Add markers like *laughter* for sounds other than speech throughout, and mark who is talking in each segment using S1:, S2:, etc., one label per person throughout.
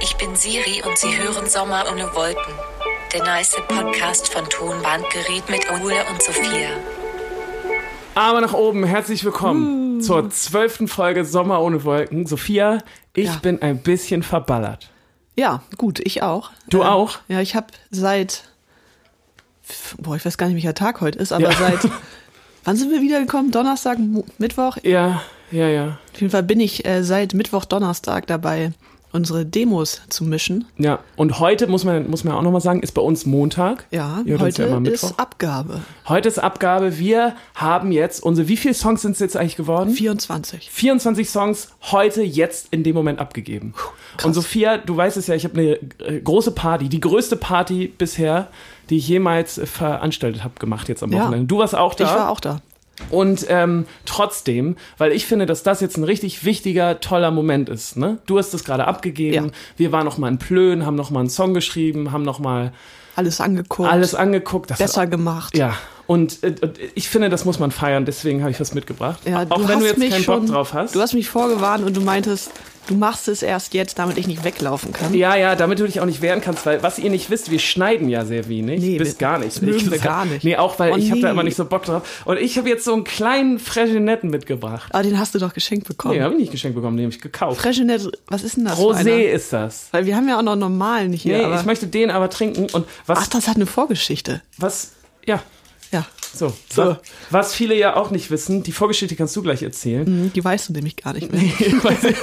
S1: Ich bin Siri und Sie hören Sommer ohne Wolken. Der nice Podcast von Tonbandgerät mit Ole und Sophia.
S2: Aber nach oben, herzlich willkommen
S3: Hm.
S2: zur zwölften Folge Sommer ohne Wolken. Sophia, ich
S3: Ja.
S2: bin ein bisschen verballert.
S3: Ja, gut, ich auch. Ähm,
S2: Du auch?
S3: Ja, ich habe seit, boah, ich weiß gar nicht, welcher Tag heute ist, aber
S2: Ja. *laughs*
S3: seit, wann sind wir wiedergekommen? Donnerstag, Mo- Mittwoch?
S2: Ja, ja, ja.
S3: Auf jeden Fall bin ich äh, seit Mittwoch, Donnerstag dabei, unsere Demos zu mischen.
S2: Ja, und heute muss man, muss man auch nochmal sagen, ist bei uns Montag.
S3: Ja,
S2: Ihr hört uns
S3: heute
S2: ja immer Mittwoch.
S3: ist Abgabe.
S2: Heute ist Abgabe. Wir haben jetzt unsere, wie viele Songs sind es jetzt eigentlich geworden?
S3: 24.
S2: 24 Songs heute, jetzt, in dem Moment abgegeben. Und Sophia, du weißt es ja, ich habe eine äh, große Party, die größte Party bisher, die ich jemals äh, veranstaltet habe, gemacht jetzt am
S3: Ja.
S2: Wochenende. Du warst auch da.
S3: Ich war auch da.
S2: Und ähm, trotzdem, weil ich finde, dass das jetzt ein richtig wichtiger, toller Moment ist. Ne? Du hast es gerade abgegeben.
S3: Ja.
S2: Wir waren noch mal in Plön, haben noch mal einen Song geschrieben, haben noch mal
S3: Alles angeguckt,
S2: alles angeguckt. Das
S3: besser gemacht.
S2: Ja. Und, äh, und ich finde, das muss man feiern. Deswegen habe ich was mitgebracht.
S3: Ja,
S2: Auch wenn
S3: hast
S2: du jetzt
S3: mich
S2: keinen
S3: schon,
S2: Bock drauf hast.
S3: Du hast mich vorgewarnt und du meintest, du machst es erst jetzt, damit ich nicht weglaufen kann.
S2: ja, ja, damit du dich auch nicht wehren kannst, weil was ihr nicht wisst, wir schneiden ja sehr wenig.
S3: Nee,
S2: bis
S3: wir-
S2: gar nicht.
S3: das mögen
S2: Ich-
S3: wir gar nicht.
S2: Nee, auch weil
S3: Oh,
S2: ich habe da
S3: nee.
S2: immer nicht so Bock drauf. Und ich habe jetzt so einen kleinen Fregenetten mitgebracht.
S3: Aber Ah, den hast du doch geschenkt bekommen.
S2: Nee, habe ich nicht geschenkt bekommen, den habe ich gekauft.
S3: Freshenet, was ist denn das? für
S2: Rosé
S3: einer?
S2: ist das.
S3: Weil wir haben ja auch noch einen normalen hier.
S2: Nee,
S3: aber
S2: ich möchte den aber trinken und was,
S3: Ach, das hat eine Vorgeschichte.
S2: was, ja,
S3: Ja,
S2: so,
S3: So.
S2: Was, was viele ja auch nicht wissen, die Vorgeschichte kannst du gleich erzählen. *laughs*
S3: hm, die weißt du nämlich gar nicht mehr.
S2: Ich weiß nicht.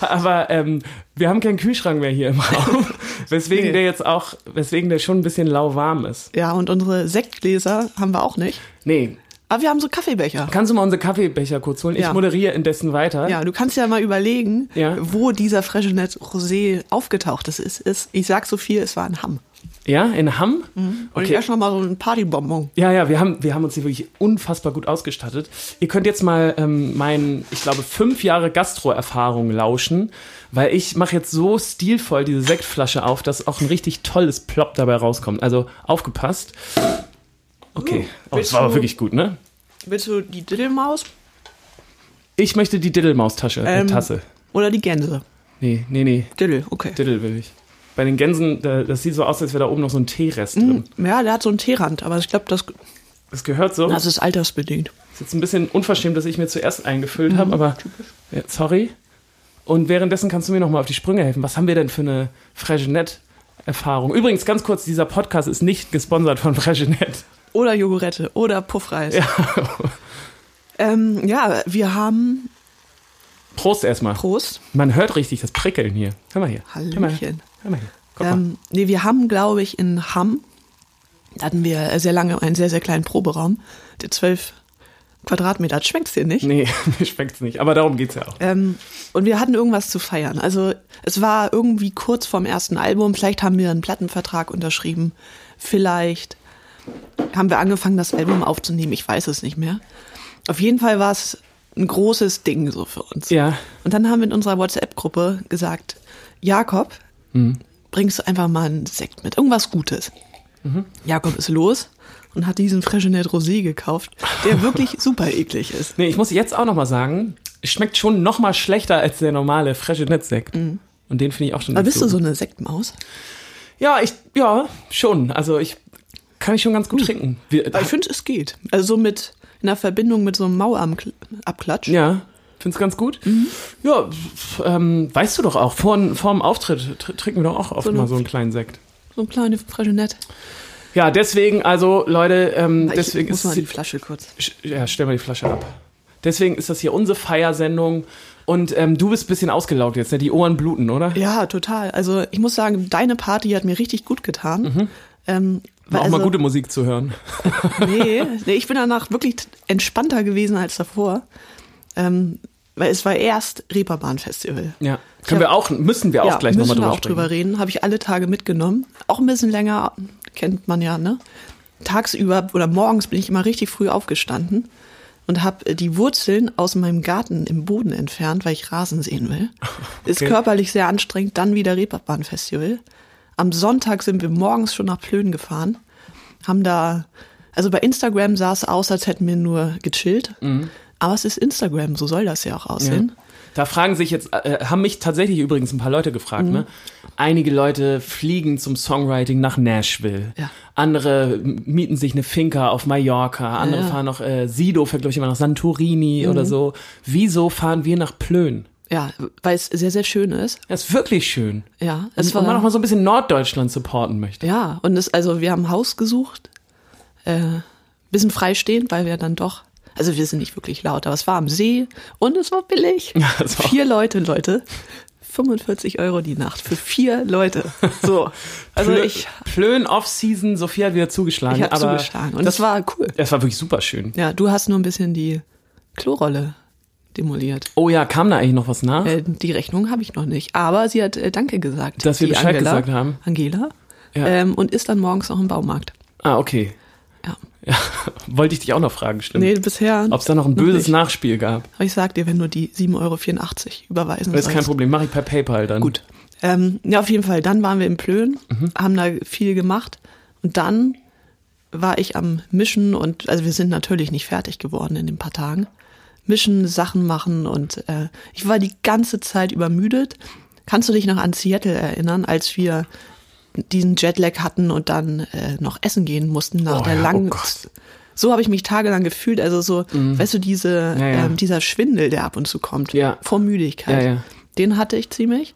S2: aber ähm, wir haben keinen Kühlschrank mehr hier im
S3: *laughs*
S2: Raum, weswegen
S3: Nee.
S2: der jetzt auch, weswegen der schon ein bisschen lauwarm ist.
S3: *laughs* Ja, und unsere Sektgläser haben wir auch nicht.
S2: Nee,
S3: Aber wir haben so Kaffeebecher.
S2: kannst du mal unsere Kaffeebecher kurz holen? Ich
S3: Ja.
S2: moderiere indessen weiter.
S3: Ja, du kannst ja mal überlegen,
S2: Ja.
S3: wo dieser Freshenet Rosé aufgetaucht ist. Es ist. Ich sag so viel, es war ein Hamm.
S2: Ja, in Hamm?
S3: Mhm. Und ich esse noch mal so ein Partybonbon.
S2: Ja, ja, wir haben, wir haben uns hier wirklich unfassbar gut ausgestattet. Ihr könnt jetzt mal ähm, meinen, ich glaube, fünf Jahre Gastro-Erfahrung lauschen, weil ich mache jetzt so stilvoll diese Sektflasche auf, dass auch ein richtig tolles Plop dabei rauskommt. Also aufgepasst. Okay, oh, das
S3: willst
S2: war aber
S3: Hm. du-
S2: wirklich gut, ne?
S3: Willst du die Diddelmaus
S2: Ich möchte die Diddelmaus-Tasche, äh,
S3: Ähm.
S2: Tasse.
S3: oder die Gänse?
S2: Nee, nee, nee,
S3: Diddel, okay.
S2: Diddel will ich. Bei den Gänsen, da, das sieht so aus, als wäre da oben noch so ein Teerest drin.
S3: Hm. Ja, der hat so einen Teerand, aber ich glaube, das,
S2: Das gehört so.
S3: das ist altersbedingt.
S2: Ist jetzt ein bisschen unverschämt, dass ich mir zuerst eingefüllt
S3: Mhm.
S2: habe, aber ja, sorry. Und währenddessen kannst du mir nochmal auf die Sprünge helfen. Was haben wir denn für eine Freshenet-Erfahrung? Übrigens, ganz kurz, dieser Podcast ist nicht gesponsert von Freshenet.
S3: Oder Jogurette oder Puffreis. *laughs* Ja. ähm, ja, wir haben
S2: Prost erstmal.
S3: Prost.
S2: Man hört richtig das Prickeln hier. Hör mal hier. Hör mal hier.
S3: Hallöchen.
S2: Hör mal hier. Guck mal.
S3: Ähm, nee, wir haben, glaube ich, in Hamm, da hatten wir äh, sehr lange einen sehr, sehr kleinen Proberaum, der 12 Quadratmeter hat. Schmeckt's dir nicht?
S2: Nee, *laughs* mir schmeckt's nicht. Aber darum geht's ja auch.
S3: Ähm, und wir hatten irgendwas zu feiern. Also es war irgendwie kurz vorm ersten Album. Vielleicht haben wir einen Plattenvertrag unterschrieben. Vielleicht haben wir angefangen, das Album aufzunehmen. Ich weiß es nicht mehr. Auf jeden Fall war es ein großes Ding so für uns.
S2: Ja.
S3: Und dann haben wir in unserer WhatsApp-Gruppe gesagt, Jakob,
S2: Hm.
S3: bringst du einfach mal einen Sekt mit, irgendwas Gutes.
S2: Mhm.
S3: Jakob ist los und hat diesen Freshenet Rosé gekauft,
S2: *laughs*
S3: der wirklich super eklig ist.
S2: Nee, ich muss jetzt auch nochmal sagen, es schmeckt schon nochmal schlechter als der normale Freshenet-Sekt. Und den finde ich auch schon
S3: Mhm. Aber
S2: nicht
S3: bist du so eine Sektmaus?
S2: Ja, ich, ja, schon. Also ich kann ich schon ganz gut
S3: Hm.
S2: trinken. Wir,
S3: Aber ich finde, es geht. Also so mit in der Verbindung mit so einem Mauerabklatsch.
S2: ja, find's ganz gut.
S3: Mhm.
S2: Ja, f- ähm, weißt du doch auch, vor, vor dem Auftritt tr trinken wir doch auch oft
S3: eine-
S2: mal so einen kleinen Sekt.
S3: So ein kleine Freshenet.
S2: Ja, deswegen, also Leute, ähm,
S3: Ich
S2: deswegen
S3: muss
S2: ist
S3: mal die Flasche kurz.
S2: Sch- ja, stell mal die Flasche ab. Deswegen ist das hier unsere Feiersendung und ähm, du bist ein bisschen ausgelaugt jetzt, ne? Die Ohren bluten, oder?
S3: Ja, total. Also ich muss sagen, deine Party hat mir richtig gut getan. Ähm,
S2: Mhm. War
S3: weil
S2: auch mal
S3: also-
S2: gute Musik zu hören.
S3: Nee, nee, ich bin danach wirklich t- entspannter gewesen als davor. Ähm, weil es war erst Reeperbahn-Festival.
S2: Ja. Können wir auch, müssen wir auch
S3: ja,
S2: gleich
S3: müssen
S2: nochmal
S3: wir
S2: drüber
S3: auch
S2: sprechen.
S3: drüber reden. Habe ich alle Tage mitgenommen. Auch ein bisschen länger, kennt man ja, ne? Tagsüber oder morgens bin ich immer richtig früh aufgestanden und habe die Wurzeln aus meinem Garten im Boden entfernt, weil ich Rasen sehen will. Ist
S2: *laughs* Okay.
S3: körperlich sehr anstrengend. Dann wieder Reeperbahn-Festival. Am Sonntag sind wir morgens schon nach Plön gefahren. Haben da, also bei Instagram
S2: Mhm.
S3: sah es aus, als hätten wir nur gechillt. Aber es ist Instagram, so soll das ja auch aussehen.
S2: Da fragen sich jetzt, äh, haben mich tatsächlich übrigens ein paar Leute gefragt,
S3: Mhm.
S2: ne? Einige Leute fliegen zum Songwriting nach Nashville.
S3: Ja.
S2: Andere mieten sich eine Finca auf Mallorca. Andere
S3: Ja. Mhm.
S2: fahren noch, äh, Sido fährt, glaube ich, immer nach Santorini oder so. Wieso fahren wir nach Plön?
S3: Ja, weil es sehr, sehr schön ist.
S2: Das ist wirklich schön.
S3: Ja,
S2: Es
S3: es
S2: Wenn man noch
S3: war,
S2: mal so ein bisschen Norddeutschland supporten möchte.
S3: ja, und es, also wir haben ein Haus gesucht, äh, bisschen freistehend, weil wir dann doch, also wir sind nicht wirklich laut, aber es war am See und es war
S2: *laughs*
S3: billig.
S2: es war-
S3: Vier Leute, Leute. 45 Euro die Nacht für vier Leute.
S2: *laughs*
S3: So. Also
S2: Plö-
S3: ich,
S2: Plön Off-Season, Sophia hat wieder zugeschlagen.
S3: ich habe
S2: aber
S3: zugeschlagen. Und
S2: das
S3: das
S2: war,
S3: war cool.
S2: das war wirklich super schön.
S3: Ja, du hast nur ein bisschen die Klorolle demoliert.
S2: Oh ja, kam da eigentlich noch was nach?
S3: Äh, die Rechnung habe ich noch nicht, aber sie hat äh, Danke gesagt.
S2: Dass wir
S3: die
S2: Bescheid gesagt haben.
S3: Angela.
S2: Ja.
S3: Ähm, und ist dann morgens noch im Baumarkt.
S2: Ah, okay. *laughs*
S3: Ja.
S2: Ja, wollte ich dich auch noch fragen, stimmt.
S3: Nee, bisher.
S2: Ob es da noch ein
S3: noch
S2: böses
S3: nicht.
S2: Nachspiel gab.
S3: Aber ich sag dir, wenn du die 7,84 Euro überweisen
S2: Das ist kein
S3: sollst.
S2: Problem, mache ich per PayPal dann.
S3: Gut. Ähm, ja, auf jeden Fall. Dann waren wir in Plön,
S2: Mhm.
S3: haben da viel gemacht. Und dann war ich am Mischen und, also wir sind natürlich nicht fertig geworden in den paar Tagen. Mischen, Sachen machen und äh, ich war die ganze Zeit übermüdet. Kannst du dich noch an Seattle erinnern, als wir diesen Jetlag hatten und dann äh, noch essen gehen mussten nach
S2: Oh
S3: der
S2: ja, oh
S3: langen...
S2: Gott. Mhm.
S3: so habe ich mich tagelang gefühlt, also so, weißt du, diese,
S2: Ja, ja.
S3: Ähm, dieser Schwindel, der ab und zu kommt,
S2: Ja.
S3: vor Müdigkeit.
S2: Ja, ja.
S3: Halt. Den hatte ich ziemlich.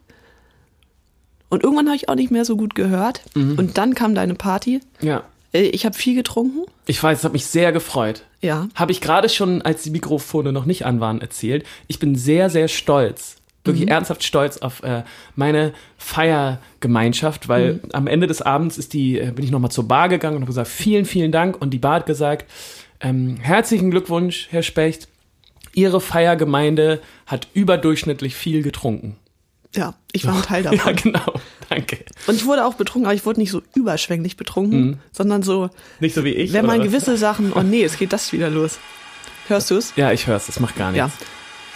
S3: Und irgendwann habe ich auch nicht mehr so gut gehört.
S2: Mhm.
S3: Und dann kam deine Party.
S2: Ja.
S3: Äh, Ich habe viel getrunken.
S2: Ich weiß, das hat mich sehr gefreut.
S3: Ja.
S2: Habe ich gerade schon, als die Mikrofone noch nicht an waren, erzählt. Ich bin sehr, sehr stolz,
S3: Mhm.
S2: wirklich ernsthaft stolz auf äh, meine Feiergemeinschaft, weil
S3: Mhm.
S2: am Ende des Abends ist die, äh, bin ich nochmal zur Bar gegangen und habe gesagt, vielen, vielen Dank. Und die Bar hat gesagt, ähm, herzlichen Glückwunsch, Herr Specht. Ihre Feiergemeinde hat überdurchschnittlich viel getrunken.
S3: Ja, ich war ein Teil davon.
S2: *laughs* Ja, genau. Danke.
S3: Und ich wurde auch betrunken, aber ich wurde nicht so überschwänglich betrunken, sondern so,
S2: Nicht so wie ich.
S3: wenn man
S2: Mhm. oder was?
S3: gewisse Sachen. Oh nee, es geht das wieder los. Hörst du es?
S2: Ja, ich höre es, das macht gar
S3: Ja.
S2: nichts.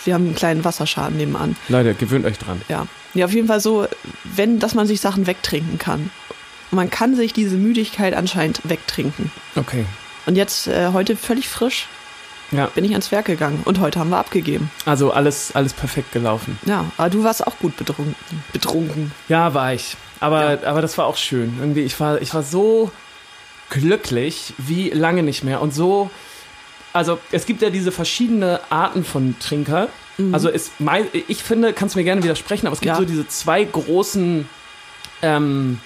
S3: Wir haben einen kleinen Wasserschaden nebenan.
S2: Leute, gewöhnt euch dran.
S3: Ja. Ja, auf jeden Fall so, wenn, dass man sich Sachen wegtrinken kann. Man kann sich diese Müdigkeit anscheinend wegtrinken.
S2: Okay.
S3: Und jetzt, äh, heute völlig frisch,
S2: Ja,
S3: bin ich ans Werk gegangen. Und heute haben wir abgegeben.
S2: also alles, alles perfekt gelaufen.
S3: Ja, aber du warst auch gut betrunken. Betrunken.
S2: Ja, war ich. Aber, aber das war auch schön. Irgendwie, ich war, ich war so glücklich wie lange nicht mehr. Und so, also es gibt ja diese verschiedenen Arten von Trinker. Also es, mei- ich finde, kannst du mir gerne widersprechen, aber es gibt
S3: Mhm. Ja.
S2: so diese zwei großen, ähm,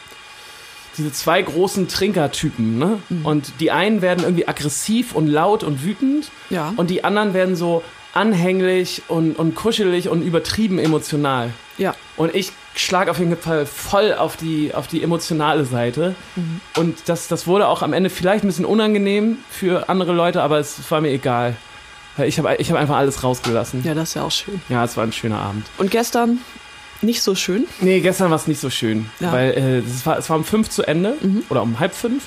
S2: diese zwei großen Trinkertypen, ne?
S3: Mhm.
S2: Und die einen werden irgendwie aggressiv und laut und wütend.
S3: Ja.
S2: Und die anderen werden so anhänglich und, und kuschelig und übertrieben emotional.
S3: Ja.
S2: Und ich schlage auf jeden Fall voll auf die, auf die emotionale Seite. Und das, das wurde auch am Ende vielleicht ein bisschen unangenehm für andere Leute, aber es war mir egal. Weil Ich habe ich hab einfach alles rausgelassen. Ja.
S3: Ja, das ist ja auch schön.
S2: es war ein schöner Abend.
S3: Und gestern nicht so schön.
S2: Nee, gestern war es nicht so schön,
S3: Ja.
S2: weil äh, es, war, es war um fünf zu Ende oder um halb fünf.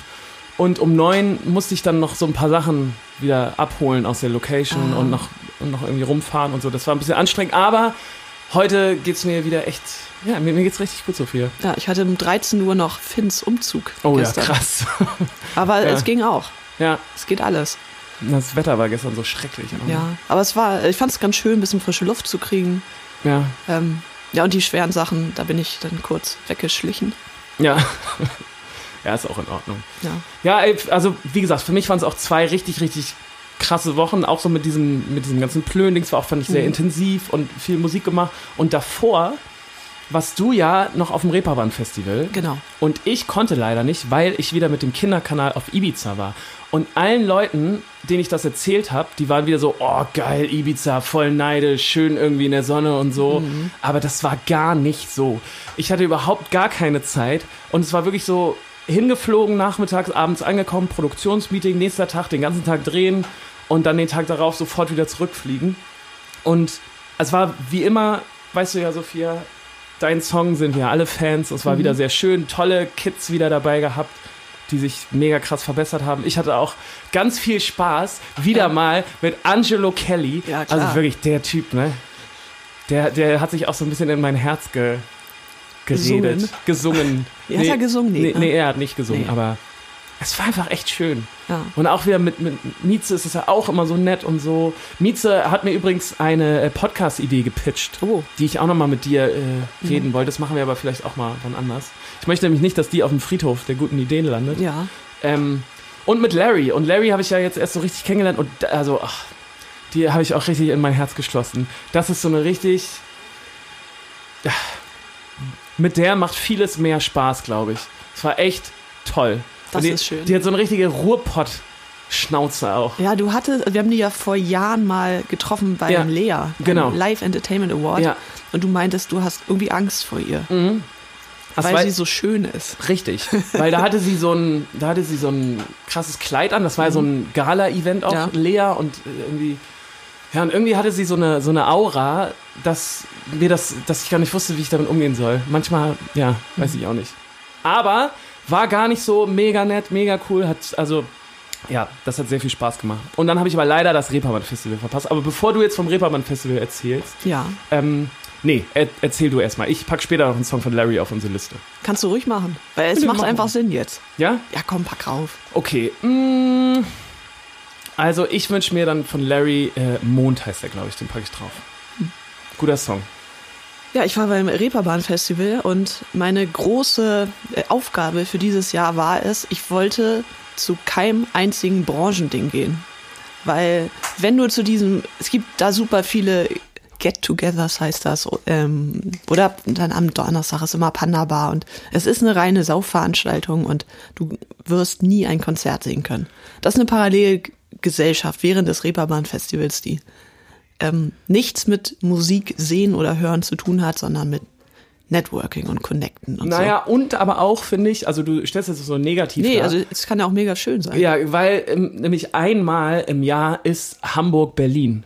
S2: Und um neun musste ich dann noch so ein paar Sachen wieder abholen aus der Location
S3: Ah.
S2: und, noch, und noch irgendwie rumfahren und so. Das war ein bisschen anstrengend, aber heute geht's mir wieder echt, ja, mir, mir geht's richtig gut, Sophia.
S3: Ja, ich hatte um 13 Uhr noch Finns Umzug.
S2: Oh
S3: gestern.
S2: ja, krass.
S3: Aber
S2: Ja.
S3: es ging auch.
S2: *laughs* ja,
S3: Es geht alles.
S2: das Wetter war gestern so schrecklich. ne?
S3: Ja. Aber es war, ich fand es ganz schön, ein bisschen frische Luft zu kriegen.
S2: Ja.
S3: Ähm, ja, und die schweren Sachen, da bin ich dann kurz weggeschlichen.
S2: Ja. *laughs* ja, ist auch in Ordnung.
S3: Ja.
S2: Ja, ey, also wie gesagt, für mich waren es auch zwei richtig, richtig krasse Wochen, auch so mit diesem, mit diesem ganzen Plöndings, war auch, fand ich, sehr intensiv und viel Musik gemacht. Und davor warst du ja noch auf dem Reeperbahn-Festival.
S3: Genau.
S2: Und ich konnte leider nicht, weil ich wieder mit dem Kinderkanal auf Ibiza war. Und allen Leuten, denen ich das erzählt habe, die waren wieder so, oh geil, Ibiza, voll neidisch, schön irgendwie in der Sonne und so. Aber das war gar nicht so. Ich hatte überhaupt gar keine Zeit und es war wirklich so hingeflogen, nachmittags, abends angekommen, Produktionsmeeting, nächster Tag, den ganzen Tag drehen und dann den Tag darauf sofort wieder zurückfliegen. Und es war wie immer, weißt du ja, Sophia, dein Song sind wir alle Fans. Es war
S3: Mhm.
S2: wieder sehr schön, tolle Kids wieder dabei gehabt, die sich mega krass verbessert haben. Ich hatte auch ganz viel Spaß, wieder mal mit Angelo Kelly.
S3: Ja, klar.
S2: also wirklich der Typ, ne? Der, der hat sich auch so ein bisschen in mein Herz ge geredet. Gesungen.
S3: Gesungen. *laughs* Ja, hat er gesungen? Nee,
S2: Nee,
S3: ne?
S2: nee, er hat nicht gesungen,
S3: Nee.
S2: aber Es war einfach echt schön.
S3: Ja.
S2: Und auch wieder mit, mit Mieze ist es ja auch immer so nett und so. Mieze hat mir übrigens eine äh, Podcast-Idee gepitcht,
S3: Oh.
S2: die ich auch nochmal mit dir äh, reden wollte. Das machen wir aber vielleicht auch mal dann anders. Ich möchte nämlich nicht, dass die auf dem Friedhof der guten Ideen landet.
S3: Ja.
S2: Ähm, und mit Larry. Und Larry habe ich ja jetzt erst so richtig kennengelernt. Und da- also, ach, die habe ich auch richtig in mein Herz geschlossen. Das ist so eine richtig. ah, Mit der macht vieles mehr Spaß, glaube ich. Es war echt toll.
S3: Das
S2: Und die,
S3: ist schön.
S2: Die hat so eine richtige Ruhrpott-Schnauze auch.
S3: Ja, du hattest, wir haben die ja vor Jahren mal getroffen beim
S2: Ja,
S3: Lea, beim
S2: genau.
S3: Live Entertainment Award.
S2: Ja. Mhm.
S3: Und du meintest, du hast irgendwie Angst vor ihr,
S2: Das
S3: weil
S2: war-
S3: sie so schön ist.
S2: Richtig, weil da hatte sie so ein, da hatte sie so ein krasses Kleid an. Das war ja so ein Gala-Event auch,
S3: Ja.
S2: Lea und äh, irgendwie, ja und irgendwie hatte sie so eine so eine Aura, dass mir das, dass ich gar nicht wusste, wie ich damit umgehen soll. Manchmal, ja, weiß ich auch nicht. Aber war gar nicht so mega nett, mega cool. Hat also ja, das hat sehr viel Spaß gemacht. Und dann habe ich aber leider das Reeperbahn-Festival verpasst. Aber bevor du jetzt vom Reeperbahn-Festival erzählst,
S3: Ja,
S2: ähm, nee, er, erzähl du erstmal. Ich pack später noch einen Song von Larry auf unsere Liste.
S3: kannst du ruhig machen, weil es
S2: Ja,
S3: macht
S2: mach
S3: einfach
S2: mal.
S3: Sinn jetzt.
S2: Ja?
S3: Ja, komm, pack auf.
S2: Okay. mm, Also ich wünsche mir dann von Larry äh, Mond heißt er, glaube ich, den packe ich drauf. Guter Song.
S3: Ja, ich war beim Reeperbahn Festival und meine große äh, Aufgabe für dieses Jahr war es, ich wollte zu keinem einzigen Branchending gehen. Weil wenn du zu diesem, es gibt da super viele Get-togethers heißt das, ähm, oder dann am Donnerstag ist immer Panda Bar und es ist eine reine Saufveranstaltung und du wirst nie ein Konzert sehen können. Das ist eine Parallelgesellschaft während des Reeperbahn-Festivals, die ähm, nichts mit Musik sehen oder hören zu tun hat, sondern mit Networking und Connecten und
S2: Naja, und aber auch, finde ich, also du stellst das so negativ
S3: so. Nee,
S2: dar.
S3: also es kann ja auch mega schön sein.
S2: ja, weil ähm, nämlich einmal im Jahr ist Hamburg-Berlin.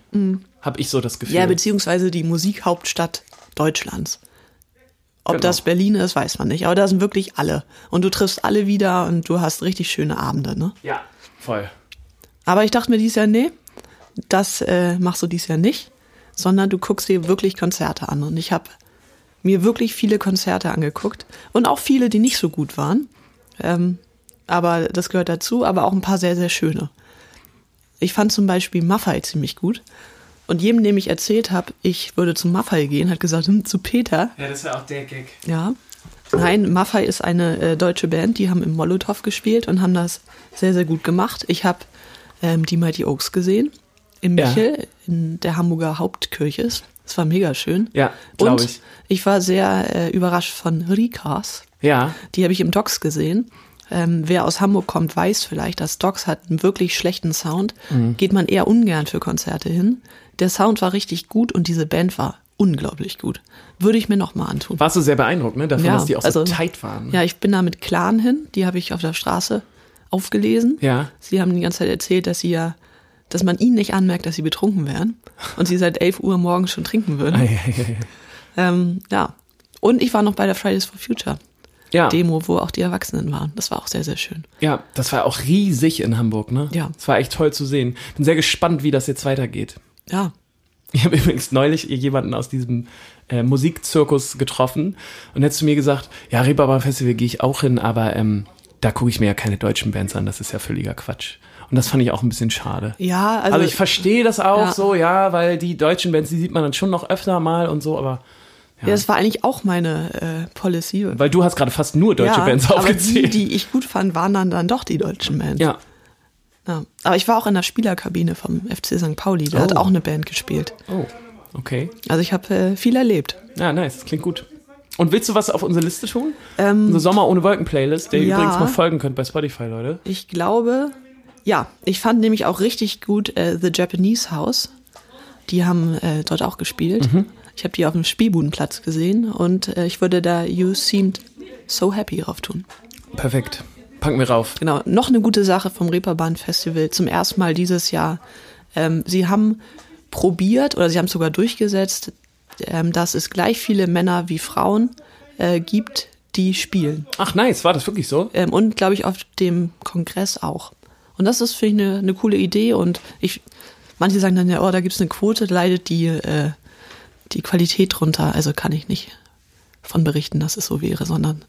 S2: Habe ich so das Gefühl.
S3: Mhm. Ja, beziehungsweise die Musikhauptstadt Deutschlands. Ob
S2: Genau.
S3: das Berlin ist, weiß man nicht. Aber da sind wirklich alle. Und du triffst alle wieder und du hast richtig schöne Abende. Ne?
S2: ja, voll.
S3: Aber ich dachte mir dieses Jahr, nee, das äh, machst du dieses Jahr nicht, sondern du guckst dir wirklich Konzerte an. Und ich habe mir wirklich viele Konzerte angeguckt und auch viele, die nicht so gut waren. Ähm, aber das gehört dazu, aber auch ein paar sehr, sehr schöne. Ich fand zum Beispiel Maffei ziemlich gut. Und jedem, dem ich erzählt habe, ich würde zu Maffei gehen, hat gesagt, hm, zu Peter.
S2: Ja, das ist ja auch der Gag.
S3: Ja. Nein, Maffei ist eine äh, deutsche Band, die haben im Molotow gespielt und haben das sehr, sehr gut gemacht. Ich habe ähm, die Mighty Oaks gesehen, im
S2: Ja.
S3: Michel, in der Hamburger Hauptkirche. Es war mega schön.
S2: Ja, glaub
S3: Und
S2: ich.
S3: ich war sehr äh, überrascht von Rikas.
S2: Ja,
S3: Die habe ich im Docs gesehen. Ähm, wer aus Hamburg kommt, weiß vielleicht, dass Docs hat einen wirklich schlechten Sound.
S2: Mhm.
S3: Geht man eher ungern für Konzerte hin. Der Sound war richtig gut und diese Band war unglaublich gut. Würde ich mir nochmal antun.
S2: warst du sehr beeindruckt, ne? Davon,
S3: Ja,
S2: dass die auch
S3: also-
S2: so tight waren.
S3: Ja, ich bin da mit Clan hin. Die habe ich auf der Straße aufgelesen.
S2: Ja. *laughs*
S3: Sie haben die ganze Zeit erzählt, dass sie ja, dass man ihnen nicht anmerkt, dass sie betrunken wären und sie seit 11 Uhr morgens schon trinken würden. Ähm, ja. Und ich war noch bei der Fridays for Future
S2: ja.
S3: Demo, wo auch die Erwachsenen waren. Das war auch sehr, sehr schön.
S2: Ja, das war auch riesig in Hamburg, ne?
S3: Ja.
S2: Das war echt toll zu sehen. Bin sehr gespannt, wie das jetzt weitergeht.
S3: Ja.
S2: Ich habe *laughs* übrigens neulich jemanden aus diesem äh, Musikzirkus getroffen und hat zu mir gesagt, ja, Reeperbahn Festival gehe ich auch hin, aber ähm, da gucke ich mir ja keine deutschen Bands an, das ist ja völliger Quatsch. Und das fand ich auch ein bisschen schade.
S3: Ja, also,
S2: Also, ich verstehe das auch
S3: Ja.
S2: so, ja, weil die deutschen Bands, die sieht man dann schon noch öfter mal und so, aber
S3: ja. das war eigentlich auch meine äh, Policy.
S2: weil du hast gerade fast nur deutsche
S3: ja,
S2: Bands
S3: aber die,
S2: aufgezählt.
S3: die ich gut fand, waren dann, dann doch die deutschen Bands.
S2: ja,
S3: Ja. Aber ich war auch in der Spielerkabine vom FC St. Pauli. Da hat
S2: Oh.
S3: auch eine Band gespielt.
S2: oh, okay.
S3: Also ich habe äh, viel erlebt.
S2: Ja, nice, das klingt gut. Und willst du was auf unsere Liste tun?
S3: Ähm,
S2: Unsere Sommer ohne Wolken Playlist, der ihr
S3: Ja.
S2: übrigens mal folgen könnt bei Spotify, Leute.
S3: Ich glaube, ja, ich fand nämlich auch richtig gut äh, The Japanese House. Die haben äh, dort auch gespielt. Ich habe die auf dem Spielbudenplatz gesehen und äh, ich würde da You Seemed So Happy drauf tun.
S2: Perfekt. Packen wir rauf.
S3: Genau, noch eine gute Sache vom Reeperbahn Festival zum ersten Mal dieses Jahr. Ähm, sie haben probiert oder sie haben es sogar durchgesetzt, ähm, dass es gleich viele Männer wie Frauen äh, gibt, die spielen.
S2: Ach nice, war das wirklich so?
S3: Ähm, und glaube ich auf dem Kongress auch. Und das ist, finde ich, eine eine coole Idee. Und ich, manche sagen dann ja, oh, da gibt es eine Quote, leidet die, äh, die Qualität drunter. Also kann ich nicht von berichten, dass es so wäre, sondern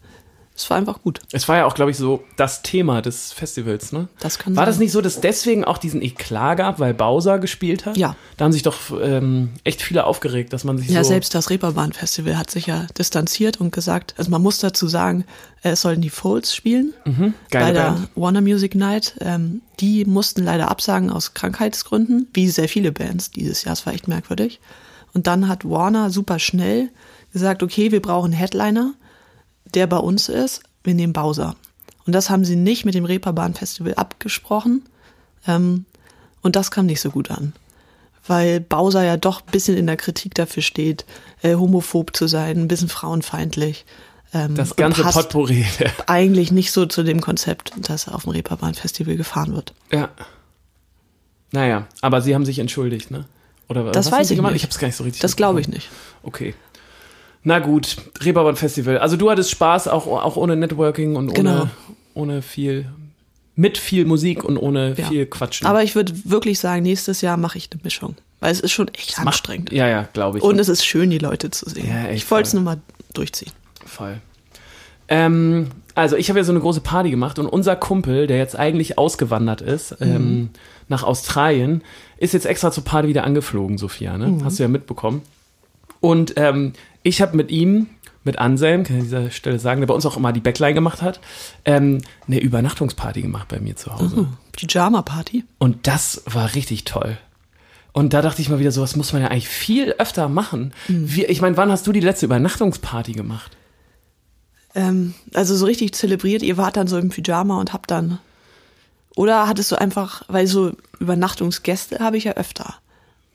S3: Es war einfach gut.
S2: Es war ja auch, glaube ich, so das Thema des Festivals, ne?
S3: Das kann
S2: War
S3: sein.
S2: das nicht so, dass deswegen auch diesen Eklat gab, weil Bowser gespielt hat?
S3: Ja.
S2: Da haben sich doch ähm, echt viele aufgeregt, dass man sich
S3: Ja,
S2: so...
S3: selbst das Reeperbahn-Festival hat sich ja distanziert und gesagt, also man muss dazu sagen, äh, es sollen die Folds spielen
S2: Geile
S3: bei der
S2: Band.
S3: Warner Music Night. Ähm, die mussten leider absagen aus Krankheitsgründen, wie sehr viele Bands dieses Jahr. Es war echt merkwürdig. Und dann hat Warner super schnell gesagt, okay, wir brauchen einen Headliner, der bei uns ist. Wir nehmen Bowser. Und das haben sie nicht mit dem Reeperbahn-Festival abgesprochen. Ähm, und das kam nicht so gut an weil Bowser ja doch ein bisschen in der Kritik dafür steht, äh, homophob zu sein, ein bisschen frauenfeindlich. Ähm,
S2: Das ganze
S3: und passt
S2: Potpourri. *laughs*
S3: eigentlich nicht so zu dem Konzept, das auf dem Reeperbahn-Festival gefahren wird.
S2: ja. Naja, aber sie haben sich entschuldigt, ne? Oder was
S3: Das weiß
S2: haben sie
S3: ich
S2: gemacht?
S3: nicht.
S2: Ich habe es gar nicht so richtig
S3: Das glaube ich nicht.
S2: Okay. Na gut, Reeperbahn Festival. Also du hattest Spaß, auch, auch ohne Networking und
S3: Genau.
S2: ohne, ohne viel, mit viel Musik und ohne
S3: Ja.
S2: viel Quatschen.
S3: Aber ich würde wirklich sagen, nächstes Jahr mache ich eine Mischung, weil es ist schon echt
S2: Macht-
S3: anstrengend.
S2: Ja, ja, glaube ich.
S3: Und es ist schön, die Leute zu sehen.
S2: Ja, echt
S3: ich wollte es
S2: voll.
S3: nur mal durchziehen.
S2: Fall. Ähm, also ich habe ja so eine große Party gemacht und unser Kumpel, der jetzt eigentlich ausgewandert ist
S3: Mhm.
S2: ähm, nach Australien, ist jetzt extra zur Party wieder angeflogen, Sophia. Ne?
S3: Mhm.
S2: Hast du ja mitbekommen. Und ähm, ich habe mit ihm, mit Anselm, kann ich an dieser Stelle sagen, der bei uns auch immer die Backline gemacht hat, ähm, eine Übernachtungsparty gemacht bei mir zu Hause.
S3: Mhm. Hm, Pyjama-Party?
S2: Und das war richtig toll. Und da dachte ich mal wieder, sowas muss man ja eigentlich viel öfter machen.
S3: Mhm.
S2: Wie, ich meine, wann hast du die letzte Übernachtungsparty gemacht?
S3: Ähm, also so richtig zelebriert, ihr wart dann so im Pyjama und habt dann. Oder hattest du einfach, weil so Übernachtungsgäste habe ich ja öfter.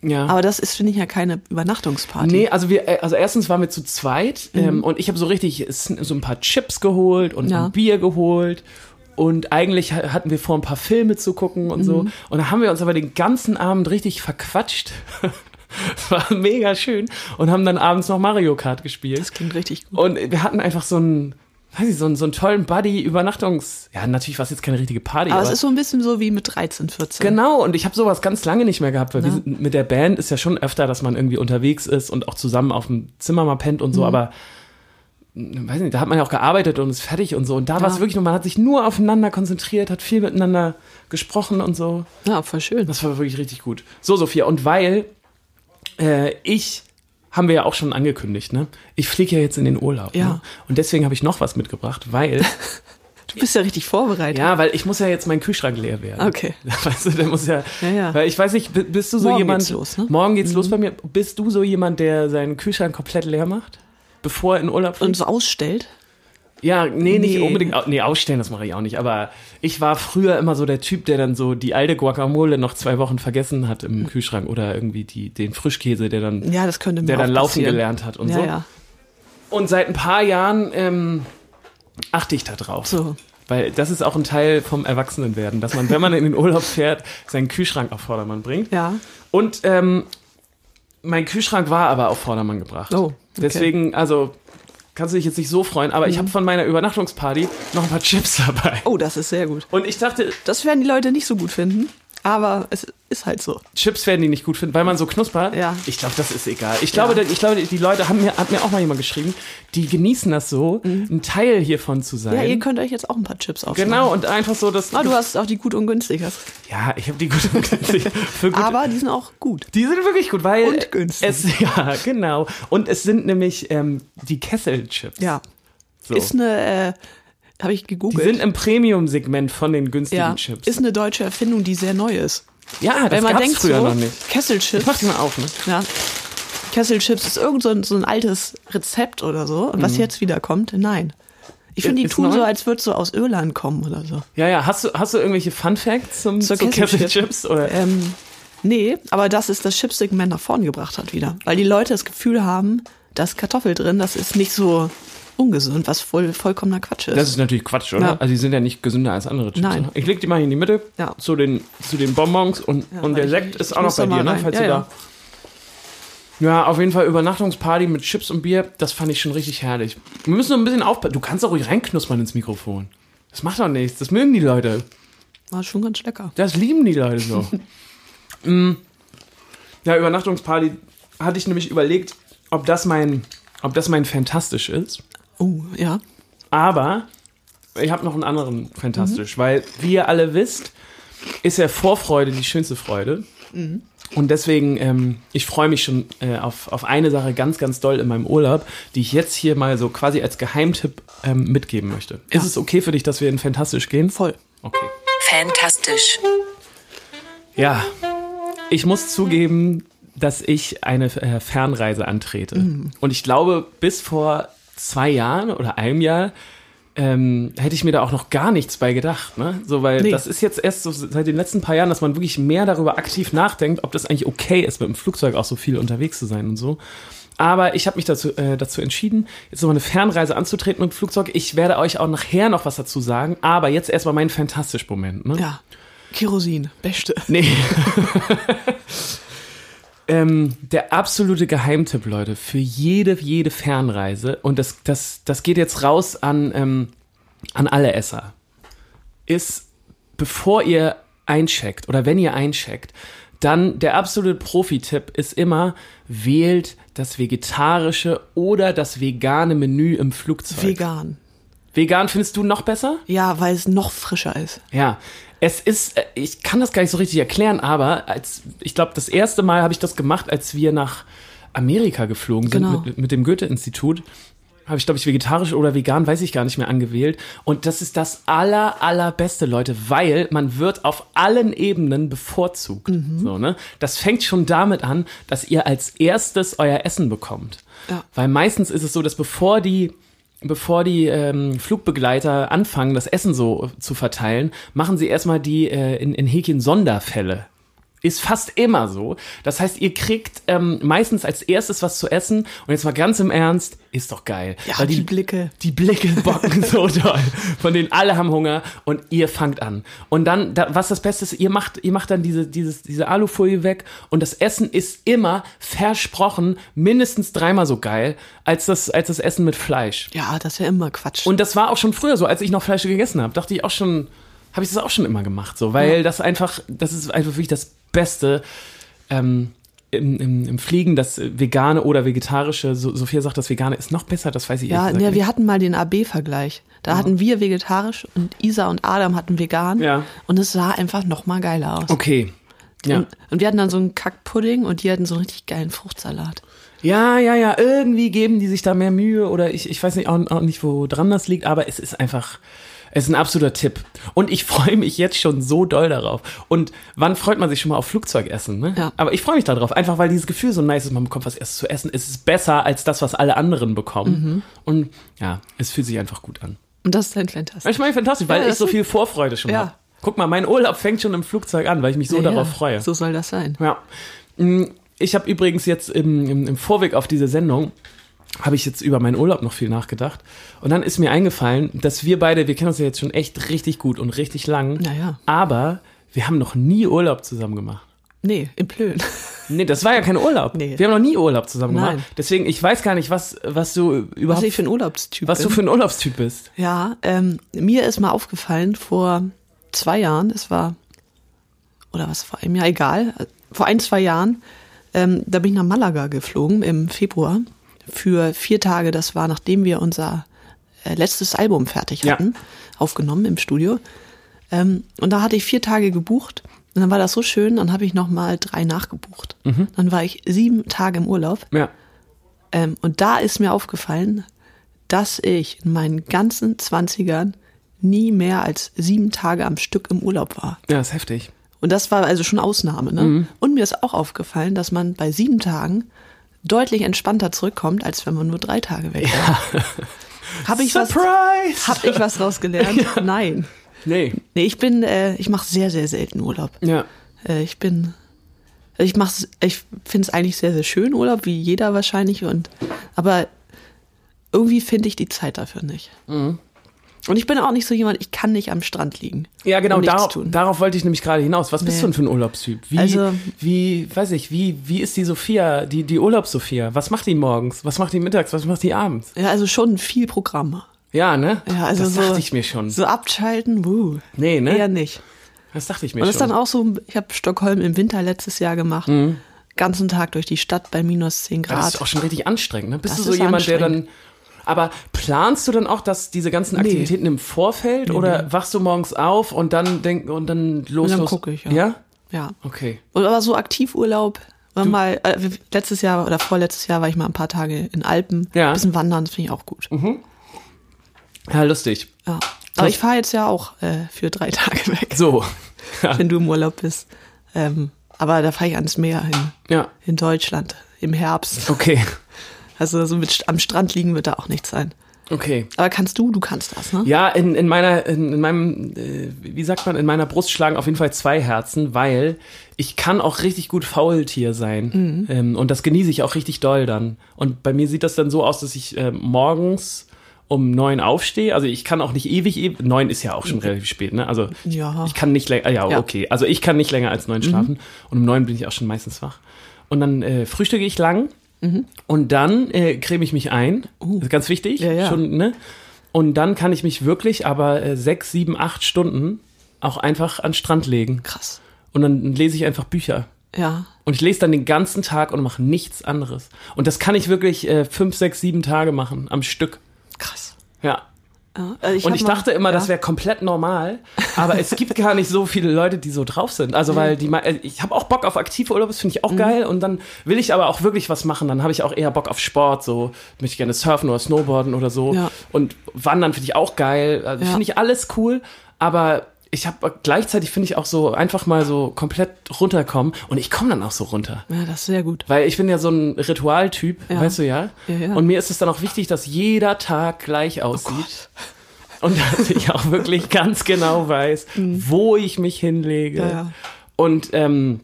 S2: Ja.
S3: Aber das ist, finde ich, ja keine Übernachtungsparty.
S2: Nee, also wir, äh, also erstens waren wir zu zweit ähm, und ich habe so richtig s- so ein paar Chips geholt und
S3: Mhm. Ja.
S2: ein Bier geholt. Und eigentlich ha- hatten wir vor, ein paar Filme zu gucken und
S3: Mhm.
S2: so. Und da haben wir uns aber den ganzen Abend richtig verquatscht. *laughs* Es war mega schön. Und haben dann abends noch Mario Kart gespielt.
S3: Das klingt richtig gut.
S2: Und wir hatten einfach so einen, weiß ich, so einen, so einen tollen Buddy-Übernachtungs... Ja, natürlich war es jetzt keine richtige Party.
S3: Aber es ist so ein bisschen so wie mit 13, 14.
S2: Genau, und ich habe sowas ganz lange nicht mehr gehabt, weil wir
S3: Ja.
S2: sind, mit der Band ist ja schon öfter, dass man irgendwie unterwegs ist und auch zusammen auf dem Zimmer mal pennt
S3: Mhm.
S2: und so, aber mh, weiß nicht, da hat man ja auch gearbeitet und ist fertig und so. Und da war es wirklich nur, man hat sich nur aufeinander konzentriert, hat viel miteinander gesprochen und so.
S3: Ja, voll schön.
S2: Das war wirklich richtig gut. So, Sophia, und weil äh, ich, haben wir ja auch schon angekündigt, ne? Ich fliege ja jetzt in den Urlaub.
S3: Ja.
S2: Ne? Und deswegen habe ich noch was mitgebracht,
S3: *laughs*
S2: weil
S3: Du bist ja richtig vorbereitet.
S2: ja, weil ich muss ja jetzt mein Kühlschrank leer werden.
S3: Okay.
S2: *laughs* Weißt du, der muss ja,
S3: Ja, ja.
S2: Weil ich weiß nicht, bi- bist du so
S3: Morgen
S2: jemand.
S3: geht's los, ne?
S2: Morgen geht's los bei mir. Bist du so jemand, der seinen Kühlschrank komplett leer macht? Bevor er in Urlaub fliegt?
S3: Und so ausstellt.
S2: ja, nee, nicht
S3: Nee.
S2: unbedingt. au- Nee, ausstellen, das mache ich auch nicht. Aber ich war früher immer so der Typ, der dann so die alte Guacamole noch zwei Wochen vergessen hat im Kühlschrank oder irgendwie die, den Frischkäse, der dann,
S3: Mhm. Ja, das könnte mir
S2: der
S3: auch
S2: dann laufen
S3: passieren.
S2: gelernt hat und
S3: ja,
S2: so.
S3: ja.
S2: Und seit ein paar Jahren ähm, achte ich da drauf.
S3: So.
S2: Weil das ist auch ein Teil vom Erwachsenenwerden, dass man, wenn man in den Urlaub fährt, seinen Kühlschrank auf Vordermann bringt.
S3: Ja.
S2: Und ähm, mein Kühlschrank war aber auf Vordermann gebracht.
S3: Oh, okay.
S2: Deswegen, also kannst du dich jetzt nicht so freuen, aber ich
S3: Mhm.
S2: habe von meiner Übernachtungsparty noch ein paar Chips *laughs* dabei.
S3: Oh, das ist sehr gut.
S2: Und ich dachte,
S3: Das werden die Leute nicht so gut finden, aber es ist halt so.
S2: Chips werden die nicht gut finden, weil man so knuspert.
S3: Ja.
S2: Ich glaube, das ist egal. Ich glaube, da- ich glaube die Leute haben mir, hat mir auch mal jemand geschrieben, die genießen das so, ein Teil hiervon zu sein.
S3: Mhm. Ja, ihr könnt euch jetzt auch ein paar Chips aufschneiden.
S2: Genau, und einfach so das.
S3: Ah, du hast auch die gut und günstig. hast.
S2: ja, ich habe die gut für gut.
S3: *laughs* Aber die sind auch gut.
S2: die sind wirklich gut, weil.
S3: Und günstig.
S2: Es, *laughs* ja, genau. Und es sind nämlich ähm, die Kesselchips.
S3: Ja.
S2: so.
S3: Ist eine, äh, habe ich
S2: Die
S3: gegoogelt.
S2: sind im Premium-Segment von den günstigen
S3: ja,
S2: Chips.
S3: ist eine deutsche Erfindung, die sehr neu ist.
S2: ja, das
S3: Wenn man
S2: gab's
S3: denkt
S2: früher
S3: so,
S2: noch nicht. Ich mach
S3: Kesselchips,
S2: die mal auf, ne?
S3: ja. Kesselchips ist irgend so ein, so ein altes Rezept oder so. Und was
S2: Mhm.
S3: jetzt wieder kommt, nein. Ich finde, die
S2: Ist
S3: tun
S2: neu?
S3: so, als würde so aus Irland kommen oder so.
S2: Ja, ja. Hast du, hast du irgendwelche Fun Facts zum,
S3: Zur
S2: zu
S3: Kesselchips?
S2: Kesselchips? Oder?
S3: Ähm, nee, aber das ist das Chipsegment nach vorn gebracht hat wieder. Weil die Leute das Gefühl haben, dass Kartoffel drin, das ist nicht so ungesund, was voll, vollkommener Quatsch ist.
S2: Das ist natürlich Quatsch, oder?
S3: Ja.
S2: Also die sind ja nicht gesünder als andere Chips.
S3: Nein.
S2: ne? Ich leg die mal hier in die Mitte
S3: Ja.
S2: zu, den, zu den Bonbons und, und der
S3: ich-
S2: Sekt
S3: ich
S2: ist auch noch
S3: muss
S2: bei
S3: da
S2: dir,
S3: mal
S2: ne?
S3: rein.
S2: Falls
S3: Ja,
S2: du
S3: ja.
S2: da. Ja, auf jeden Fall Übernachtungsparty mit Chips und Bier, das fand ich schon richtig herrlich. Wir müssen nur ein bisschen aufpassen. Du kannst auch ruhig reinknuspern ins Mikrofon. Das macht doch nichts. Das mögen die Leute.
S3: War schon ganz lecker.
S2: Das lieben die Leute
S3: *laughs*
S2: so. Mm. ja, Übernachtungsparty hatte ich nämlich überlegt, ob das mein, ob das mein fantastisch ist.
S3: Oh, ja.
S2: Aber ich habe noch einen anderen fantastisch, weil wie ihr alle wisst, ist ja Vorfreude die schönste Freude. Und deswegen, ähm, ich freue mich schon äh, auf, auf eine Sache ganz, ganz doll in meinem Urlaub, die ich jetzt hier mal so quasi als Geheimtipp ähm, mitgeben möchte. Ist es okay für dich, dass wir in Fantastisch gehen?
S3: Voll.
S2: Okay.
S1: Fantastisch.
S2: Ja, ich muss zugeben, dass ich eine äh, Fernreise antrete.
S3: Mhm.
S2: Und ich glaube, bis vor zwei Jahren oder einem Jahr ähm, hätte ich mir da auch noch gar nichts bei gedacht. Ne? So, weil
S3: Nee.
S2: das ist jetzt erst so seit den letzten paar Jahren, dass man wirklich mehr darüber aktiv nachdenkt, ob das eigentlich okay ist, mit dem Flugzeug auch so viel unterwegs zu sein und so. Aber ich habe mich dazu, äh, dazu entschieden, jetzt nochmal eine Fernreise anzutreten mit dem Flugzeug. Ich werde euch auch nachher noch was dazu sagen, aber jetzt erstmal mein fantastisch Moment. Ne?
S3: Ja. Kerosin, beste.
S2: Nee. *laughs* ähm, der absolute Geheimtipp, Leute, für jede, jede Fernreise, und das, das, das geht jetzt raus an, ähm, an alle Esser, ist, bevor ihr eincheckt oder wenn ihr eincheckt, dann der absolute Profi-Tipp ist immer, wählt das vegetarische oder das vegane Menü im Flugzeug.
S3: Vegan.
S2: Vegan findest du noch besser?
S3: Ja, weil es noch frischer ist.
S2: Ja, es ist, äh, ich kann das gar nicht so richtig erklären, aber als, ich glaube, das erste Mal habe ich das gemacht, als wir nach Amerika geflogen sind
S3: Genau.
S2: mit, mit dem Goethe-Institut. Habe ich, glaube ich, vegetarisch oder vegan, weiß ich gar nicht mehr angewählt. Und das ist das aller, allerbeste, Leute, weil man wird auf allen Ebenen bevorzugt. So, ne? Das fängt schon damit an, dass ihr als erstes euer Essen bekommt.
S3: Ja.
S2: Weil meistens ist es so, dass bevor die bevor die ähm, Flugbegleiter anfangen, das Essen so zu verteilen, machen sie erstmal die äh, in, in Häkchen Sonderfälle. Ist fast immer so. Das heißt, ihr kriegt ähm, meistens als erstes was zu essen. Und jetzt mal ganz im Ernst, ist doch geil.
S3: Ja,
S2: Weil
S3: die Blicke.
S2: die Blicke bocken so
S3: *laughs*
S2: doll. Von denen alle haben Hunger und ihr fangt an. Und dann, da, was das Beste ist, ihr macht, ihr macht dann diese, dieses, diese Alufolie weg und das Essen ist immer versprochen mindestens dreimal so geil als das, als das Essen mit Fleisch.
S3: Ja, das ist ja immer Quatsch.
S2: Und das war auch schon früher so, als ich noch Fleisch gegessen habe, dachte ich auch schon, habe ich das auch schon immer gemacht, so, weil das einfach, das ist einfach wirklich das Beste ähm, im, im, im Fliegen, das äh, vegane oder vegetarische. So, Sophia sagt, das vegane ist noch besser, das weiß ich
S3: ja, ne,
S2: ehrlich gesagt
S3: ja,
S2: nicht.
S3: wir hatten mal den AB-Vergleich. Da hatten wir vegetarisch und Isa und Adam hatten vegan.
S2: Ja.
S3: Und es sah einfach noch mal geiler aus.
S2: Okay. Ja.
S3: Und, und wir hatten dann so einen Kackpudding und die hatten so einen richtig geilen Fruchtsalat.
S2: ja, ja, ja. Irgendwie geben die sich da mehr Mühe oder ich, ich weiß nicht, auch, auch nicht, wo dran das liegt, aber es ist einfach, es ist ein absoluter Tipp. Und ich *laughs* freue mich jetzt schon so doll darauf. Und wann freut man sich schon mal auf Flugzeugessen, ne?
S3: Ja.
S2: Aber ich freue mich darauf, einfach weil dieses Gefühl so nice ist, man bekommt was erstes zu essen. Es ist besser als das, was alle anderen
S3: Mhm.
S2: bekommen. Und ja, es fühlt sich einfach gut an.
S3: Und das ist ein Fantastisch.
S2: Ich meine, fantastisch, weil
S3: Ja,
S2: ich
S3: das
S2: so
S3: ist-
S2: viel Vorfreude schon
S3: Ja.
S2: habe. Guck mal, mein Urlaub fängt schon im Flugzeug an, weil ich mich so
S3: Ja,
S2: darauf
S3: ja,
S2: freue.
S3: So soll das sein.
S2: Ja. Mm, Ich habe übrigens jetzt im, im, im Vorweg auf diese Sendung, habe ich jetzt über meinen Urlaub noch viel nachgedacht. Und dann ist mir eingefallen, dass wir beide, wir kennen uns ja jetzt schon echt richtig gut und richtig lang.
S3: Ja, ja.
S2: Aber wir haben noch nie Urlaub zusammen gemacht.
S3: Nee, im Plön.
S2: Nee, das war ja kein Urlaub.
S3: Nee.
S2: Wir haben noch nie Urlaub zusammen
S3: Nein.
S2: gemacht. Deswegen, ich weiß gar nicht, was, was du
S3: Was
S2: überhaupt,
S3: ich für ein Urlaubstyp
S2: was
S3: bin.
S2: du für ein Urlaubstyp bist.
S3: Ja, ähm, mir ist mal aufgefallen vor zwei Jahren, es war, oder was, vor einem Jahr, egal, vor ein, zwei Jahren, ähm, da bin ich nach Malaga geflogen im Februar für vier Tage. Das war, nachdem wir unser äh, letztes Album fertig
S2: Ja.
S3: hatten, aufgenommen im Studio. Ähm, und da hatte ich vier Tage gebucht und dann war das so schön, dann habe ich nochmal drei nachgebucht. Dann war ich sieben Tage im Urlaub.
S2: Ja.
S3: Ähm, und da ist mir aufgefallen, dass ich in meinen ganzen 20ern nie mehr als sieben Tage am Stück im Urlaub war.
S2: Ja, ist heftig.
S3: Und das war also schon Ausnahme. Ne? Und mir ist auch aufgefallen, dass man bei sieben Tagen deutlich entspannter zurückkommt, als wenn man nur drei Tage weg war. *laughs* Habe ich, was-
S2: Surprise!
S3: hab ich was rausgelernt? Nein.
S2: Nee.
S3: Nee, ich bin, äh, ich mache sehr, sehr selten Urlaub.
S2: Ja.
S3: Äh, ich bin, also ich mach's, ich finde es eigentlich sehr, sehr schön Urlaub, wie jeder wahrscheinlich. Und aber irgendwie finde ich die Zeit dafür nicht.
S2: Mhm.
S3: Und ich bin auch nicht so jemand, ich kann nicht am Strand liegen.
S2: Ja, genau,
S3: und nichts
S2: darauf,
S3: tun.
S2: darauf wollte ich nämlich gerade hinaus. Was bist
S3: Nee.
S2: du denn für ein Urlaubstyp? Wie,
S3: Also-
S2: wie, weiß ich, wie, wie ist die Sophia, die, die Urlaubs-Sophia? Was macht die morgens? Was macht die mittags? Was macht die abends?
S3: Ja, also schon viel Programm.
S2: Ja, ne?
S3: Ja, also
S2: das
S3: so,
S2: dachte ich mir schon.
S3: So abschalten, wuh.
S2: nee, ne?
S3: Eher nicht.
S2: Das dachte ich mir
S3: Und das
S2: schon. Mhm.
S3: ist dann auch so, ich habe Stockholm im Winter letztes Jahr gemacht. Ganzen Tag durch die Stadt bei minus 10
S2: Ja, das
S3: Grad.
S2: ist auch schon richtig anstrengend, ne? Bist
S3: Das
S2: du so
S3: ist
S2: jemand, der dann. Aber planst du dann auch, dass diese ganzen Aktivitäten im Vorfeld oder wachst du morgens auf und dann denk und dann los
S3: Und dann
S2: los?
S3: gucke ich, ja.
S2: ja.
S3: Ja.
S2: Okay.
S3: Und aber so Aktivurlaub war mal, äh, letztes Jahr oder vorletztes Jahr war ich mal ein paar Tage in Alpen.
S2: Ja. Mhm.
S3: Ein bisschen wandern, das finde ich auch gut.
S2: Ja, lustig.
S3: Ja. Aber ich fahre jetzt ja auch äh, für drei *laughs* Tage weg,
S2: So. *laughs*
S3: wenn du im Urlaub bist. Ähm, aber da fahre ich ans Meer hin,
S2: ja.
S3: in Deutschland, im Herbst.
S2: Okay.
S3: Also so mit, am Strand liegen wird da auch nichts sein.
S2: Okay.
S3: Aber kannst du, du kannst das, ne?
S2: Ja, in, in meiner, in, in meinem, äh, wie sagt man, in meiner Brust schlagen auf jeden Fall zwei Herzen, weil ich kann auch richtig gut Faultier
S3: Mhm.
S2: sein. Ähm, und das genieße ich auch richtig doll dann. Und bei mir sieht das dann so aus, dass ich äh, morgens um neun aufstehe. Also ich kann auch nicht ewig, ewig neun ist ja auch schon relativ spät, ne? Also
S3: Mhm. Ja.
S2: ich kann nicht länger, ah, ja,
S3: Ja. Mhm.
S2: okay. Also ich kann nicht länger als neun schlafen. Und um neun bin ich auch schon meistens wach. Und dann äh, frühstücke ich lang.
S3: Mhm.
S2: Und dann äh, creme ich mich ein. Das ist ganz wichtig.
S3: Oh. Ja, ja.
S2: Schon, ne? Und dann kann ich mich wirklich aber äh, sechs, sieben, acht Stunden auch einfach an den Strand legen.
S3: Krass.
S2: Und dann lese ich einfach Bücher.
S3: Ja.
S2: Und ich lese dann den ganzen Tag und mache nichts anderes. Und das kann ich wirklich äh, fünf, sechs, sieben Tage machen am Stück.
S3: Krass.
S2: Ja.
S3: Ja. Also
S2: Und
S3: hab
S2: ich
S3: mal-
S2: dachte immer,
S3: ja.
S2: das wäre komplett normal, aber es gibt gar nicht so viele Leute, die so drauf sind. Also weil die, mei- äh, ich habe auch Bock auf aktive Urlaub, das finde
S3: Mhm.
S2: ich auch geil. Und dann will ich aber auch wirklich was machen. Dann habe ich auch eher Bock auf Sport, so möchte ich gerne surfen oder Snowboarden oder so.
S3: Ja.
S2: Und Wandern finde ich auch geil. Also
S3: Ja.
S2: finde ich alles cool, aber ich habe gleichzeitig finde ich auch so einfach mal so komplett runterkommen und ich komme dann auch so runter.
S3: Ja, das ist sehr gut.
S2: Weil ich bin ja so ein Ritualtyp,
S3: Ja.
S2: weißt du ja?
S3: Ja, ja. Oh
S2: Und mir ist es dann auch wichtig, dass jeder Tag gleich aussieht. und dass ich auch wirklich ganz genau
S3: *laughs*
S2: weiß, wo ich mich hinlege.
S3: Mhm. Ja, ja.
S2: Und ähm,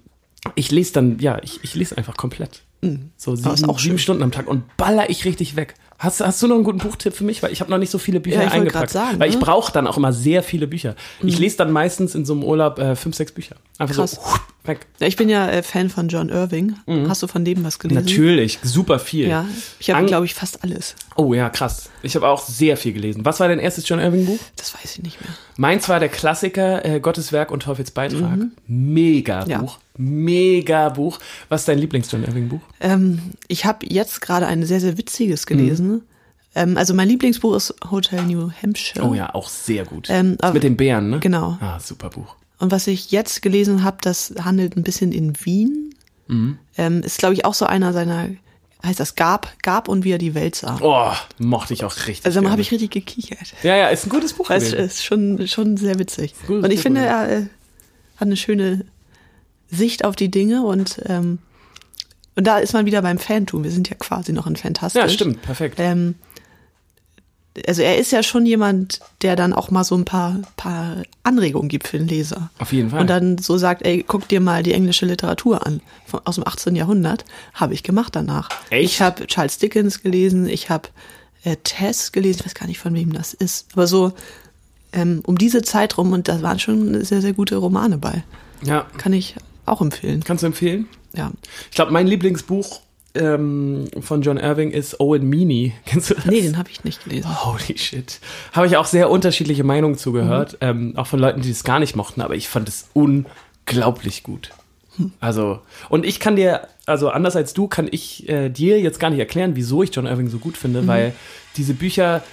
S2: ich lese dann, ja, ich, ich lese einfach komplett. So sieben,
S3: Mhm. ist auch
S2: sieben
S3: schön.
S2: Stunden am Tag und baller ich richtig weg. Hast, hast du noch einen guten Buchtipp für mich? Weil ich habe noch nicht so viele Bücher
S3: Ja, ich wollte
S2: eingepackt.
S3: grad sagen,
S2: weil ich
S3: ne? Mhm.
S2: brauche dann auch immer sehr viele Bücher. Ich lese dann meistens in so einem Urlaub äh, fünf, sechs Bücher. Einfach so
S3: Krass.
S2: hup, weg.
S3: Ja, Ich bin ja äh, Fan von John Irving. Hast du von dem was gelesen?
S2: Mhm. Natürlich, super viel.
S3: Mhm. Ja, ich habe,
S2: Ang-
S3: glaube ich, fast alles.
S2: Oh ja, krass. Ich habe auch sehr viel gelesen. Was war dein erstes John Irving Buch?
S3: Das weiß ich nicht mehr.
S2: Meins war der Klassiker äh, Gottes Werk und Teufels Beitrag. Mhm. Mega
S3: Ja.
S2: Buch. Mega Buch. Was ist dein Lieblings-John Irving Buch?
S3: Ähm, ich habe jetzt gerade ein sehr, sehr witziges gelesen.
S2: Mhm.
S3: Ähm, also mein Lieblingsbuch ist Hotel New Hampshire.
S2: Oh ja, auch sehr gut.
S3: Ähm,
S2: das
S3: aber-
S2: mit den Bären, ne?
S3: genau.
S2: Ah, super Buch.
S3: Und was ich jetzt gelesen habe, das handelt ein bisschen in Wien.
S2: Mhm.
S3: Ähm, ist, glaube ich, auch so einer seiner, heißt das Gab, Gab und wie er die Welt sah.
S2: Oh, mochte ich auch richtig.
S3: also da
S2: gerne.
S3: habe ich richtig gekichert.
S2: ja, ja, ist ein gutes Buch.
S3: Weil es
S2: gewesen.
S3: ist schon, schon sehr witzig.
S2: Gutes
S3: und ich
S2: Buch,
S3: finde,
S2: ja.
S3: er äh, hat eine schöne Sicht auf die Dinge und, ähm, und da ist man wieder beim Fantum. Wir sind ja quasi noch in Fantastisch.
S2: Ja, stimmt, perfekt.
S3: Ähm, also er ist ja schon jemand, der dann auch mal so ein paar, paar Anregungen gibt für den Leser.
S2: Auf jeden Fall.
S3: Und dann so sagt, ey, guck dir mal die englische Literatur an, von, aus dem 18. Jahrhundert. Habe ich gemacht danach.
S2: Echt?
S3: Ich habe Charles Dickens gelesen, ich habe äh, Tess gelesen, ich weiß gar nicht, von wem das ist. Aber so ähm, um diese Zeit rum, und da waren schon sehr, sehr gute Romane bei.
S2: ja.
S3: Kann ich auch empfehlen.
S2: Kannst du empfehlen?
S3: Ja.
S2: Ich glaube, mein Lieblingsbuch ähm, von John Irving ist Owen Meany. *laughs* Kennst du das?
S3: Nee, den habe ich nicht gelesen.
S2: *laughs* Holy shit. Habe ich auch sehr unterschiedliche Meinungen zugehört, ähm, auch von Leuten, die es gar nicht mochten, aber ich fand es unglaublich gut. Also, und ich kann dir, also anders als du, kann ich äh, dir jetzt gar nicht erklären, wieso ich John Irving so gut finde, weil diese Bücher,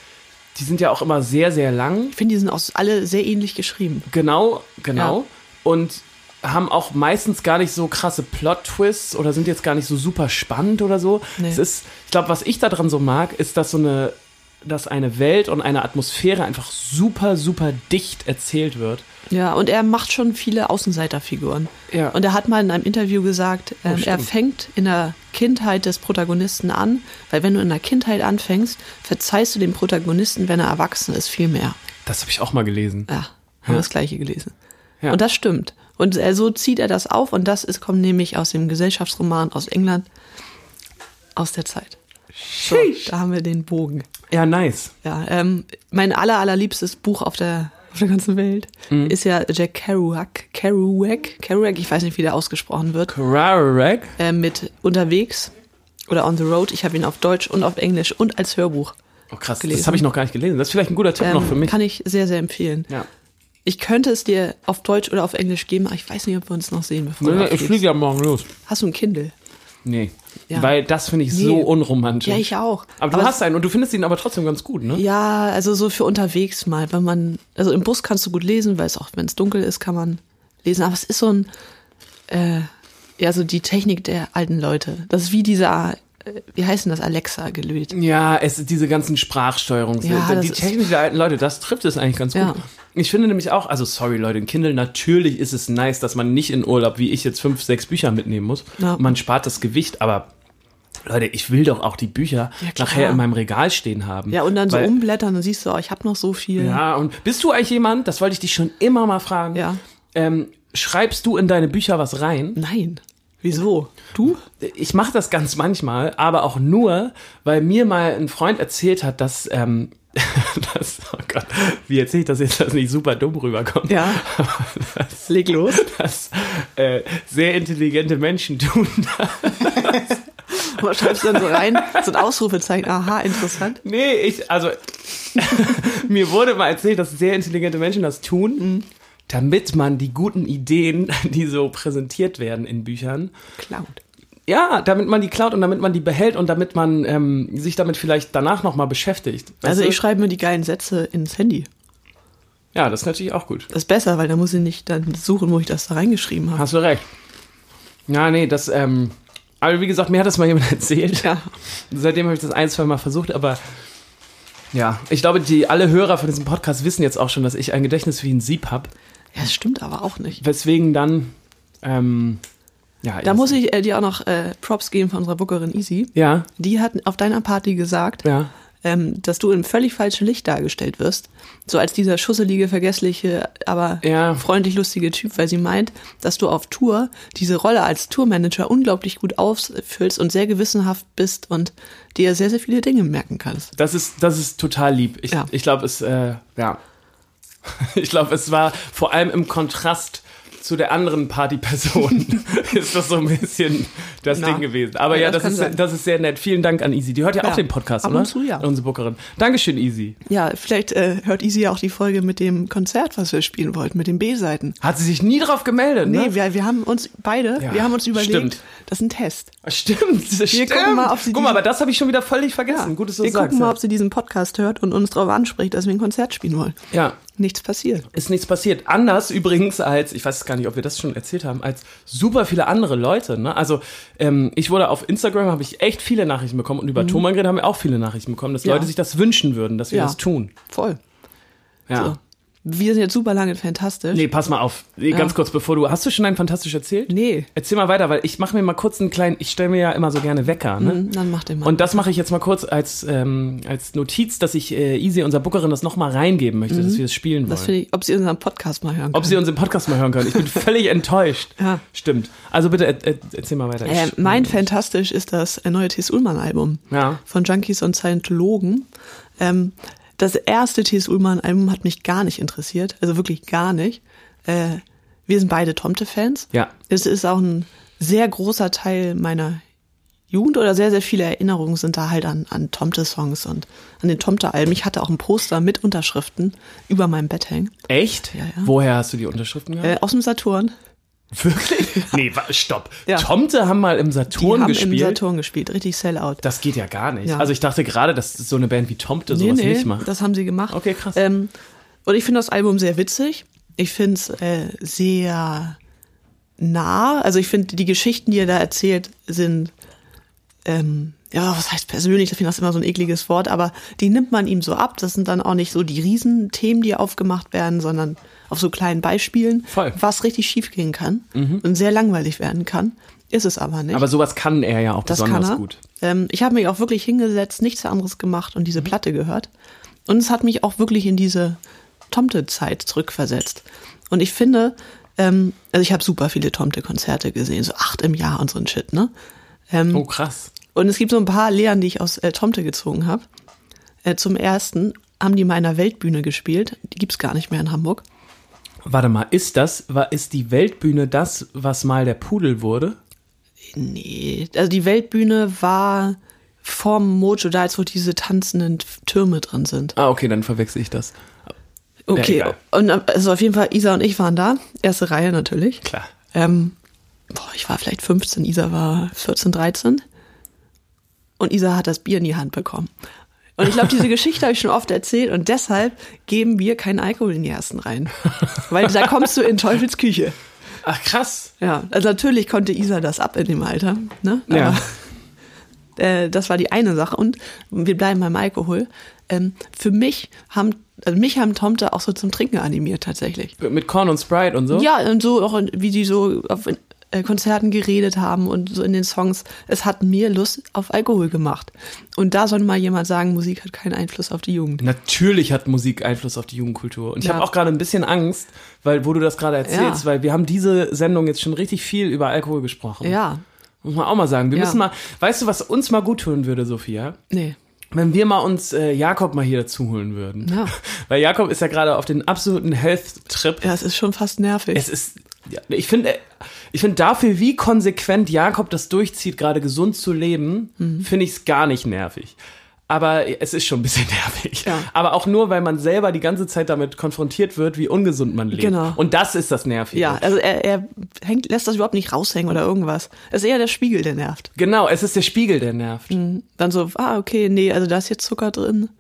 S2: die sind ja auch immer sehr, sehr lang.
S3: Ich finde, die sind auch alle sehr ähnlich geschrieben.
S2: Genau, genau.
S3: Ja.
S2: Und haben auch meistens gar nicht so krasse Plot-Twists oder sind jetzt gar nicht so super spannend oder so.
S3: Nee.
S2: Es ist, ich glaube, was ich daran so mag, ist, dass so eine, dass eine Welt und eine Atmosphäre einfach super, super dicht erzählt wird.
S3: Ja, und er macht schon viele Außenseiterfiguren.
S2: Ja. Oh,
S3: Und er hat mal in einem Interview gesagt, ähm, er
S2: stimmt.
S3: fängt in der Kindheit des Protagonisten an, weil wenn du in der Kindheit anfängst, verzeihst du dem Protagonisten, wenn er erwachsen ist, viel mehr.
S2: Das habe ich auch mal gelesen.
S3: Ja, haben wir das Gleiche gelesen.
S2: Ja.
S3: Und das stimmt. Und äh, so zieht er das auf und das ist, kommt nämlich aus dem Gesellschaftsroman aus England, aus der Zeit. So, da haben wir den Bogen.
S2: Ja, nice.
S3: Ja, ähm, mein aller, allerliebstes Buch auf der, auf der ganzen Welt
S2: Mhm.
S3: ist ja Jack Kerouac. Kerouac? Kerouac, ich weiß nicht, wie der ausgesprochen wird.
S2: Cararek?
S3: Äh, mit Unterwegs oder On the Road. Ich habe ihn auf Deutsch und auf Englisch und als Hörbuch.
S2: Oh krass, das
S3: Gelesen.
S2: habe ich noch gar nicht gelesen. Das ist vielleicht ein guter Tipp
S3: Ähm,
S2: noch für mich.
S3: Kann ich sehr, sehr empfehlen.
S2: ja.
S3: Ich könnte es dir auf Deutsch oder auf Englisch geben, aber ich weiß nicht, ob wir uns noch sehen, bevor du
S2: ich
S3: auflegst.
S2: fliege ja morgen los.
S3: Hast du ein Kindle?
S2: Nee.
S3: Ja.
S2: Weil das finde ich so
S3: Nee.
S2: unromantisch.
S3: Ja, ich auch.
S2: Aber du
S3: Aber
S2: hast einen und du findest ihn aber trotzdem ganz gut, ne?
S3: Ja, also so für unterwegs mal, wenn man, also im Bus kannst du gut lesen, weil es auch, wenn es dunkel ist, kann man lesen. Aber es ist so ein, äh, ja, so die Technik der alten Leute. Das ist wie dieser, äh, wie heißt denn das, Alexa-Gelöt.
S2: Ja, es ist diese ganzen Sprachsteuerungs.
S3: Ja, das
S2: die
S3: ist-
S2: Technik der alten Leute, das trifft es eigentlich ganz gut.
S3: Ja.
S2: Ich finde nämlich auch, also sorry Leute, in Kindle, natürlich ist es nice, dass man nicht in Urlaub, wie ich jetzt, fünf, sechs Bücher mitnehmen muss.
S3: Ja.
S2: Man spart das Gewicht, aber Leute, ich will doch auch die Bücher
S3: Ja, klar.
S2: nachher in meinem Regal stehen haben.
S3: Ja, und dann so
S2: Weil-
S3: umblättern, dann siehst du, oh, ich habe noch so viel.
S2: Ja, und bist du eigentlich jemand, das wollte ich dich schon immer mal fragen,
S3: Ja.
S2: ähm, schreibst du in deine Bücher was rein?
S3: Nein. Wieso? Du?
S2: ich mache das ganz manchmal, aber auch nur, weil mir mal ein Freund erzählt hat, dass, ähm, *laughs* dass oh Gott, wie erzähle ich das jetzt, dass nicht super dumm rüberkommt?
S3: Ja. Leg *laughs* los.
S2: *laughs* Dass äh, sehr intelligente Menschen tun. *laughs*
S3: Was schreibst du dann so rein? So ein Ausrufezeichen. Aha, interessant.
S2: Nee, ich, also *laughs* mir wurde mal erzählt, dass sehr intelligente Menschen das tun,
S3: Mhm.
S2: damit man die guten Ideen, *laughs* die so präsentiert werden in Büchern,
S3: Cloud.
S2: Ja, damit man die klaut und damit man die behält und damit man ähm, sich damit vielleicht danach nochmal beschäftigt. Weißt
S3: Also
S2: du?
S3: ich schreibe mir die geilen Sätze ins Handy.
S2: Ja, das ist natürlich auch gut.
S3: Das ist besser, weil da muss ich nicht dann suchen, wo ich das da reingeschrieben habe.
S2: Hast du recht. Ja, nee, das, ähm, aber wie gesagt, mir hat das mal *laughs* jemand erzählt.
S3: Ja.
S2: Seitdem habe ich das ein, zwei Mal versucht, aber ja, ich glaube, die alle Hörer von diesem Podcast wissen jetzt auch schon, dass ich ein Gedächtnis wie ein Sieb habe.
S3: Ja, das stimmt aber auch nicht.
S2: Weswegen dann, ähm, ja.
S3: Da muss ich äh, dir auch noch äh, Props geben von unserer Bookerin Easy.
S2: Ja,
S3: Die hat auf deiner Party gesagt,
S2: ja.
S3: ähm, dass du im völlig falschen Licht dargestellt wirst. So als dieser schusselige, vergessliche, aber
S2: Ja.
S3: freundlich lustige Typ, weil sie meint, dass du auf Tour diese Rolle als Tourmanager unglaublich gut ausfüllst und sehr gewissenhaft bist und dir sehr, sehr viele Dinge merken kannst.
S2: Das ist, das ist total lieb. Ich,
S3: Ja.
S2: ich glaube, es, äh, ja. *laughs* Ich glaube, es war vor allem im Kontrast zu der anderen Partyperson ist das so ein bisschen das
S3: Na.
S2: Ding gewesen. Aber ja,
S3: Ja,
S2: das,
S3: das kann
S2: ist,
S3: sein.
S2: das ist sehr nett. Vielen Dank an Easy. Die hört ja, auch
S3: Ja.
S2: den Podcast,
S3: Ab und
S2: oder?
S3: zu, ja.
S2: Unsere Bookerin. Dankeschön, Easy.
S3: Ja, vielleicht äh, hört Easy ja auch die Folge mit dem Konzert, was wir spielen wollten, mit den B-Seiten.
S2: Hat sie sich nie drauf gemeldet,
S3: Nee,
S2: ne?
S3: wir, wir haben uns beide,
S2: Ja,
S3: wir haben uns überlegt,
S2: stimmt.
S3: das ist ein Test.
S2: Stimmt, stimmt.
S3: gucken mal, ob sie
S2: Guck mal,
S3: diesen-
S2: aber das habe ich schon wieder völlig vergessen. Gut, dass du
S3: wir
S2: das sagst.
S3: gucken mal, ob sie diesen Podcast hört und uns darauf anspricht, dass wir ein Konzert spielen wollen.
S2: ja.
S3: Nichts passiert.
S2: ist nichts passiert. Anders übrigens als, ich weiß gar nicht, ob wir das schon erzählt haben, als super viele andere Leute. Ne? Also ähm, ich wurde auf Instagram, habe ich echt viele Nachrichten bekommen und über mhm. Thomann haben wir auch viele Nachrichten bekommen, dass
S3: Ja.
S2: Leute sich das wünschen würden, dass wir
S3: Ja.
S2: das tun.
S3: Voll.
S2: Ja.
S3: So. Wir sind jetzt super lange fantastisch.
S2: Nee, pass mal auf. Nee, Ganz kurz, bevor du, hast du schon einen fantastisch erzählt?
S3: Nee.
S2: Erzähl mal weiter, weil ich mache mir mal kurz einen kleinen, ich stelle mir ja immer so gerne Wecker. Ne?
S3: Hm, Dann macht ihr mal.
S2: Und das mache ich jetzt mal kurz als, ähm, als Notiz, dass ich äh, Easy, unserer Bookerin, das nochmal reingeben möchte, dass wir das spielen wollen.
S3: Mhm. das finde ich, ob sie unseren Podcast mal hören
S2: Ob sie uns im Podcast mal hören können.
S3: *laughs*
S2: Ich bin völlig enttäuscht.
S3: Ja.
S2: Stimmt. Also bitte er, er, erzähl mal weiter.
S3: äh,
S2: Ich-
S3: mein Fantastisch ist das neue T.S. Ullmann-Album
S2: Ja.
S3: von Junkies und Scientologen. Ähm, das erste T.S. Ullmann-Album hat mich gar nicht interessiert, also wirklich gar nicht. Äh, wir sind beide Tomte-Fans.
S2: Ja.
S3: Es ist auch ein sehr großer Teil meiner Jugend oder sehr, sehr viele Erinnerungen sind da halt an, an Tomte-Songs und an den Tomte-Alben. Ich hatte auch ein Poster mit Unterschriften über meinem Bett hängen.
S2: Echt?
S3: Ja, ja.
S2: Woher hast du die Unterschriften gehabt?
S3: Äh, aus dem Saturn.
S2: Äh. Wirklich?
S3: *laughs*
S2: Nee, wa- stopp.
S3: Ja.
S2: Tomte haben mal im
S3: Die
S2: Saturn
S3: haben
S2: gespielt.
S3: im Saturn gespielt, richtig Sellout.
S2: Das geht ja gar nicht.
S3: Ja.
S2: Also ich dachte gerade, dass so eine Band wie Tomte sowas nicht macht.
S3: Das haben sie gemacht.
S2: Okay, krass.
S3: Ähm, und ich finde das Album sehr witzig. Ich finde es äh, sehr nah. Also ich finde, die Geschichten, die er da erzählt, sind, ähm, ja, was heißt persönlich? Ich finde das immer so ein ekliges Wort, aber die nimmt man ihm so ab. Das sind dann auch nicht so die Riesenthemen, die aufgemacht werden, sondern auf so kleinen Beispielen,
S2: Voll. Mhm.
S3: was richtig schief gehen kann und sehr langweilig werden kann. Ist es aber nicht.
S2: Aber sowas kann er ja auch
S3: Das
S2: besonders
S3: kann er.
S2: gut.
S3: Ähm, ich habe mich auch wirklich hingesetzt, nichts anderes gemacht und diese
S2: Mhm.
S3: Platte gehört. Und es hat mich auch wirklich in diese Tomte-Zeit zurückversetzt. Und ich finde, ähm, also ich habe super viele Tomte-Konzerte gesehen, so acht im Jahr und so ein Shit, ne?
S2: Oh, krass.
S3: Und es gibt so ein paar Lehren, die ich aus äh, Tomte gezogen habe. Äh, zum ersten haben die meiner Weltbühne gespielt. Die gibt's gar nicht mehr in Hamburg.
S2: Warte mal, ist das, war, ist die Weltbühne das, was mal der Pudel wurde?
S3: Nee, also die Weltbühne war vorm Mojo, da jetzt wo diese tanzenden Türme drin sind.
S2: Ah, okay, dann verwechsel ich das.
S3: Okay,
S2: Ja, egal.
S3: und äh, also auf jeden Fall, Isa und ich waren da, erste Reihe natürlich.
S2: Klar.
S3: Ähm, boah, ich war vielleicht 15, Isa war 14, 13. Und Isa hat das Bier in die Hand bekommen. Und ich glaube,
S2: *laughs*
S3: diese Geschichte habe ich schon oft erzählt und deshalb geben wir keinen Alkohol in die ersten rein. Weil da kommst du in Teufels Küche.
S2: Ach, krass.
S3: Ja, also natürlich konnte Isa das ab in dem Alter. Ne? Aber,
S2: Ja.
S3: äh, das war die eine Sache. Und wir bleiben beim Alkohol. Ähm, für mich haben, also mich haben Tomte auch so zum Trinken animiert tatsächlich.
S2: Mit Korn und Sprite und so?
S3: Ja, und so auch, in- wie die so auf äh, Konzerten geredet haben und so in den Songs. Es hat mir Lust auf Alkohol gemacht. Und da soll mal jemand sagen, Musik hat keinen Einfluss auf die Jugend.
S2: Natürlich hat Musik Einfluss auf die Jugendkultur. Und ich
S3: Ja.
S2: habe auch gerade ein bisschen Angst, weil, wo du das gerade erzählst,
S3: Ja.
S2: weil wir haben diese Sendung jetzt schon richtig viel über Alkohol gesprochen.
S3: Ja,
S2: Muss man auch mal sagen. Wir
S3: Ja.
S2: müssen mal, weißt du, was uns mal gut tun würde, Sophia?
S3: nee.
S2: Wenn wir mal uns äh, Jakob mal hier dazu holen würden.
S3: Ja.
S2: *laughs* Weil Jakob ist ja gerade auf den absoluten Health-Trip.
S3: Ja, es ist schon fast nervig.
S2: Es ist, ja, ich finde, äh, ich finde dafür, wie konsequent Jakob das durchzieht, gerade gesund zu leben,
S3: Mhm.
S2: finde ich es gar nicht nervig. Aber es ist schon ein bisschen *laughs* nervig.
S3: Ja.
S2: Aber auch nur, weil man selber die ganze Zeit damit konfrontiert wird, wie ungesund man lebt.
S3: Genau.
S2: Und das ist das Nervige.
S3: ja, also er, er hängt, lässt das überhaupt nicht raushängen oder irgendwas. Es ist eher der Spiegel, der nervt.
S2: Genau, es ist der Spiegel, der nervt.
S3: Dann so, ah, okay, nee, also da ist jetzt Zucker drin.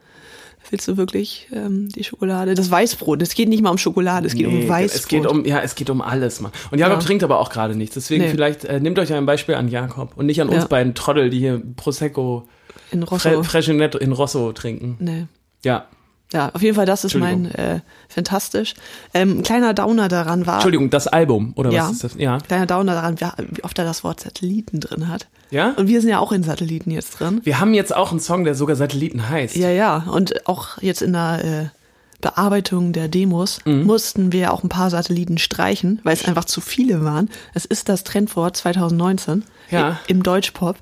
S3: Willst du wirklich ähm, die Schokolade? Das Weißbrot. Es geht nicht mal um Schokolade, es geht
S2: Nee,
S3: um Weißbrot.
S2: es geht um, ja, es geht um alles, Mann. Und Jakob
S3: Ja.
S2: trinkt aber auch gerade nichts. Deswegen
S3: Nee.
S2: vielleicht äh, nehmt euch ein Beispiel an Jakob und nicht an uns
S3: Ja.
S2: beiden Trottel, die hier Prosecco,
S3: in
S2: Fre
S3: Rosso.
S2: Freshinetto in Rosso trinken.
S3: nee.
S2: Ja.
S3: Ja, auf jeden Fall, das ist mein
S2: Entschuldigung.
S3: äh, fantastisch. Ähm, ein kleiner Downer daran war.
S2: Entschuldigung, das Album oder
S3: Ja.
S2: was ist das? Ja.
S3: Kleiner Downer daran, wer- wie oft er das Wort Satelliten drin hat.
S2: Ja?
S3: Und wir sind ja auch in Satelliten jetzt drin.
S2: Wir haben jetzt auch einen Song, der sogar Satelliten heißt.
S3: Ja, ja. Und auch jetzt in der äh, Bearbeitung der Demos
S2: Mhm.
S3: mussten wir auch ein paar Satelliten streichen, weil es einfach zu viele waren. Es ist das Trendwort 2019
S2: Ja.
S3: i- im Deutschpop.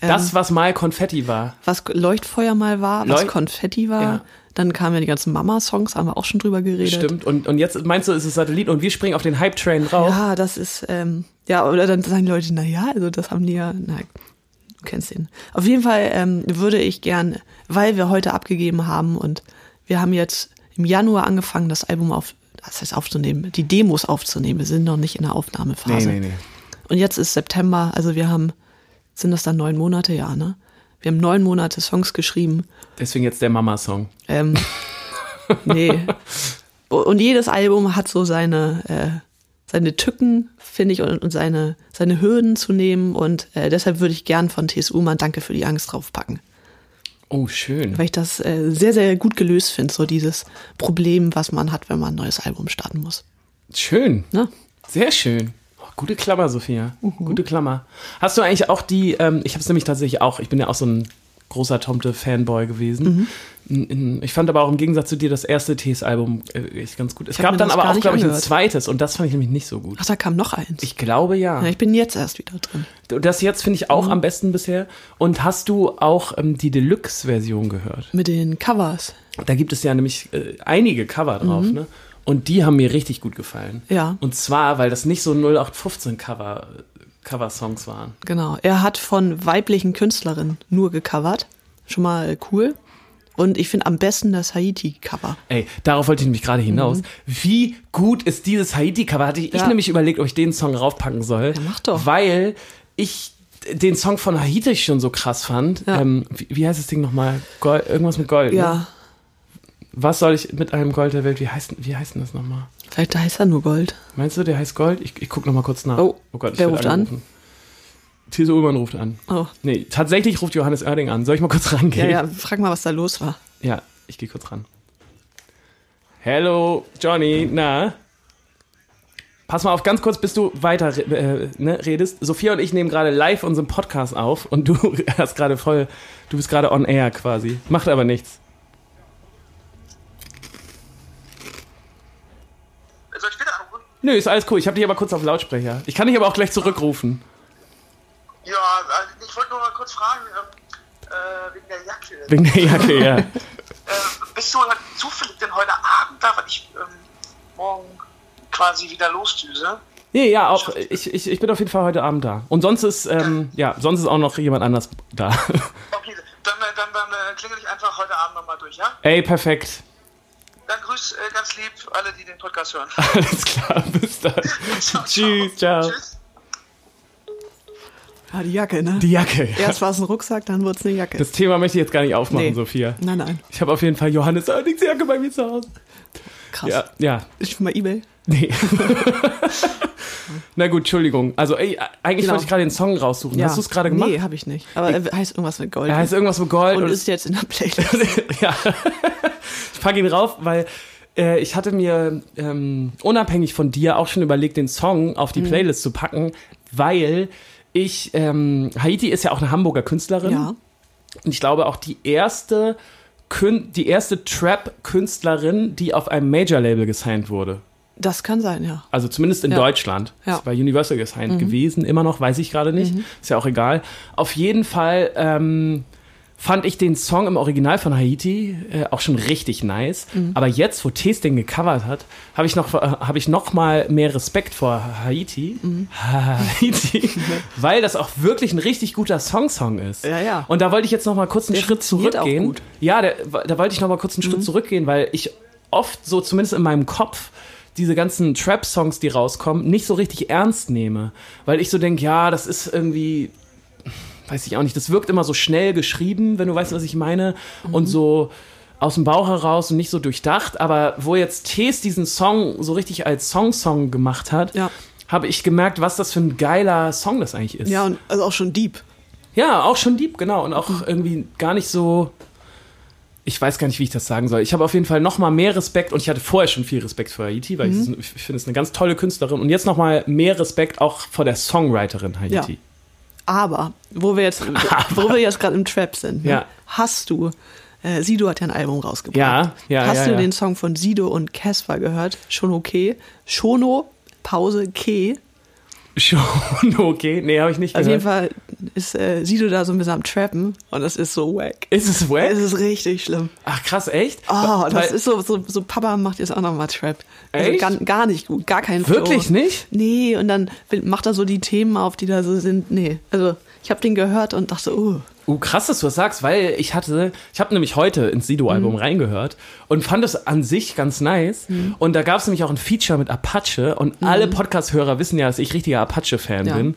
S2: Das, was mal Konfetti war.
S3: Was Leuchtfeuer mal war, was
S2: Leucht-
S3: Konfetti war.
S2: Ja.
S3: Dann kamen ja die ganzen Mama-Songs, haben wir auch schon drüber geredet.
S2: Stimmt. Und, und jetzt meinst du, ist es Satellit und wir springen auf den Hype-Train drauf.
S3: Ja, das ist, ähm, ja, oder dann sagen die Leute, na ja, also das haben die ja, na, du kennst den. Auf jeden Fall ähm, würde ich gern, weil wir heute abgegeben haben und wir haben jetzt im Januar angefangen, das Album auf, das heißt aufzunehmen, die Demos aufzunehmen. Wir sind noch nicht in der Aufnahmephase. Und jetzt ist September, also wir haben, sind das dann neun Monate, ja, ne? Wir haben neun Monate Songs geschrieben.
S2: Deswegen jetzt der Mama-Song.
S3: Ähm, nee. Und jedes Album hat so seine, äh, seine Tücken, finde ich, und, und seine, seine Hürden zu nehmen. Und äh, deshalb würde ich gern von TSU mal ein Danke für die Angst draufpacken.
S2: Oh, schön.
S3: Weil ich das äh, sehr, sehr gut gelöst finde, so dieses Problem, was man hat, wenn man ein neues Album starten muss.
S2: Schön.
S3: Ne?
S2: Sehr schön. Oh, Gute Klammer, Sophia.
S3: Mhm.
S2: Gute Klammer. Hast du eigentlich auch die, ähm, ich habe es nämlich tatsächlich auch, ich bin ja auch so ein großer Tomte-Fanboy gewesen.
S3: Mhm.
S2: In- in- Ich fand aber auch im Gegensatz zu dir das erste Tees-Album äh, echt ganz gut. Es
S3: hab
S2: gab
S3: mir
S2: dann
S3: das
S2: aber
S3: gar
S2: auch,
S3: nicht
S2: glaube ich, ein
S3: angehört.
S2: zweites und das fand ich nämlich nicht so gut.
S3: Ach, da kam noch eins.
S2: Ich glaube ja.
S3: ja, Mhm. ich bin jetzt erst wieder drin.
S2: Das jetzt finde ich auch am besten bisher. Und hast du auch ähm, die Deluxe-Version gehört?
S3: Mit den Covers.
S2: Da gibt es ja nämlich äh, einige Cover drauf, ne? Und die haben mir richtig gut gefallen.
S3: Mhm. Ja.
S2: Und zwar, weil das nicht so 0815 Cover, Cover-Songs waren.
S3: Genau. Er hat von weiblichen Künstlerinnen nur gecovert. Schon mal äh, cool. Und ich finde am besten das Haiti-Cover.
S2: Ey, darauf wollte ich nämlich gerade hinaus. Wie gut ist dieses Haiti-Cover? Hatte ich
S3: Mhm. Ja.
S2: nämlich überlegt, ob ich den Song raufpacken soll.
S3: Ja, mach doch.
S2: Weil ich den Song von Haiti schon so krass fand.
S3: Ja.
S2: Ähm, wie, wie heißt das Ding nochmal? Gold, irgendwas mit Gold. Ne?
S3: Ja,
S2: Was soll ich mit einem Gold der Welt? Wie heißt, wie heißt denn das nochmal?
S3: vielleicht heißt er nur Gold.
S2: Meinst du, der heißt Gold? Ich, ich guck nochmal kurz nach.
S3: Oh, wer
S2: werd
S3: ruft an?
S2: angerufen. These Ullmann ruft an.
S3: Oh.
S2: Nee, tatsächlich ruft Johannes Oerding an. Soll ich mal kurz
S3: Ja,
S2: rangehen?
S3: ja, *laughs* frag mal, was da los war.
S2: Ja, ich gehe kurz ran. Hello, Johnny, na? Pass mal auf, ganz kurz, bis du weiter äh, ne, redest. Sophia und ich nehmen gerade live unseren Podcast auf und du *laughs* hast gerade voll, du bist gerade on air quasi. Macht aber nichts.
S4: Soll ich später anrufen?
S2: Nö, ist alles cool. Ich habe dich aber kurz auf Lautsprecher. Ich kann dich aber auch gleich zurückrufen.
S4: Ja, also ich wollte nur mal kurz fragen, ähm, äh, wegen der Jacke.
S2: Wegen *laughs* der Jacke, ja.
S4: äh, bist du zufällig denn heute Abend da, weil ich ähm, morgen quasi wieder losdüse?
S2: Nee, ja, auch. Ich, ich, ich bin auf jeden Fall heute Abend da. Und sonst ist, ähm, ja, sonst ist auch noch jemand anders da. *laughs*
S4: Okay, dann, äh, dann, dann äh, klingel ich einfach heute Abend nochmal durch, ja?
S2: Ey, perfekt. *laughs*
S4: Dann grüß äh, ganz lieb alle, die den Podcast hören. *laughs*
S2: Alles klar, bis dann.
S4: Ciao, ciao.
S2: Tschüss, ciao.
S4: Tschüss.
S3: Ah, die Jacke, ne?
S2: Die Jacke. ja.
S3: *laughs* Erst war es ein Rucksack, dann wurde es eine Jacke.
S2: Das Thema möchte ich jetzt gar nicht aufmachen,
S3: Nee.
S2: Sophia.
S3: Nein, nein.
S2: Ich habe auf jeden Fall Johannes Oerdings Jacke bei mir zu Hause.
S3: Krass.
S2: Ja, ja.
S3: Ist schon mal Ebay. *laughs*
S2: Nee. Na gut, Entschuldigung. Also ey, eigentlich
S3: Genau.
S2: wollte ich gerade den Song raussuchen.
S3: Ja.
S2: Hast du es gerade gemacht?
S3: Nee, habe ich nicht. Aber er heißt irgendwas mit Gold.
S2: Er heißt irgendwas mit Gold
S3: und
S2: und
S3: ist jetzt in
S2: *laughs*
S3: der Playlist.
S2: ja. Ich packe ihn rauf, weil äh, ich hatte mir ähm, unabhängig von dir auch schon überlegt, den Song auf die Playlist zu packen, weil ich, ähm, Haiti ist ja auch eine Hamburger Künstlerin.
S3: Ja.
S2: Und ich glaube auch die erste, Kün die erste Trap-Künstlerin, die auf einem Major-Label gesigned wurde.
S3: Das kann sein, ja.
S2: Also zumindest in
S3: Ja.
S2: Deutschland.
S3: Ja. Mhm.
S2: Ist bei Universal gesigned gewesen, immer noch, weiß ich gerade nicht. Ist ja auch egal. Auf jeden Fall ähm, fand ich den Song im Original von Haiti äh, auch schon richtig nice.
S3: Mhm.
S2: Aber jetzt, wo Tees den gecovert hat, habe ich, noch, äh, hab ich noch mal mehr Respekt vor Haiti.
S3: Mhm.
S2: Haiti.
S3: *laughs*
S2: weil das auch wirklich ein richtig guter Song-Song ist.
S3: Ja, ja.
S2: Und da wollte ich jetzt noch mal kurz einen
S3: Der
S2: Schritt
S3: funktioniert auch
S2: zurückgehen.
S3: gut. Mhm.
S2: Ja, da, da wollte ich noch mal kurz einen Schritt zurückgehen, weil ich oft so, zumindest in meinem Kopf, diese ganzen Trap-Songs, die rauskommen, nicht so richtig ernst nehme. Weil ich so denke, ja, das ist irgendwie, weiß ich auch nicht, das wirkt immer so schnell geschrieben, wenn du weißt, was ich meine.
S3: Mhm.
S2: Und so aus dem Bauch heraus und nicht so durchdacht. Aber wo jetzt Tees diesen Song so richtig als Song-Song gemacht hat,
S3: Ja.
S2: habe ich gemerkt, was das für ein geiler Song das eigentlich ist.
S3: Ja, und also auch schon deep.
S2: Ja, auch schon deep, genau. Und auch irgendwie gar nicht so. Ich weiß gar nicht, wie ich das sagen soll. Ich habe auf jeden Fall noch mal mehr Respekt und ich hatte vorher schon viel Respekt für Haiti, weil
S3: Mhm.
S2: ich, ich finde es eine ganz tolle Künstlerin und jetzt noch mal mehr Respekt auch vor der Songwriterin Haiti.
S3: Aber, wo
S2: *laughs*
S3: wir jetzt, wo wir jetzt gerade im Trap sind, ne?
S2: Ja.
S3: hast du, äh, Sido hat ja ein Album rausgebracht.
S2: Ja, ja,
S3: Hast
S2: ja,
S3: du
S2: ja.
S3: den Song von Sido und Casper gehört? Schon okay. Shono, Pause, K.
S2: *laughs* Schon okay, nee, habe ich nicht
S3: Auf
S2: gehört.
S3: jeden Fall ist äh, Sido da so ein bisschen am Trappen und das ist so wack.
S2: ist es
S3: Es
S2: wack?
S3: ist richtig schlimm.
S2: Ach krass, echt?
S3: Oh,
S2: Weil-
S3: das ist so, so, so Papa macht jetzt auch nochmal Trap. Also
S2: Echt?
S3: gar, gar nicht gut, gar keinen Flow.
S2: Wirklich nicht?
S3: Nee, und dann macht er so die Themen auf, die da so sind. Nee, also ich habe den gehört und dachte, oh,
S2: Uh, krass, dass du das sagst, weil ich hatte, ich habe nämlich heute ins Sido-Album
S3: Mhm.
S2: reingehört und fand es an sich ganz nice. Und da gab es nämlich auch ein Feature mit Apache und alle Podcast-Hörer wissen ja, dass ich richtiger Apache-Fan
S3: Mhm. Ja.
S2: bin.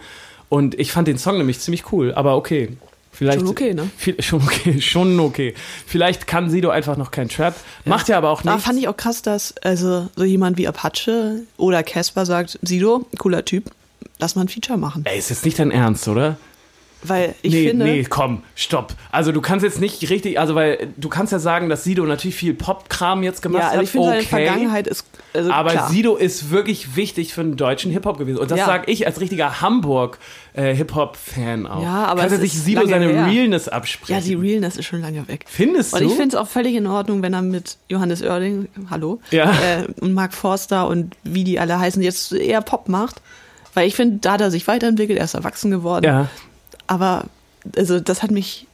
S2: Und ich fand den Song nämlich ziemlich cool, aber okay. Vielleicht,
S3: Schon okay, ne?
S2: Viel, schon okay, *laughs* schon okay. Vielleicht kann Sido einfach noch kein Trap. Macht ja aber auch
S3: Da
S2: nichts.
S3: fand ich auch krass, dass also so jemand wie Apache oder Casper sagt, Sido, cooler Typ, lass mal ein Feature machen.
S2: Ey, ist jetzt nicht dein Ernst, oder?
S3: Weil ich
S2: Äh, nee,
S3: finde,
S2: nee, komm, stopp. Also du kannst jetzt nicht richtig, also weil du kannst ja sagen, dass Sido natürlich viel Pop-Kram jetzt gemacht
S3: ja, also
S2: hat.
S3: ich finde seine
S2: okay.
S3: Vergangenheit ist also
S2: Aber
S3: klar.
S2: Sido ist wirklich wichtig für den deutschen Hip-Hop gewesen. Und das
S3: Ja.
S2: sage ich als richtiger Hamburg-Hip-Hop-Fan auch.
S3: Ja, aber
S2: Kannst
S3: es
S2: du nicht
S3: ist
S2: Sido
S3: lange
S2: seine
S3: her.
S2: Realness absprechen?
S3: ja, die Realness ist schon lange weg.
S2: Findest
S3: und
S2: du?
S3: ich finde es auch völlig in Ordnung, wenn er mit Johannes Oerding, hallo,
S2: Ja.
S3: äh, und Mark Forster und wie die alle heißen, jetzt eher Pop macht. Weil ich finde, da hat er sich weiterentwickelt, er ist erwachsen geworden.
S2: ja.
S3: Aber also das hat mich,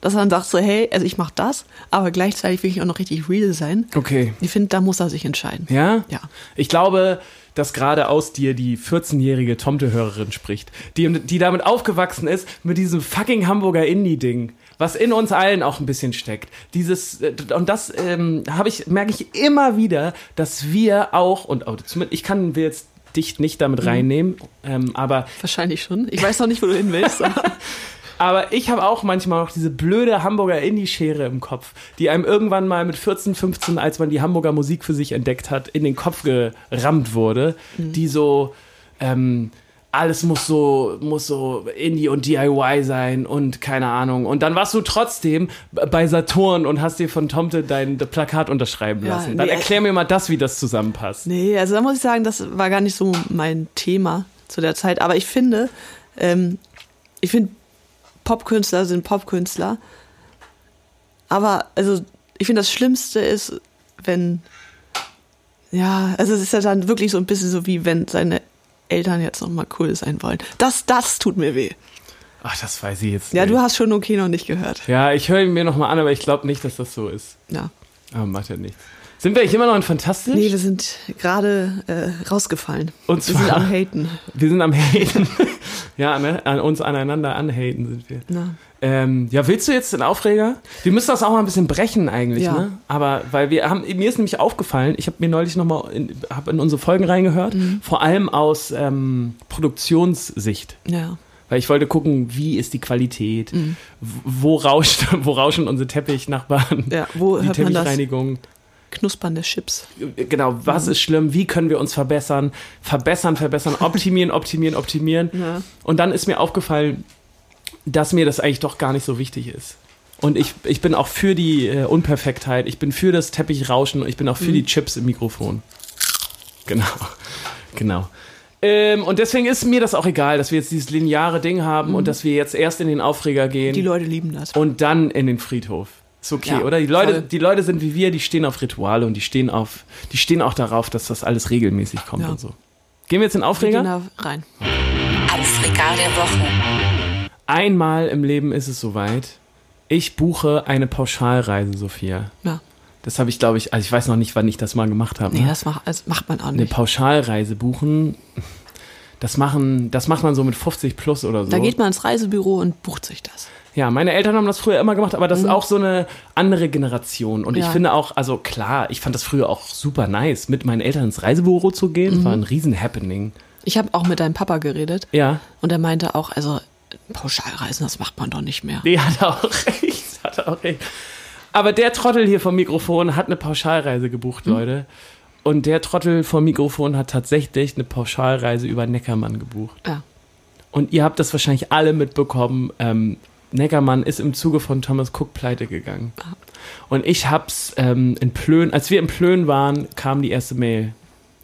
S3: dass er dann sagt so, hey, also ich mache das, aber gleichzeitig will ich auch noch richtig real sein.
S2: Okay.
S3: Ich finde, da muss er sich entscheiden.
S2: Ja?
S3: Ja.
S2: Ich glaube, dass gerade aus dir die 14-jährige Tomte-Hörerin spricht, die, die damit aufgewachsen ist, mit diesem fucking Hamburger Indie-Ding, was in uns allen auch ein bisschen steckt. Dieses, äh, und das ähm, habe ich, merke ich immer wieder, dass wir auch, und oh, zumindest, ich kann wir jetzt dich nicht
S3: Mhm.
S2: damit reinnehmen, ähm, aber
S3: Wahrscheinlich schon. Ich weiß noch nicht, wo du hin willst.
S2: *laughs*
S3: aber-
S2: Aber ich habe auch manchmal noch diese blöde Hamburger Indie-Schere im Kopf, die einem irgendwann mal mit 14, 15, als man die Hamburger Musik für sich entdeckt hat, in den Kopf gerammt wurde,
S3: Mhm.
S2: die so, ähm, alles muss so, muss so Indie und DIY sein und keine Ahnung. Und dann warst du trotzdem b- bei Saturn und hast dir von Tomte dein Plakat unterschreiben
S3: Ja,
S2: lassen. Dann
S3: nee, äh,
S2: erklär mir mal das, wie das zusammenpasst.
S3: nee, also da muss ich sagen, das war gar nicht so mein Thema zu der Zeit. Aber ich finde, ähm, ich finde, Popkünstler sind Popkünstler. Aber also, ich finde, das Schlimmste ist, wenn. Ja, also es ist ja dann wirklich so ein bisschen so, wie wenn seine Eltern jetzt nochmal cool sein wollen. Das, das tut mir weh.
S2: Ach, das weiß ich jetzt
S3: Ja,
S2: nicht.
S3: du hast schon okay noch nicht gehört.
S2: ja, ich höre ihn mir nochmal an, aber ich glaube nicht, dass das so ist.
S3: Ja.
S2: Aber macht ja nichts. Sind wir eigentlich immer noch in Fantastisch?
S3: Nee, wir sind gerade äh, rausgefallen.
S2: Und
S3: wir sind
S2: zwar-
S3: am Haten.
S2: Wir sind am Haten. *laughs* ja, ne? an uns aneinander anhaten sind wir.
S3: Na.
S2: Ähm, ja, willst du jetzt den Aufreger? Wir müssen das auch mal ein bisschen brechen eigentlich,
S3: Ja.
S2: ne? Aber weil wir haben, mir ist nämlich aufgefallen, ich habe mir neulich nochmal in,
S3: Mhm.
S2: hab in unsere Folgen reingehört, vor allem aus ähm, Produktionssicht.
S3: Ja.
S2: Weil weil ich wollte gucken, wie ist die Qualität,
S3: Mhm.
S2: W- wo, rauscht, *laughs* wo rauschen unsere Teppichnachbarn,
S3: Ja, wo
S2: die
S3: hört man das?
S2: Teppichreinigung.
S3: Knuspernde Chips.
S2: Genau, was ist schlimm, wie können wir uns verbessern, verbessern, verbessern,
S3: *laughs*
S2: optimieren, optimieren, optimieren.
S3: Ja.
S2: Und dann ist mir aufgefallen, dass mir das eigentlich doch gar nicht so wichtig ist. Und ich, ich bin auch für die äh, Unperfektheit, ich bin für das Teppichrauschen und ich bin auch für
S3: Mhm.
S2: die Chips im Mikrofon. Genau, *laughs* genau. Ähm, und deswegen ist mir das auch egal, dass wir jetzt dieses lineare Ding haben und dass wir jetzt erst in den Aufreger gehen
S3: Mhm. Die Leute lieben das.
S2: Hm. und dann in den Friedhof. Ist okay,
S3: Ja,
S2: oder? Die Leute,
S3: voll.
S2: die Leute sind wie wir, die stehen auf Rituale und die stehen auf, die stehen auch darauf, dass das alles regelmäßig kommt
S3: Ja.
S2: und so. Gehen wir jetzt in
S3: Wir
S2: Aufreger?
S3: gehen da rein.
S1: Aufreger der Woche.
S2: Einmal im Leben ist es soweit. Ich buche eine Pauschalreise, Sophia.
S3: Ja.
S2: Das habe ich, glaube ich, also ich weiß noch nicht, wann ich das mal gemacht habe.
S3: Nee,
S2: ne?
S3: das, mach, das macht man auch
S2: Eine
S3: nicht.
S2: Pauschalreise buchen, das machen, das macht man so mit 50 plus oder so.
S3: Da geht man ins Reisebüro und bucht sich das.
S2: Ja, meine Eltern haben das früher immer gemacht, aber das ist auch so eine andere Generation. Und ich
S3: Ja.
S2: finde auch, also klar, ich fand das früher auch super nice, mit meinen Eltern ins Reisebüro zu gehen. War ein Riesen-Happening.
S3: Ich habe auch mit deinem Papa geredet
S2: Ja,
S3: und er meinte auch, also Pauschalreisen, das macht man doch nicht mehr.
S2: nee, hat er auch *laughs* recht, hat er auch recht. Aber der Trottel hier vom Mikrofon hat eine Pauschalreise gebucht, Leute. Und der Trottel vom Mikrofon hat tatsächlich eine Pauschalreise über Neckermann gebucht.
S3: Ja.
S2: Und ihr habt das wahrscheinlich alle mitbekommen. Ähm, Neckermann ist im Zuge von Thomas Cook pleite gegangen. Und ich hab's ähm, in Plön, als wir in Plön waren, kam die erste Mail.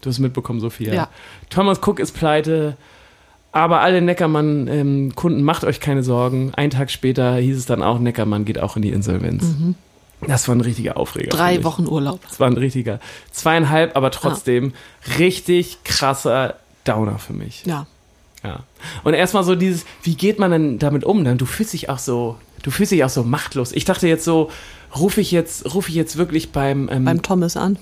S2: Du hast mitbekommen, Sophia.
S3: Ja.
S2: Thomas Cook ist pleite, aber alle Neckermann-Kunden, macht euch keine Sorgen. Einen Tag später hieß es dann auch, Neckermann geht auch in die Insolvenz. Das war ein richtiger Aufreger.
S3: Mhm. Drei
S2: finde ich.
S3: Wochen Urlaub.
S2: Das war ein richtiger. Zweieinhalb, aber trotzdem richtig krasser Downer für mich.
S3: Ja.
S2: Ja. Und erstmal so dieses, wie geht man denn damit um? Dann du fühlst dich auch so, du fühlst dich auch so machtlos. Ich dachte jetzt so, rufe ich jetzt, rufe ich jetzt wirklich beim, ähm,
S3: Beim
S2: beim,
S3: Thomas an.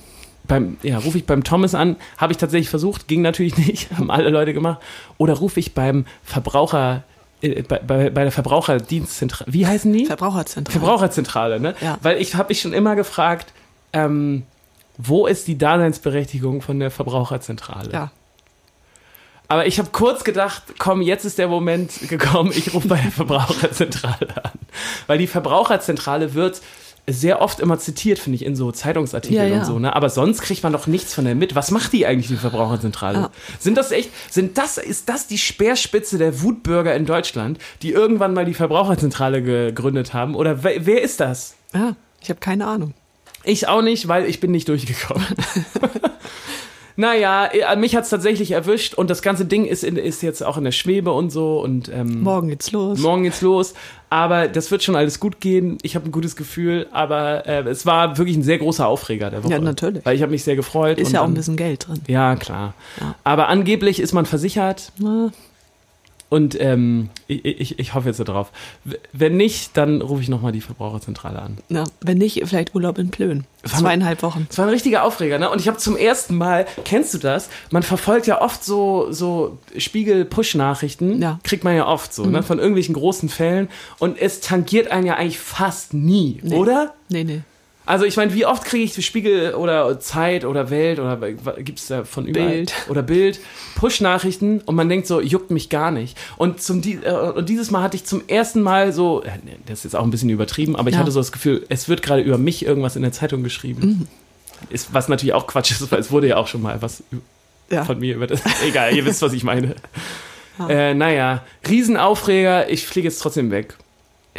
S2: ja, rufe ich beim Thomas an? Habe ich tatsächlich versucht, ging natürlich *laughs* nicht, haben alle Leute gemacht. Oder rufe ich beim Verbraucher, äh, bei, bei, bei der Verbraucherdienstzentrale, wie heißen die?
S3: Verbraucherzentrale.
S2: Verbraucherzentrale, ne?
S3: Ja.
S2: Weil ich habe mich schon immer gefragt, ähm, wo ist die Daseinsberechtigung von der Verbraucherzentrale?
S3: ja.
S2: Aber ich habe kurz gedacht, komm, jetzt ist der Moment gekommen, ich rufe bei der Verbraucherzentrale an. Weil die Verbraucherzentrale wird sehr oft immer zitiert, finde ich, in so Zeitungsartikeln
S3: Ja, ja.
S2: und so. Ne? Aber sonst kriegt man doch nichts von der mit. Was macht die eigentlich, die Verbraucherzentrale?
S3: Ja.
S2: Sind das echt, sind das, ist das die Speerspitze der Wutbürger in Deutschland, die irgendwann mal die Verbraucherzentrale gegründet haben? Oder wer, wer ist das?
S3: Ja. Ich habe keine Ahnung.
S2: Ich auch nicht, weil ich bin nicht durchgekommen.
S3: *laughs*
S2: naja, eh, mich hat's tatsächlich erwischt und das ganze Ding ist, in, ist jetzt auch in der Schwebe und so und ähm,
S3: Morgen geht's los.
S2: morgen geht's los. Aber das wird schon alles gut gehen. Ich habe ein gutes Gefühl, aber äh, es war wirklich ein sehr großer Aufreger der Woche.
S3: Ja, natürlich.
S2: Weil ich habe mich sehr gefreut.
S3: Ist
S2: und
S3: ja auch
S2: dann-
S3: ein bisschen Geld drin.
S2: Ja, klar.
S3: Ja.
S2: Aber angeblich ist man versichert
S3: Na,
S2: und ähm, ich, ich, ich hoffe jetzt darauf. Wenn nicht, dann rufe ich nochmal die Verbraucherzentrale an.
S3: na, wenn nicht, vielleicht Urlaub in Plön. Zweieinhalb Wochen.
S2: Es war ein richtiger Aufreger, ne? Und ich habe zum ersten Mal, kennst du das? Man verfolgt ja oft so, so Spiegel-Push-Nachrichten,
S3: Ja. Mhm.
S2: kriegt man ja oft so, ne? Von irgendwelchen großen Fällen. Und es tangiert einen ja eigentlich fast nie,
S3: Nee.
S2: oder?
S3: Nee, nee.
S2: Also ich meine, wie oft kriege ich Spiegel oder Zeit oder Welt oder gibt es da von überall?
S3: Bild.
S2: Oder Bild, Push-Nachrichten und man denkt so, juckt mich gar nicht. Und, zum, die- äh, und dieses Mal hatte ich zum ersten Mal so, äh, nee, das ist jetzt auch ein bisschen übertrieben, aber ich
S3: Ja.
S2: hatte so das Gefühl, es wird gerade über mich irgendwas in der Zeitung
S3: Mhm.
S2: geschrieben. Ist, was natürlich auch Quatsch ist, weil es wurde ja auch schon mal was ü-
S3: Ja.
S2: von mir über das. Egal, ihr wisst, was ich meine. Äh, naja, Riesenaufreger, ich fliege jetzt trotzdem weg.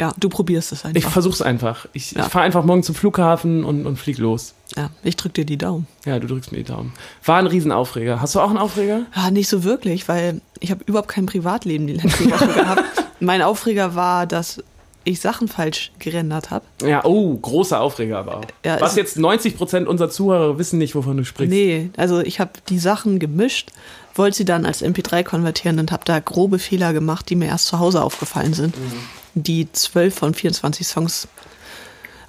S3: ja, du probierst es
S2: Ich
S3: einfach.
S2: versuch's einfach. Ich,
S3: Ja.
S2: ich fahre einfach morgen zum Flughafen und, und flieg los.
S3: ja, ich drück dir die Daumen.
S2: Ja, du drückst mir die Daumen. War ein Riesenaufreger. Hast du auch einen Aufreger?
S3: Ja, Ah, nicht so wirklich, weil ich habe überhaupt kein Privatleben die letzten Wochen *laughs* gehabt. Mein Aufreger war, dass ich Sachen falsch gerendert habe.
S2: Ja, oh, großer Aufreger aber auch.
S3: Ja,
S2: Was
S3: es-
S2: jetzt 90% unserer Zuhörer wissen nicht, wovon du sprichst.
S3: Nee, also ich habe die Sachen gemischt, wollte sie dann als MP3 konvertieren und habe da grobe Fehler gemacht, die mir erst zu Hause aufgefallen sind.
S2: Mhm.
S3: Die 12 von 24 Songs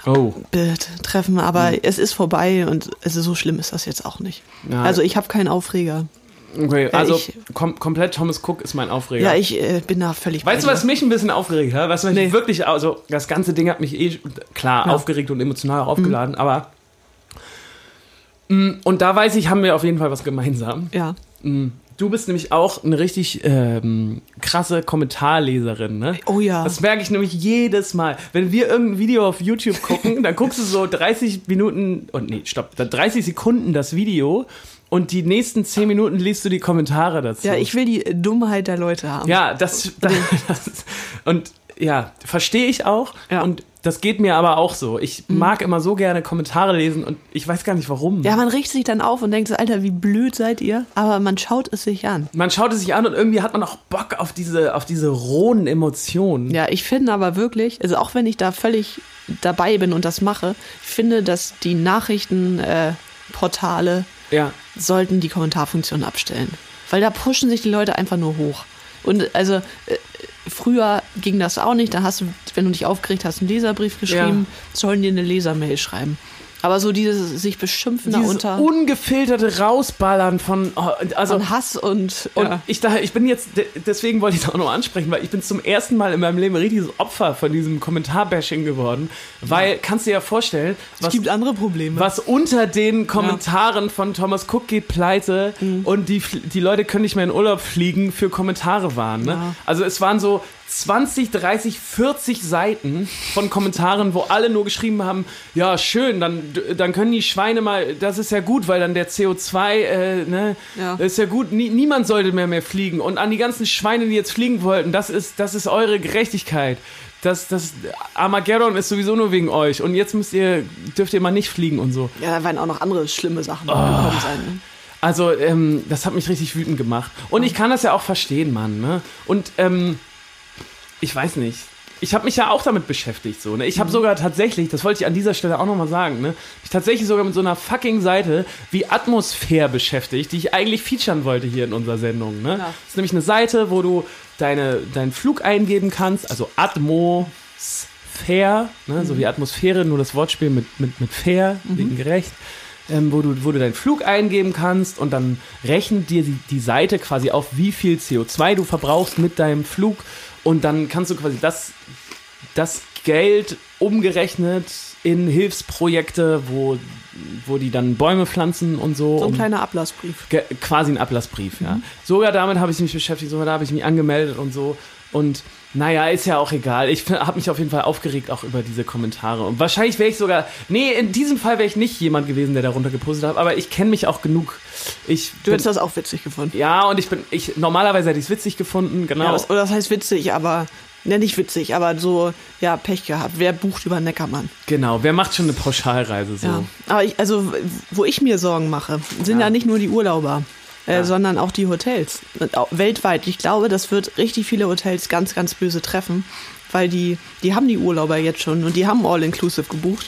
S2: Oh,
S3: betreffen,
S2: Mhm.
S3: aber es ist vorbei und es ist so schlimm ist das jetzt auch nicht.
S2: Ja.
S3: Also ich habe keinen Aufreger.
S2: okay. Also
S3: ich-
S2: kom komplett Thomas Cook ist mein Aufreger.
S3: Ja, ich äh, bin da völlig
S2: Weißt du,
S3: bei
S2: was
S3: dir.
S2: mich ein bisschen aufgeregt hat? Was mich wirklich, also das ganze Ding hat mich eh klar
S3: Ja. Mhm.
S2: aufgeregt und emotional aufgeladen, aber. Mm, Und da weiß ich, haben wir auf jeden Fall was gemeinsam.
S3: Ja,
S2: Du bist nämlich auch eine richtig ähm, krasse Kommentarleserin, ne?
S3: Oh ja.
S2: Das merke ich nämlich jedes Mal. Wenn wir irgendein Video auf YouTube gucken, dann guckst du so 30 Minuten, und nee, stopp, dann 30 Sekunden das Video und die nächsten 10 Minuten liest du die Kommentare dazu.
S3: Ja, ich will die Dummheit der Leute haben.
S2: Ja, das, *laughs* das, das und ja, verstehe ich auch.
S3: Ja. Mhm.
S2: Und das geht mir aber auch so. Ich mag immer so gerne Kommentare lesen und ich weiß gar nicht warum.
S3: Ja, man richtet sich dann auf und denkt so, Alter, wie blöd seid ihr? Aber man schaut es sich an.
S2: Man schaut es sich an und irgendwie hat man auch Bock auf diese, auf diese rohen Emotionen.
S3: Ja, ich finde aber wirklich, also auch wenn ich da völlig dabei bin und das mache, ich finde, dass die Nachrichtenportale äh, Portale
S2: ja.
S3: sollten die Kommentarfunktion abstellen. Weil da pushen sich die Leute einfach nur hoch. Und also äh, früher ging das auch nicht. Da hast du, wenn du dich aufgeregt hast, einen Leserbrief geschrieben, sollen dir eine Lesermail schreiben. Aber so dieses sich beschimpfen da
S2: Dieses
S3: unter
S2: ungefilterte Rausballern von, oh, also
S3: und Hass und,
S2: Und
S3: ja.
S2: ich dachte, ich bin jetzt, de- deswegen wollte ich es auch noch ansprechen, weil ich bin zum ersten Mal in meinem Leben richtiges Opfer von diesem Kommentarbashing geworden. Weil, kannst du dir ja vorstellen,
S3: es
S2: was,
S3: gibt andere Probleme.
S2: was unter den Kommentaren von Thomas Cook geht pleite
S3: Mhm.
S2: und die, fl- die Leute können nicht mehr in Urlaub fliegen für Kommentare waren. Ne?
S3: Ja.
S2: Also es waren so 20, 30, 40 Seiten von Kommentaren, wo alle nur geschrieben haben, ja schön, dann, dann können die Schweine mal, das ist ja gut, weil dann der CO2, äh, ne,
S3: Ja.
S2: das ist ja gut, nie, niemand sollte mehr mehr fliegen. Und an die ganzen Schweine, die jetzt fliegen wollten, das ist, das ist eure Gerechtigkeit. Das, das Armageddon ist sowieso nur wegen euch. Und jetzt müsst ihr, dürft ihr mal nicht fliegen und so.
S3: Ja, da werden auch noch andere schlimme Sachen
S2: Ah.
S3: gekommen sein. ne?
S2: Also, ähm, das hat mich richtig wütend gemacht. Und ich kann das ja auch verstehen, Mann. Ne? Und ähm, ich weiß nicht. Ich habe mich ja auch damit beschäftigt. So, ne? Ich habe sogar tatsächlich, das wollte ich an dieser Stelle auch nochmal sagen, ne? mich tatsächlich sogar mit so einer fucking Seite wie Atmosphäre beschäftigt, die ich eigentlich featuren wollte hier in unserer Sendung. Ne?
S3: Ja.
S2: Das ist nämlich eine Seite, wo du deine, deinen Flug eingeben kannst, also Atmosphäre, ne?
S3: Mhm.
S2: so wie Atmosphäre, nur das Wortspiel mit, mit, mit fair, wegen gerecht ähm, wo, du, wo du deinen Flug eingeben kannst und dann rechnet dir die, die Seite quasi auf, wie viel CO2 du verbrauchst mit deinem Flug und dann kannst du quasi das, das Geld umgerechnet in Hilfsprojekte, wo, wo die dann Bäume pflanzen und so.
S3: So ein
S2: um-
S3: kleiner Ablassbrief.
S2: Ge- quasi ein Ablassbrief,
S3: Mhm.
S2: ja. Sogar damit habe ich mich beschäftigt, sogar da habe ich mich angemeldet und so. Und naja, ist ja auch egal. Ich *laughs* habe mich auf jeden Fall aufgeregt auch über diese Kommentare. Und wahrscheinlich wäre ich sogar. Nee, in diesem Fall wäre ich nicht jemand gewesen, der darunter gepostet hat, aber ich kenne mich auch genug. Ich
S3: Du
S2: bin,
S3: hättest das auch witzig gefunden.
S2: ja, und ich bin. Ich, normalerweise hätte ich es witzig gefunden, genau.
S3: Ja, das, oder das heißt witzig, aber. Ne, nicht witzig, aber so, ja, Pech gehabt. Wer bucht über Neckermann?
S2: genau. Wer macht schon eine Pauschalreise so?
S3: Ja. Aber ich, also, w- wo ich mir Sorgen mache, sind
S2: Ja.
S3: ja, nicht nur die Urlauber, äh,
S2: Ja.
S3: sondern auch die Hotels. Und auch Weltweit. Ich glaube, das wird richtig viele Hotels ganz, ganz böse treffen, weil die, die haben die Urlauber jetzt schon und die haben All-Inclusive gebucht.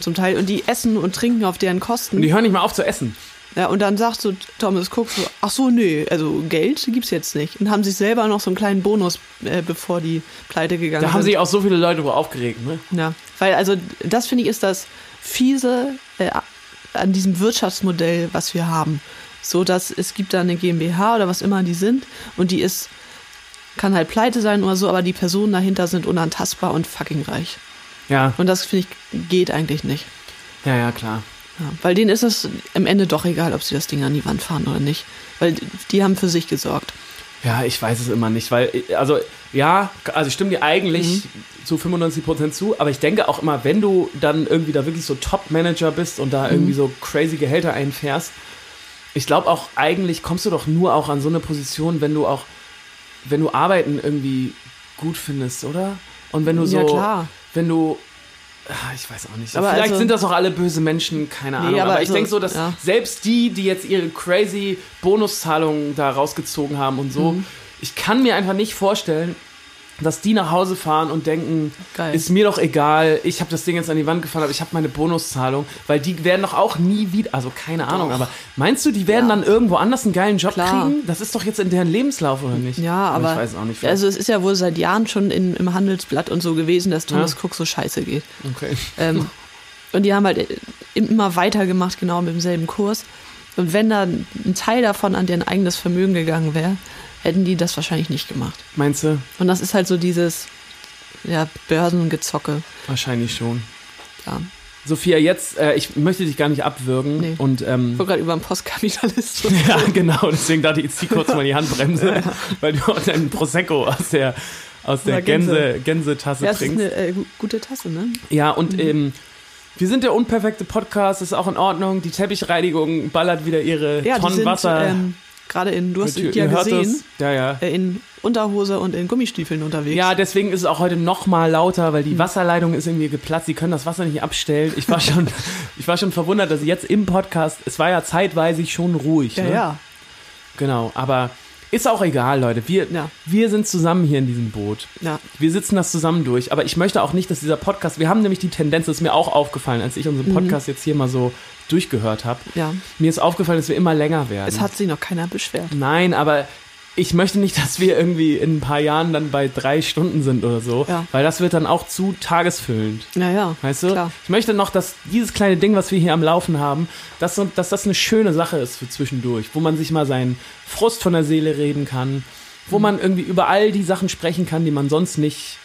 S3: Zum Teil. Und die essen und trinken auf deren Kosten.
S2: Und die hören nicht mal auf zu essen.
S3: Ja, und dann sagt so Thomas Cook so, ach so, nee, also Geld gibt's jetzt nicht. Und haben sich selber noch so einen kleinen Bonus, äh, bevor die pleite gegangen
S2: Da haben
S3: sind.
S2: sich auch so viele Leute über aufgeregt, ne?
S3: ja, weil also das finde ich ist das fiese äh, an diesem Wirtschaftsmodell, was wir haben. So, dass es gibt da eine GmbH oder was immer die sind und die ist, kann halt pleite sein oder so, aber die Personen dahinter sind unantastbar und fucking reich.
S2: Ja.
S3: Und das finde ich geht eigentlich nicht.
S2: Ja, ja, klar.
S3: Ja, weil denen ist es am Ende doch egal, ob sie das Ding an die Wand fahren oder nicht. Weil die haben für sich gesorgt.
S2: Ja, ich weiß es immer nicht, weil, also, ja, also ich stimme dir eigentlich
S3: Mhm.
S2: zu 95% zu, aber ich denke auch immer, wenn du dann irgendwie da wirklich so Top-Manager bist und
S3: Mhm.
S2: da irgendwie so crazy Gehälter einfährst, ich glaube auch eigentlich kommst du doch nur auch an so eine Position, wenn du auch, wenn du Arbeiten irgendwie gut findest, oder? Und wenn du so,
S3: Ja, klar.
S2: wenn du, ah, ich weiß auch nicht,
S3: Aber
S2: vielleicht
S3: also-
S2: sind das auch alle böse Menschen, keine Ahnung, aber,
S3: aber
S2: ich
S3: also,
S2: denke so, dass
S3: ja.
S2: selbst die, die jetzt ihre crazy Bonuszahlungen da rausgezogen haben und
S3: Mhm.
S2: so, ich kann mir einfach nicht vorstellen, dass die nach Hause fahren und denken,
S3: Geil.
S2: ist mir doch egal, ich habe das Ding jetzt an die Wand gefahren, aber ich habe meine Bonuszahlung, weil die werden doch auch nie wieder, also keine Ahnung, aber meinst du, die werden
S3: Ja.
S2: dann irgendwo anders einen geilen Job
S3: Klar.
S2: kriegen? Das ist doch jetzt in deren Lebenslauf oder nicht?
S3: Ja, aber.
S2: ich weiß auch nicht.
S3: Also, es ist ja wohl seit Jahren schon in, im Handelsblatt und so gewesen, dass Thomas
S2: Ja.
S3: Cook so scheiße geht.
S2: okay.
S3: Ähm, und die haben halt äh, immer weitergemacht, genau mit demselben Kurs. Und wenn da ein Teil davon an deren eigenes Vermögen gegangen wäre, hätten die das wahrscheinlich nicht gemacht.
S2: Meinst du?
S3: Und das ist halt so dieses ja, Börsengezocke.
S2: Wahrscheinlich schon.
S3: Ja.
S2: Sophia, jetzt, äh, ich möchte dich gar nicht abwürgen.
S3: Nee.
S2: Und ähm,
S3: Ich war gerade über den
S2: *laughs*
S3: Postkapitalismus. *laughs*
S2: ja, genau, deswegen dachte ich, ich zieh kurz mal die Handbremse, weil du auch deinen Prosecco aus der, aus der
S3: Oder Gänse.
S2: Gänse, Gänsetasse
S3: Ja, das ist
S2: trinkst.
S3: eine äh, gu- gute Tasse, ne?
S2: Ja, und ähm, wir sind der unperfekte Podcast, ist auch in Ordnung. Die Teppichreinigung ballert wieder ihre
S3: Ja,
S2: Tonnen
S3: die sind
S2: Wasser.
S3: ähm, gerade in, du hast
S2: Ihr-
S3: die ja
S2: ihr hört es.
S3: gesehen,
S2: Ja, ja.
S3: äh, in Unterhose und in Gummistiefeln unterwegs.
S2: Ja, deswegen ist es auch heute noch mal lauter, weil die
S3: Mhm.
S2: Wasserleitung ist irgendwie geplatzt. Sie können das Wasser nicht abstellen. Ich war schon, *laughs* ich war schon verwundert, dass jetzt im Podcast, es war ja zeitweise schon ruhig.
S3: ja,
S2: ne?
S3: ja.
S2: Genau, aber ist auch egal, Leute. Wir,
S3: Ja.
S2: wir sind zusammen hier in diesem Boot.
S3: Ja.
S2: Wir sitzen das zusammen durch. Aber ich möchte auch nicht, dass dieser Podcast. Wir haben nämlich die Tendenz, das ist mir auch aufgefallen, als ich unseren Podcast jetzt hier mal so durchgehört habe.
S3: Mhm. Ja.
S2: Mir ist aufgefallen, dass wir immer länger werden.
S3: Es hat sich noch keiner beschwert.
S2: Nein, aber ich möchte nicht, dass wir irgendwie in ein paar Jahren dann bei drei Stunden sind oder so,
S3: Ja.
S2: weil das wird dann auch zu tagesfüllend.
S3: Naja,
S2: Weißt du?
S3: klar.
S2: Ich möchte noch, dass dieses kleine Ding, was wir hier am Laufen haben, dass, so- dass das eine schöne Sache ist für zwischendurch, wo man sich mal seinen Frust von der Seele reden kann,
S3: Mhm.
S2: wo man irgendwie über all die Sachen sprechen kann, die man sonst nicht,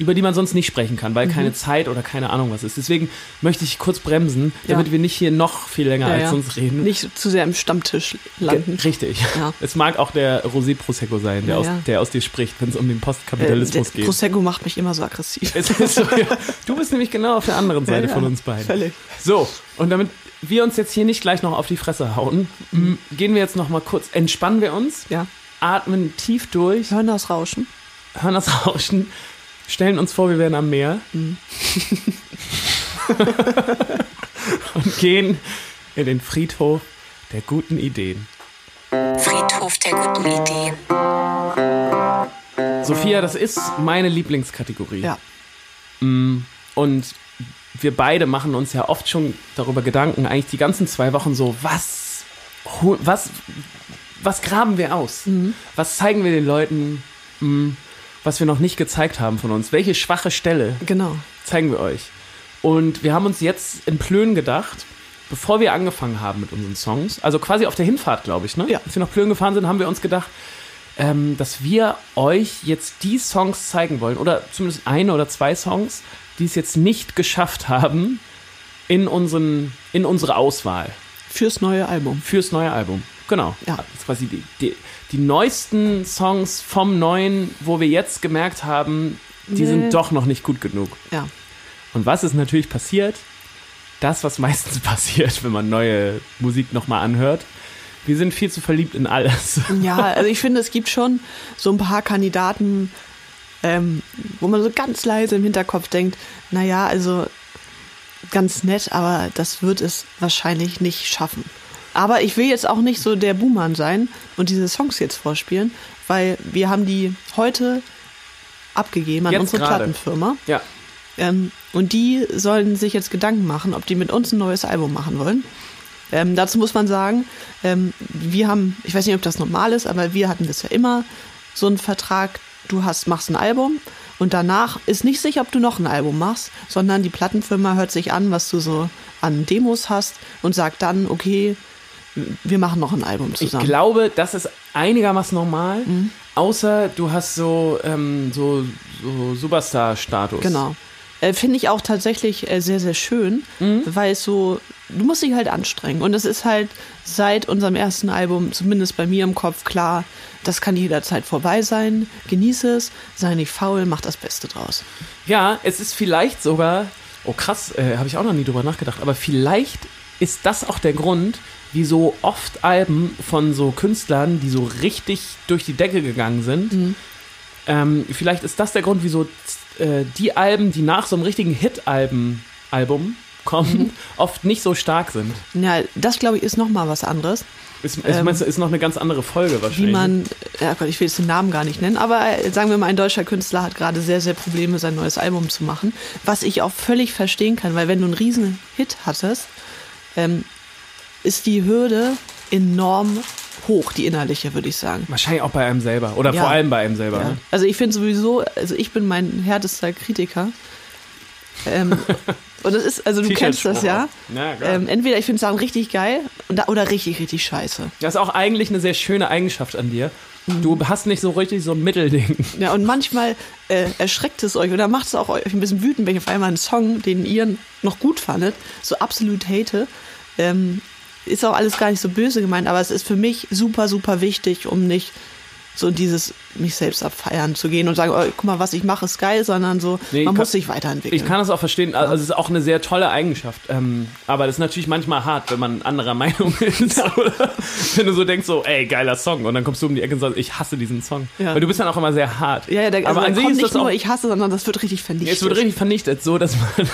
S2: über die man sonst nicht sprechen kann,
S3: Mhm.
S2: weil keine Zeit oder keine Ahnung was ist. Deswegen möchte ich kurz bremsen,
S3: Ja.
S2: damit wir nicht hier noch viel länger
S3: Ja,
S2: als
S3: ja.
S2: sonst reden.
S3: Nicht zu sehr im Stammtisch landen.
S2: Ge- Richtig.
S3: Ja.
S2: *laughs* Es mag auch der Rosé Prosecco sein, der,
S3: Ja,
S2: aus,
S3: ja.
S2: der aus dir spricht, wenn es um den
S3: Äh,
S2: Postkapitalismus
S3: der
S2: geht.
S3: Prosecco macht mich immer so aggressiv.
S2: es ist so, ja. Du bist nämlich genau auf der anderen Seite
S3: Ja, ja.
S2: von uns beiden.
S3: Völlig.
S2: So, und damit wir uns jetzt hier nicht gleich noch auf die Fresse hauen, m, gehen wir jetzt noch mal kurz, entspannen wir uns,
S3: Ja.
S2: atmen tief durch,
S3: Hören das Rauschen.
S2: hören das Rauschen, stellen uns vor, wir wären am Meer *laughs* und gehen in den Friedhof der guten Ideen.
S1: Friedhof der guten Ideen.
S2: Sophia, das ist meine Lieblingskategorie.
S3: Ja.
S2: Und wir beide machen uns ja oft schon darüber Gedanken, eigentlich die ganzen zwei Wochen so, was, hol- was, was graben wir aus? Was zeigen wir den Leuten, mm, was wir noch nicht gezeigt haben von uns? Welche schwache Stelle
S3: Genau.
S2: zeigen wir euch? Und wir haben uns jetzt in Plön gedacht, bevor wir angefangen haben mit unseren Songs, also quasi auf der Hinfahrt, glaube ich, ne?
S3: Ja.
S2: Als wir nach Plön gefahren sind, haben wir uns gedacht, ähm, dass wir euch jetzt die Songs zeigen wollen, oder zumindest ein oder zwei Songs, die es jetzt nicht geschafft haben in, unseren, in unsere Auswahl
S3: Fürs neue Album.
S2: fürs neue Album. Genau.
S3: Ja.
S2: Das ist quasi die, die, die neuesten Songs vom neuen, wo wir jetzt gemerkt haben, die
S3: Nee.
S2: sind doch noch nicht gut genug.
S3: Ja.
S2: Und was ist natürlich passiert? Das, was meistens *laughs* passiert, wenn man neue Musik nochmal anhört. Wir sind viel zu verliebt in
S3: *laughs*
S2: alles.
S3: Ja, also ich finde, es gibt schon so ein paar Kandidaten, ähm, wo man so ganz leise im Hinterkopf denkt, naja, also ganz nett, aber das wird es wahrscheinlich nicht schaffen. Aber ich will jetzt auch nicht so der Buhmann sein und diese Songs jetzt vorspielen, weil wir haben die heute abgegeben an
S2: Jetzt
S3: unsere
S2: gerade.
S3: Plattenfirma.
S2: Ja.
S3: Ähm, und die sollen sich jetzt Gedanken machen, ob die mit uns ein neues Album machen wollen. Ähm, dazu muss man sagen, ähm, wir haben, ich weiß nicht, ob das normal ist, aber wir hatten bisher immer so einen Vertrag, du hast, machst ein Album und danach ist nicht sicher, ob du noch ein Album machst, sondern die Plattenfirma hört sich an, was du so an Demos hast und sagt dann, okay, wir machen noch ein Album
S2: Ich
S3: zusammen. Mhm.
S2: glaube, das ist einigermaßen normal, außer du hast so, ähm, so, so Superstar-Status.
S3: Genau. Äh, Finde ich auch tatsächlich äh, sehr, sehr schön, weil es so, du musst dich halt anstrengen. Und es ist halt seit unserem ersten Album, zumindest bei mir im Kopf, klar, das kann jederzeit vorbei sein. Genieße es, sei nicht faul, mach das Beste draus.
S2: Ja, es ist vielleicht sogar, oh krass, äh, habe ich auch noch nie drüber nachgedacht, aber vielleicht ist das auch der Grund, wieso oft Alben von so Künstlern, die so richtig durch die Decke gegangen sind,
S3: Mhm.
S2: ähm, vielleicht ist das der Grund, wieso äh, die Alben, die nach so einem richtigen Hit-Album Album
S3: Mhm.
S2: kommen, *laughs* oft nicht so stark sind.
S3: Ja, das glaube ich ist nochmal was anderes,
S2: Ist, ist, meinst du, ist noch eine ganz andere Folge wahrscheinlich.
S3: Ähm, wie man, äh, ja Gott, ich will jetzt den Namen gar nicht nennen, aber äh, sagen wir mal, ein deutscher Künstler hat gerade sehr, sehr Probleme, sein neues Album zu machen, was ich auch völlig verstehen kann, weil wenn du einen riesen Hit hattest, ähm, ist die Hürde enorm hoch, die innerliche, würde ich sagen.
S2: wahrscheinlich auch bei einem selber oder
S3: Ja.
S2: vor allem bei einem selber.
S3: Ja.
S2: Ne?
S3: Also ich finde sowieso, also ich bin mein härtester Kritiker.
S2: *laughs*
S3: Ähm, und das ist, also du kennst das
S2: T-Shirt-Spruch
S3: ja.
S2: auch. Ja, klar.
S3: ähm, entweder ich finde Sachen richtig geil und da- oder richtig, richtig scheiße.
S2: Das ist auch eigentlich eine sehr schöne Eigenschaft an dir, Du hast nicht so richtig so ein Mittelding.
S3: Ja, und manchmal äh, erschreckt es euch oder macht es auch euch ein bisschen wütend, wenn ich auf einmal einen Song, den ihr noch gut fandet, so absolut hate. Ähm, ist auch alles gar nicht so böse gemeint, aber es ist für mich super, super wichtig, um nicht so dieses mich selbst abfeiern zu gehen und sagen, oh, guck mal, was ich mache, ist geil, sondern so,
S2: Nee, ich
S3: man
S2: kann-
S3: muss sich weiterentwickeln.
S2: Ich kann das auch verstehen. Also, es ist auch eine sehr tolle Eigenschaft. Ähm, aber das ist natürlich manchmal hart, wenn man anderer Meinung *laughs* ist. Oder wenn du so denkst, so, ey, geiler Song. Und dann kommst du um die Ecke und sagst, ich hasse diesen Song.
S3: Ja.
S2: Weil du bist dann auch immer sehr hart.
S3: ja, ja, da, also
S2: aber
S3: da
S2: an sich ist
S3: kommt nicht
S2: das
S3: nur,
S2: auch,
S3: ich hasse, sondern das wird richtig vernichtet.
S2: es wird richtig vernichtet, so dass man.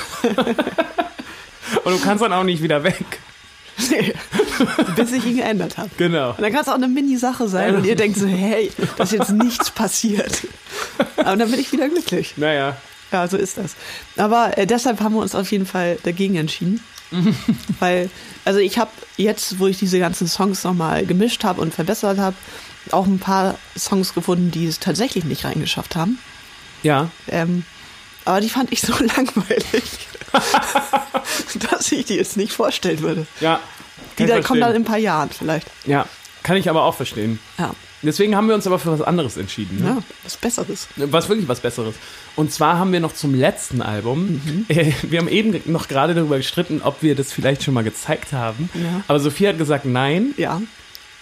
S2: und du kannst dann auch nicht wieder weg.
S3: *laughs* Bis ich ihn geändert habe.
S2: Genau.
S3: Und dann kann es auch eine Mini-Sache sein und ihr denkt so, hey, da ist jetzt nichts passiert. Aber dann bin ich wieder glücklich.
S2: Naja.
S3: Ja, so ist das. Aber äh, deshalb haben wir uns auf jeden Fall
S2: *laughs*
S3: dagegen entschieden. Weil, also ich habe jetzt, wo ich diese ganzen Songs nochmal gemischt habe und verbessert habe, auch ein paar Songs gefunden, die es tatsächlich nicht reingeschafft haben.
S2: Ja.
S3: Ähm, aber die fand ich so *laughs*
S2: *laughs*
S3: langweilig, dass ich die jetzt nicht vorstellen würde.
S2: Ja.
S3: Die
S2: Kann ich
S3: da kommen dann
S2: verstehen.
S3: in ein paar Jahren vielleicht.
S2: Ja. Kann ich aber auch verstehen.
S3: Ja,
S2: Deswegen haben wir uns aber für was anderes entschieden. Ne?
S3: ja was Besseres.
S2: Was wirklich was Besseres. Und zwar haben wir noch zum letzten Album,
S3: Mhm.
S2: äh, wir haben eben noch gerade darüber gestritten, ob wir das vielleicht schon mal gezeigt haben.
S3: Ja.
S2: Aber Sophie hat gesagt nein. Mm,
S3: Ja,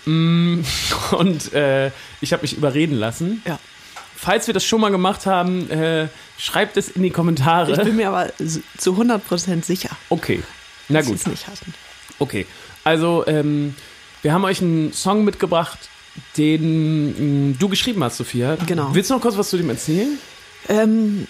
S2: *laughs* Und äh, ich habe mich überreden lassen.
S3: ja.
S2: Falls wir das schon mal gemacht haben, äh, schreibt es in die
S3: Ich bin
S2: Kommentare.
S3: mir aber s- zu 100% sicher,
S2: Okay. Na
S3: dass sie
S2: gut.
S3: es nicht hatten.
S2: Okay. Also, ähm, wir haben euch einen Song mitgebracht, den mh, du geschrieben hast, Sophia.
S3: Genau.
S2: Willst du noch kurz was zu dem erzählen?
S3: Ähm,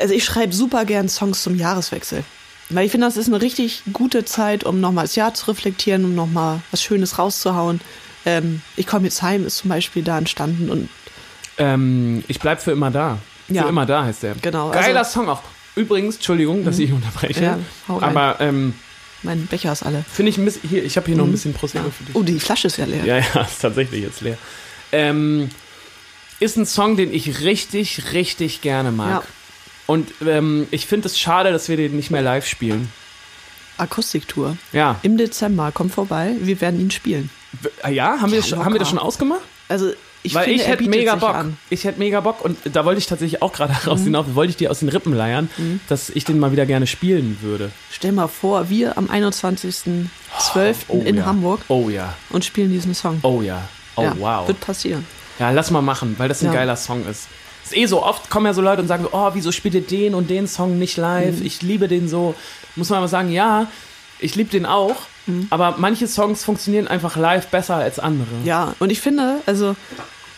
S3: also ich schreibe super gern Songs zum Jahreswechsel. Weil ich finde, das ist eine richtig gute Zeit, um nochmal das Jahr zu reflektieren, um nochmal was Schönes rauszuhauen. Ähm, ich komme jetzt heim ist zum Beispiel da entstanden und
S2: Ähm, ich bleib für immer da.
S3: Ja.
S2: Für immer da heißt der.
S3: Genau,
S2: Geiler
S3: also- Mhm.
S2: Song auch. Übrigens, Entschuldigung, dass ich unterbreche.
S3: Ja, hau rein.
S2: aber ähm,
S3: mein Becher ist alle.
S2: finde ich ein bisschen, hier, ich habe hier noch ein bisschen Prosecco für dich.
S3: Oh, die Flasche ist ja leer.
S2: Ja, *laughs* ja, ist tatsächlich jetzt leer. Ähm, ist ein Song, den ich richtig, richtig gerne mag.
S3: Ja.
S2: Und ähm, ich finde es schade, dass wir den nicht mehr live spielen.
S3: Akustiktour.
S2: Ja. ah
S3: Im Dezember, kommt vorbei, wir werden ihn spielen.
S2: Ja, haben wir, das
S3: Ja,
S2: schon, haben wir das
S3: locker.
S2: schon ausgemacht?
S3: Also ich
S2: Weil
S3: finde,
S2: ich
S3: er
S2: hätte
S3: bietet
S2: mega
S3: sich
S2: Bock.
S3: an. Mhm.
S2: Ich hätte mega Bock und da wollte ich tatsächlich auch gerade *laughs* raus hinauf, wollte ich dir aus den Rippen leiern, dass ich den mal wieder gerne spielen würde.
S3: Stell mal vor, wir am 21.12. in
S2: ja.
S3: Hamburg
S2: Oh ja,
S3: und spielen diesen Song.
S2: oh ja, oh
S3: ja,
S2: wow.
S3: Wird passieren.
S2: Ja, lass mal machen, weil das ein
S3: Ja.
S2: geiler Song ist. Ist eh so, oft kommen ja so Leute und sagen, so, oh, wieso spielt ihr den und den Song nicht live?
S3: Mhm.
S2: Ich liebe den so. Muss man aber sagen, ja, ich liebe den auch,
S3: Mhm.
S2: aber manche Songs funktionieren einfach live besser als andere.
S3: Ja, und ich finde, also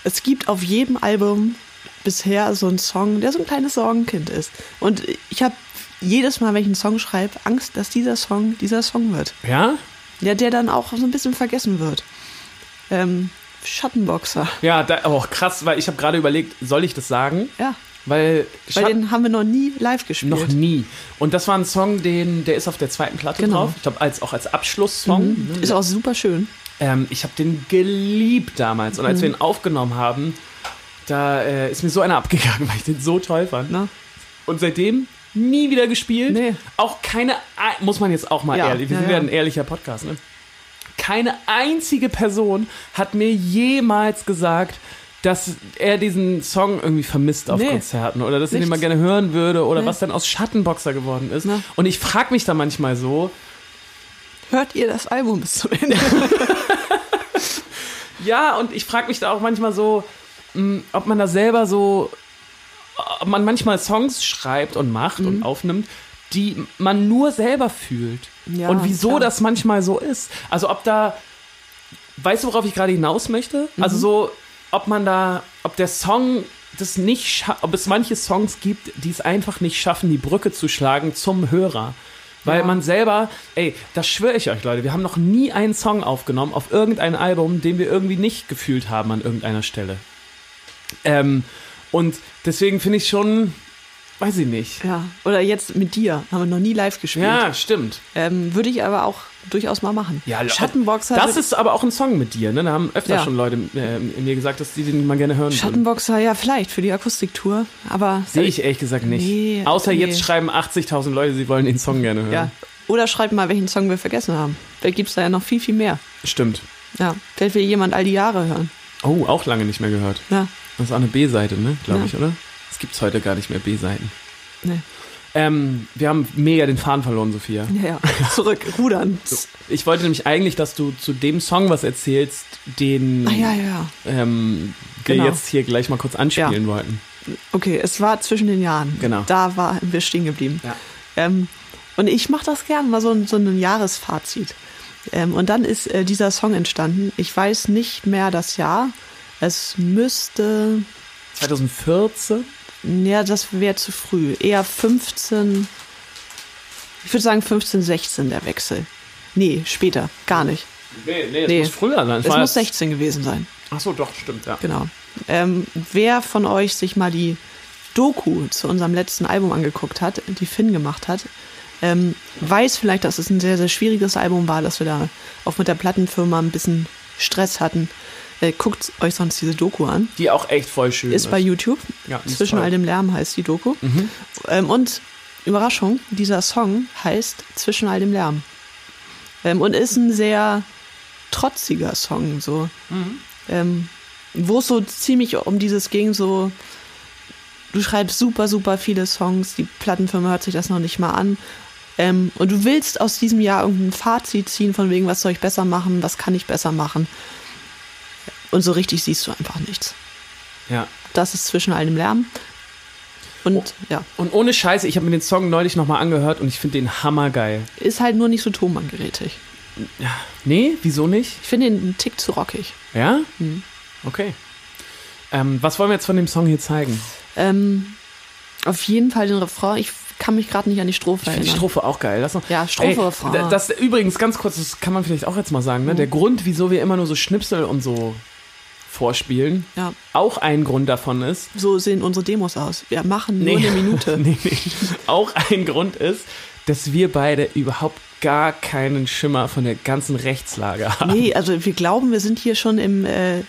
S3: es gibt auf jedem Album bisher so einen Song, der so ein kleines Sorgenkind ist. Und ich habe jedes Mal, wenn ich einen Song schreibe, Angst, dass dieser Song dieser Song wird.
S2: Ja?
S3: Ja, der dann auch so ein bisschen vergessen wird. Ähm, Schattenboxer.
S2: Ja, da, oh, krass, weil ich habe gerade überlegt, soll ich das sagen?
S3: Ja,
S2: Weil,
S3: weil
S2: Schatten-
S3: den haben wir noch nie live gespielt.
S2: Noch nie. Und das war ein Song, den, der ist auf der zweiten Platte
S3: Genau. Mhm.
S2: drauf. Ich glaube, als, auch als Abschlusssong. Ne?
S3: Ist auch super schön.
S2: Ähm, ich habe den geliebt damals. Und als
S3: Mhm.
S2: wir ihn aufgenommen haben, da äh, ist mir so einer *laughs* abgegangen, weil ich den so toll fand.
S3: Ne?
S2: Und seitdem nie wieder gespielt.
S3: Nee.
S2: Auch keine, ei- muss man jetzt auch mal
S3: Ja,
S2: ehrlich, wir
S3: ja,
S2: sind ja
S3: ja.
S2: ein ehrlicher Podcast, ne? Keine einzige Person hat mir jemals gesagt, dass er diesen Song irgendwie vermisst auf
S3: Nee.
S2: Konzerten oder dass er den
S3: Nichts.
S2: mal gerne hören würde oder
S3: Nee.
S2: was dann aus Schattenboxer geworden ist.
S3: Na.
S2: Und ich frage mich da manchmal so,
S3: Hört ihr das Album bis zum *laughs* Ende?
S2: Ja, und ich frage mich da auch manchmal so, mh, ob man da selber so, ob man manchmal Songs schreibt und macht
S3: Mhm.
S2: und aufnimmt, die man nur selber fühlt.
S3: Ja,
S2: und wieso
S3: klar.
S2: das manchmal so ist. Also ob da, weißt du, worauf ich gerade hinaus möchte?
S3: Mhm.
S2: Also so, ob man da, ob der Song das nicht, scha- ob es manche Songs gibt, die es einfach nicht schaffen, die Brücke zu schlagen zum Hörer. Weil
S3: Ja.
S2: man selber, ey, das schwöre ich euch, Leute, wir haben noch nie einen Song aufgenommen auf irgendein Album, den wir irgendwie nicht gefühlt haben an irgendeiner Stelle. Ähm, und deswegen finde ich schon, weiß ich nicht.
S3: ja. Oder jetzt mit dir. Haben wir noch nie live gespielt.
S2: Ja, stimmt.
S3: Ähm, würde ich aber auch durchaus mal machen.
S2: Ja,
S3: Schattenboxer.
S2: Das ist aber auch ein Song mit dir, ne? Da haben öfter
S3: Ja.
S2: schon Leute äh, mir gesagt, dass die den mal gerne hören würden.
S3: Schattenboxer, ja, vielleicht für die Akustiktour, aber. äh,
S2: Sehe ich ehrlich gesagt nicht.
S3: Nee,
S2: Außer
S3: nee.
S2: jetzt schreiben 80.000 Leute, sie wollen den Song gerne hören.
S3: Ja. Oder schreibt mal, welchen Song wir vergessen haben. Vielleicht gibt es da ja noch viel, viel mehr.
S2: Stimmt.
S3: Ja. Vielleicht will jemand all die Jahre hören.
S2: Oh, auch lange nicht mehr gehört.
S3: Ja,
S2: Das ist auch eine B-Seite, ne? Glaube
S3: Ja.
S2: ich, oder? Es gibt heute gar nicht mehr B-Seiten.
S3: nee.
S2: Ähm, wir haben mega den Faden verloren, Sophia.
S3: Ja,
S2: *laughs*
S3: ja. Zurück, rudern.
S2: Ich wollte nämlich eigentlich, dass du zu dem Song was erzählst, den
S3: Ah, ja, ja, ja.
S2: Ähm, wir
S3: Genau.
S2: jetzt hier gleich mal kurz anspielen wollten.
S3: Okay, es war zwischen den Jahren.
S2: Genau.
S3: Da war wir stehen geblieben.
S2: Ja.
S3: Ähm, und ich mache das gern, mal so, ein- so ein Jahresfazit. Ähm, und dann ist äh, dieser Song entstanden. Ich weiß nicht mehr das Jahr. Es müsste,
S2: 2014?
S3: ja, das wäre zu früh. Eher 15, ich würde sagen 15, 16 der Wechsel. Nee, später, gar nicht.
S2: Nee, nee, es
S3: Nee.
S2: muss früher sein.
S3: Es muss 16 gewesen sein.
S2: Achso, doch, stimmt, ja.
S3: Genau. Ähm, wer von euch sich mal die Doku zu unserem letzten Album angeguckt hat, die Finn gemacht hat, ähm, weiß vielleicht, dass es ein sehr, sehr schwieriges Album war, dass wir da auch mit der Plattenfirma ein bisschen Stress hatten. Äh, guckt euch sonst diese Doku an.
S2: Die auch echt voll schön ist.
S3: Ist bei YouTube.
S2: Ja, die ist
S3: Zwischen
S2: toll. Mhm.
S3: all dem Lärm heißt die Doku. Ähm, und Überraschung, dieser Song heißt Zwischen all dem Lärm. Ähm, und ist ein sehr trotziger Song, so.
S2: Mhm.
S3: Ähm, Wo es so ziemlich um dieses ging, so. Du schreibst super, super viele Songs, die Plattenfirma hört sich das noch nicht mal an. Ähm, und du willst aus diesem Jahr irgendein Fazit ziehen, von wegen, was soll ich besser machen, was kann ich besser machen. Und so richtig siehst du einfach nichts.
S2: ja.
S3: Das ist zwischen allem Lärm. Und ja,
S2: Und ohne Scheiße, ich habe mir den Song neulich nochmal angehört und ich finde den hammergeil.
S3: ist halt nur nicht so tonbandgerätig.
S2: Nee, wieso nicht?
S3: Ich finde ihn einen Tick zu rockig.
S2: Ja?
S3: Mhm.
S2: Okay. Ähm, was wollen wir jetzt von dem Song hier zeigen?
S3: Ähm, auf jeden Fall den Refrain. Ich kann mich gerade nicht an die Strophe
S2: Ich finde die
S3: erinnern.
S2: Strophe auch geil. Lass noch,
S3: Ja, Strophe, Mhm.
S2: Ey,
S3: Refrain.
S2: da- Das übrigens ganz kurz, das kann man vielleicht auch jetzt mal sagen, ne? Der Grund, wieso wir immer nur so Schnipsel und so vorspielen,
S3: Ja.
S2: auch ein Grund davon ist,
S3: so sehen unsere Demos aus. Wir machen
S2: Nee.
S3: nur
S2: *laughs*
S3: eine Minute.
S2: nee, nee. auch ein Grund ist, dass wir beide überhaupt gar keinen Schimmer von der ganzen Rechtslage haben.
S3: Nee, also wir glauben, wir sind hier schon im äh,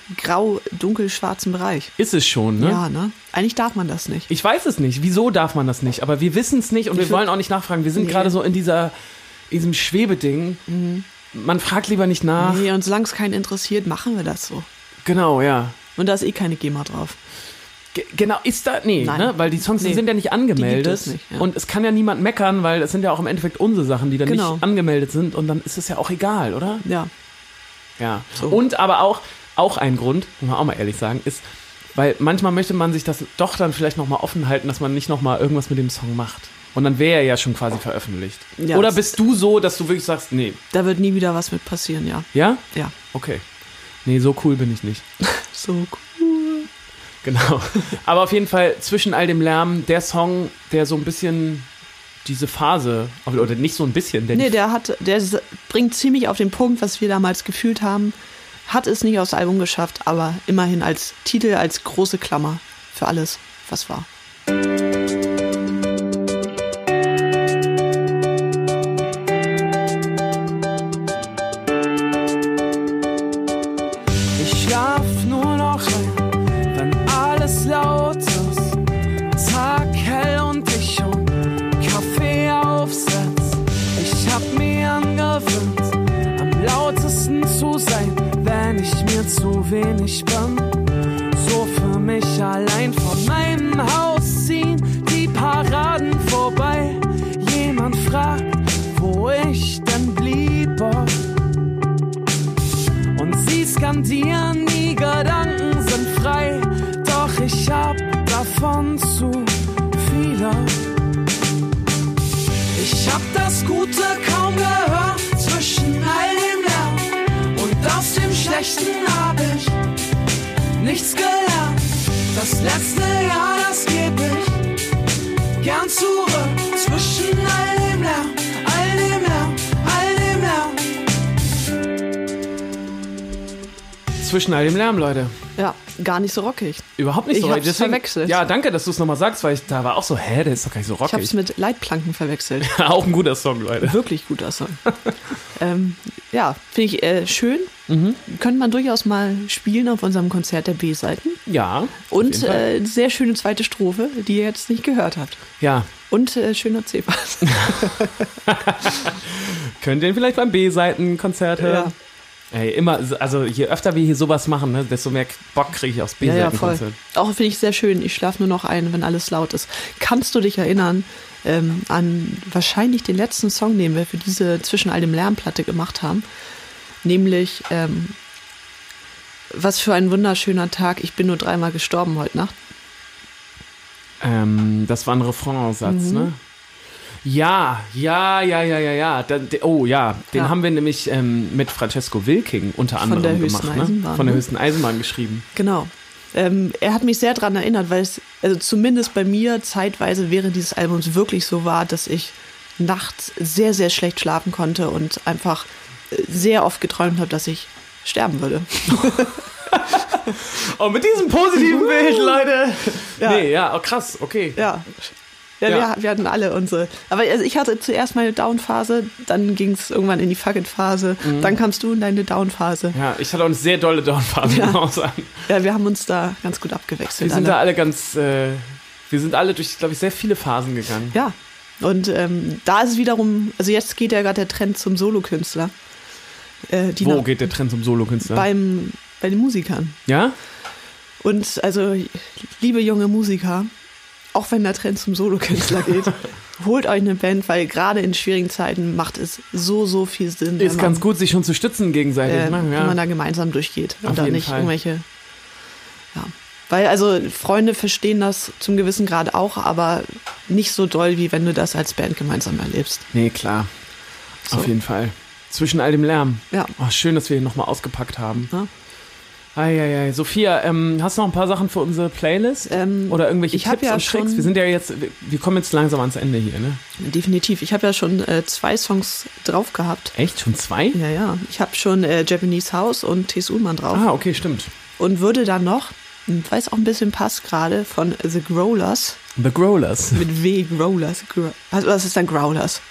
S3: grau-dunkel-schwarzen Bereich.
S2: Ist es schon, ne?
S3: Ja, ne? Eigentlich darf man das nicht.
S2: Ich weiß es nicht. Wieso darf man das nicht? Aber wir wissen es nicht und wir
S3: find-
S2: wollen auch nicht nachfragen. Wir sind
S3: Nee. Mhm.
S2: gerade so in dieser, in diesem Schwebeding. Man fragt lieber nicht nach.
S3: Nee, und solange es keinen interessiert, machen wir das so.
S2: Genau, ja.
S3: Und da ist eh keine GEMA drauf.
S2: Ge- Genau, ist da. Nee,
S3: Nein.
S2: ne? weil die Songs die
S3: Nee.
S2: sind ja nicht
S3: Die
S2: angemeldet.
S3: gibt es nicht, ja.
S2: Und es kann ja niemand meckern, weil es sind ja auch im Endeffekt unsere Sachen, die dann
S3: Genau.
S2: nicht angemeldet sind. Und dann ist es ja auch egal, oder?
S3: Ja.
S2: Ja. Und aber auch, auch ein Grund, muss man auch mal ehrlich sagen, ist, weil manchmal möchte man sich das doch dann vielleicht nochmal offen halten, dass man nicht nochmal irgendwas mit dem Song macht. Und dann wäre er ja schon quasi veröffentlicht.
S3: Ja,
S2: Oder
S3: das-
S2: bist du so, dass du wirklich sagst, nee,
S3: Da wird nie wieder was mit passieren, ja.
S2: ja?
S3: Ja.
S2: Okay. Nee, so cool bin ich nicht.
S3: So cool.
S2: Genau. Aber auf jeden Fall zwischen all dem Lärm der Song, der so ein bisschen diese Phase, oder nicht so ein bisschen, denn
S3: Nee, der hat, der s- bringt ziemlich auf den Punkt, was wir damals gefühlt haben. Hat es nicht aufs Album geschafft, aber immerhin als Titel, als große Klammer für alles, was war.
S5: Ich schlaf nur noch ein, wenn alles laut ist. Tag hell und ich um Kaffee aufsetz. Ich hab mir angewöhnt, am lautesten zu sein, wenn ich mir zu wenig bin. So für mich allein von meinem Haus ziehen die Paraden vorbei. Jemand fragt, wo ich denn bliebe und sie skandieren, die Gedanken sind frei. Doch ich hab davon zu viele. Ich hab das Gute kaum gehört zwischen all dem Lärm und aus dem Schlechten hab ich nichts gelernt. Das letzte Jahr, das geb ich gern zurück zwischen all dem Lärm, all dem Lärm, all dem Lärm.
S2: zwischen all dem Lärm, Leute.
S3: Ja, gar nicht so rockig.
S2: Überhaupt nicht so
S3: Ich hab's
S2: rockig. Deswegen-
S3: verwechselt.
S2: Ja, danke, dass du es nochmal sagst, weil ich da war auch so, hä, der ist doch gar nicht so
S3: Ich hab's
S2: rockig.
S3: mit Leitplanken verwechselt.
S2: *laughs* Auch ein guter Song, Leute.
S3: Wirklich guter Song. ähm, ja, finde ich äh, schön. Könnte man durchaus mal spielen auf unserem Konzert der B-Seiten.
S2: Ja.
S3: Und äh, sehr schöne zweite Strophe, die ihr jetzt nicht gehört habt.
S2: ja,
S3: Und äh, schöner C-Bass.
S2: könnt ihr ihn vielleicht beim B-Seiten-Konzert hören. Ey, immer, also je öfter wir hier sowas machen, ne, desto mehr Bock kriege ich aufs b
S3: Ja, ja, voll.
S2: konzert
S3: Auch finde ich sehr schön. Ich schlafe nur noch ein, wenn alles laut ist. Kannst du dich erinnern ähm, an wahrscheinlich den letzten Song, den wir für diese zwischen all dem Lärmplatte gemacht haben? Nämlich, ähm, was für ein wunderschöner Tag. Ich bin nur dreimal gestorben heute Nacht.
S2: Ähm, das war ein
S3: Mhm.
S2: Refrain-Satz, ne? Ja, ja, ja, ja, ja, ja. Da, de, oh ja, den
S3: Ja.
S2: haben wir nämlich ähm, mit Francesco Wilking unter
S3: Von
S2: anderem
S3: der höchsten
S2: gemacht, ne?
S3: Eisenbahn,
S2: Von der
S3: ne?
S2: höchsten Eisenbahn geschrieben.
S3: Genau. Ähm, er hat mich sehr daran erinnert, weil es, also zumindest bei mir zeitweise während dieses Albums wirklich so war, dass ich nachts sehr, sehr schlecht schlafen konnte und einfach äh, sehr oft geträumt habe, dass ich sterben würde.
S2: Oh, mit diesem positiven Bild, Leute.
S3: Ja.
S2: Nee, ja, oh, krass, okay.
S3: Ja. Ja,
S2: Ja.
S3: Wir, wir hatten alle unsere. Aber also ich hatte zuerst meine Down-Phase, dann ging es irgendwann in die Fuck-It-Phase,
S2: Mhm.
S3: dann kamst du in deine Down-Phase.
S2: Ja, ich hatte auch eine sehr dolle Downphase,
S3: Ja.
S2: muss man auch sagen.
S3: Ja, wir haben uns da ganz gut abgewechselt.
S2: Wir sind da
S3: alle.
S2: alle ganz, äh, wir sind alle durch, glaube ich, sehr viele Phasen gegangen.
S3: Ja. Und ähm, da ist es wiederum, also jetzt geht ja gerade der Trend zum Solokünstler. Äh, die
S2: Wo ne?
S3: nach-
S2: geht der Trend zum Solokünstler?
S3: beim, bei den Musikern.
S2: ja?
S3: Und also, liebe junge Musiker, auch wenn der Trend zum
S2: *laughs*
S3: Solokünstler geht, holt euch eine Band, weil gerade in schwierigen Zeiten macht es so, so viel Sinn. wenn
S2: Ist
S3: man-
S2: ganz gut, sich schon zu stützen gegenseitig.
S3: äh,
S2: ne?
S3: wenn man
S2: ja.
S3: da gemeinsam durchgeht
S2: Auf
S3: und da
S2: jeden
S3: nicht
S2: Fall.
S3: irgendwelche. Ja. Weil also Freunde verstehen das zum gewissen Grad auch, aber nicht so doll, wie wenn du das als Band gemeinsam erlebst.
S2: Nee, klar.
S3: So.
S2: Auf jeden Fall. Zwischen all dem Lärm.
S3: Ja.
S2: Oh, schön, dass wir ihn nochmal ausgepackt haben.
S3: Ja.
S2: Eieiei. Sophia, ähm, hast du noch ein paar Sachen für unsere Playlist?
S3: Ähm,
S2: Oder irgendwelche
S3: ich hab
S2: Tipps
S3: ja
S2: und Tricks?
S3: schon-
S2: Wir sind ja jetzt, wir, wir kommen jetzt langsam ans Ende hier, ne?
S3: Definitiv. Ich habe ja schon äh, zwei Songs drauf gehabt.
S2: Echt? Schon zwei?
S3: Ja, ja. Ich habe schon äh, Japanese House und T.S. Ullmann drauf.
S2: Ah, okay, stimmt.
S3: Und würde dann noch, hm, weil es auch ein bisschen passt gerade, von The Growlers,
S2: The Growlers.
S3: mit W, Growlers. Gro also, was ist dann Growlers?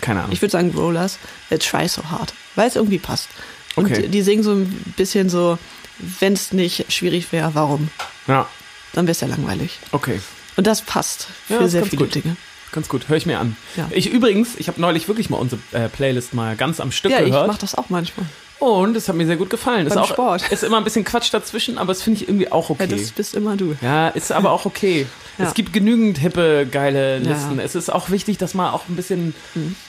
S2: Keine Ahnung.
S3: Ich würde sagen Rollers, äh, Try So Hard, weil es irgendwie passt. Und
S2: Okay.
S3: die singen so ein bisschen so, wenn es nicht schwierig wäre, warum?
S2: ja,
S3: Dann wäre es ja langweilig.
S2: okay.
S3: Und das passt für
S2: Ja, das ist
S3: sehr
S2: ganz
S3: viele
S2: gut.
S3: Dinge.
S2: Ganz gut, höre ich mir an.
S3: Ja.
S2: Ich übrigens, ich habe neulich wirklich mal unsere äh, Playlist mal ganz am Stück
S3: Ja, ich
S2: gehört.
S3: mache das auch manchmal.
S2: Und es hat mir sehr gut gefallen. ist
S3: Beim
S2: auch,
S3: Sport.
S2: Ist immer ein bisschen Quatsch dazwischen, aber es finde ich irgendwie auch okay.
S3: Ja, das bist immer du.
S2: Ja, ist aber auch okay.
S3: *laughs* Ja.
S2: Es gibt genügend hippe, geile
S3: Ja. Mhm.
S2: Listen. Es ist auch wichtig, dass man auch ein bisschen,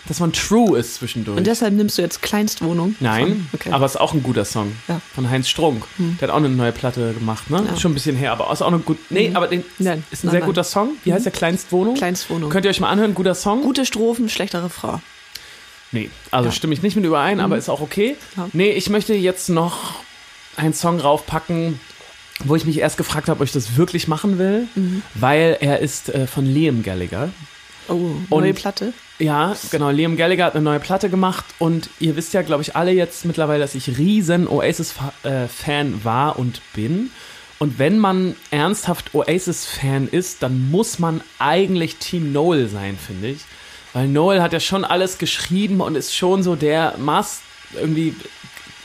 S2: dass man true ist zwischendurch.
S3: Und deshalb nimmst du jetzt Kleinstwohnung.
S2: Nein,
S3: Von- Okay.
S2: aber es ist auch ein guter Song
S3: Ja. Mhm.
S2: von Heinz Strunk. Der hat auch eine neue Platte gemacht, ne?
S3: Ja. Mhm.
S2: Schon ein bisschen her, aber ist auch eine gute. Nee, aber den,
S3: Nein,
S2: ist ein
S3: nein,
S2: sehr
S3: nein. Mhm.
S2: guter Song. Wie heißt der? Kleinstwohnung?
S3: Kleinstwohnung.
S2: Könnt ihr euch mal anhören, guter Song?
S3: Gute Strophen, schlechtere Frau.
S2: Nee, also stimme ich nicht mit überein, aber ist auch okay.
S3: Ja.
S2: Nee, ich möchte jetzt noch einen Song raufpacken, wo ich mich erst gefragt habe, ob ich das wirklich machen will, weil er ist äh, von Liam Gallagher.
S3: Oh, neue
S2: Und-
S3: Platte.
S2: Ja, genau. Liam Gallagher hat eine neue Platte gemacht und ihr wisst ja, glaube ich, alle jetzt mittlerweile, dass ich riesen Oasis-Fan war und bin. Und wenn man ernsthaft Oasis-Fan ist, dann muss man eigentlich Team Noel sein, finde ich. Weil Noel hat ja schon alles geschrieben und ist schon so der Maß irgendwie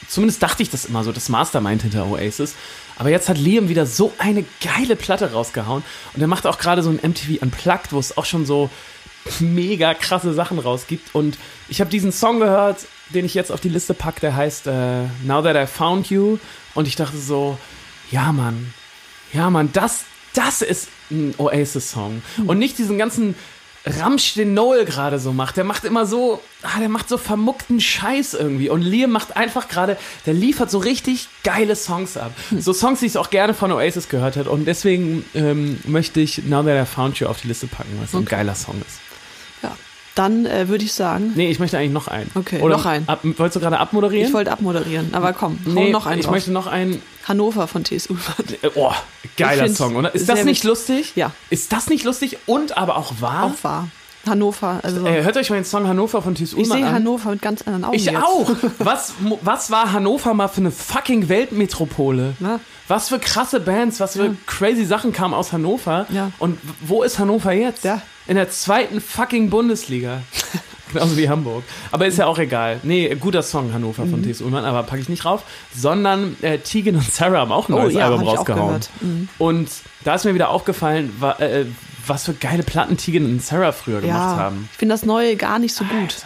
S2: zumindest dachte ich das immer so, das Mastermind hinter Oasis. Aber jetzt hat Liam wieder so eine geile Platte rausgehauen und er macht auch gerade so ein MTV Unplugged, wo es auch schon so mega krasse Sachen rausgibt. Und ich habe diesen Song gehört, den ich jetzt auf die Liste packe, der heißt äh, Now That I Found You. Und ich dachte so, ja Mann, ja, Mann, das, das ist ein Oasis-Song. Und nicht diesen ganzen Ramsch, den Noel gerade so macht. Der macht immer so, ah, der macht so vermuckten Scheiß irgendwie. Und Liam macht einfach gerade, der liefert so richtig geile Songs ab. So Songs, die ich auch gerne von Oasis gehört hätte. Und deswegen ähm, möchte ich Now That I Found You auf die Liste packen, weil es ein geiler Song ist.
S3: Ja. Dann äh, würde ich sagen,
S2: Nee, ich möchte eigentlich noch einen.
S3: Okay,
S2: Oder
S3: noch einen.
S2: Ab, wolltest du gerade abmoderieren?
S3: ich wollte abmoderieren, aber komm, hau
S2: nee,
S3: noch einen
S2: ich
S3: drauf.
S2: möchte noch einen.
S3: Hannover von TSU. Warte.
S2: Äh, Oh, geiler
S3: find's
S2: Song, oder? Ist das
S3: sehr
S2: nicht
S3: wit-
S2: lustig?
S3: Ja.
S2: Ist das nicht lustig und aber auch wahr?
S3: Auch wahr. Hannover, also
S2: Äh, hört euch mal den Song Hannover von Thies
S3: ich
S2: Ullmann
S3: sehe
S2: an.
S3: Hannover mit ganz anderen Augen
S2: ich
S3: jetzt.
S2: auch.
S3: *laughs*
S2: Was, mo- was war Hannover mal für eine fucking Weltmetropole?
S3: Ja.
S2: Was für krasse Bands, was für crazy Sachen kamen aus Hannover?
S3: Ja.
S2: Und w- wo ist Hannover jetzt?
S3: Ja.
S2: In der zweiten fucking
S3: *laughs*
S2: Bundesliga. Genauso wie Hamburg. Aber ist ja auch egal. Nee, äh, guter Song Hannover von mhm. T.S. Ullmann, aber packe ich nicht rauf. Sondern äh, Tegan und Sarah haben auch ein
S3: Oh,
S2: neues
S3: ja,
S2: Album
S3: hab ich auch
S2: rausgehauen.
S3: gehört. Mhm.
S2: Und da ist mir wieder aufgefallen, wa äh, was für geile Platten Tegan und Sarah früher gemacht
S3: ja.
S2: haben.
S3: Ich finde das Neue gar nicht so gut.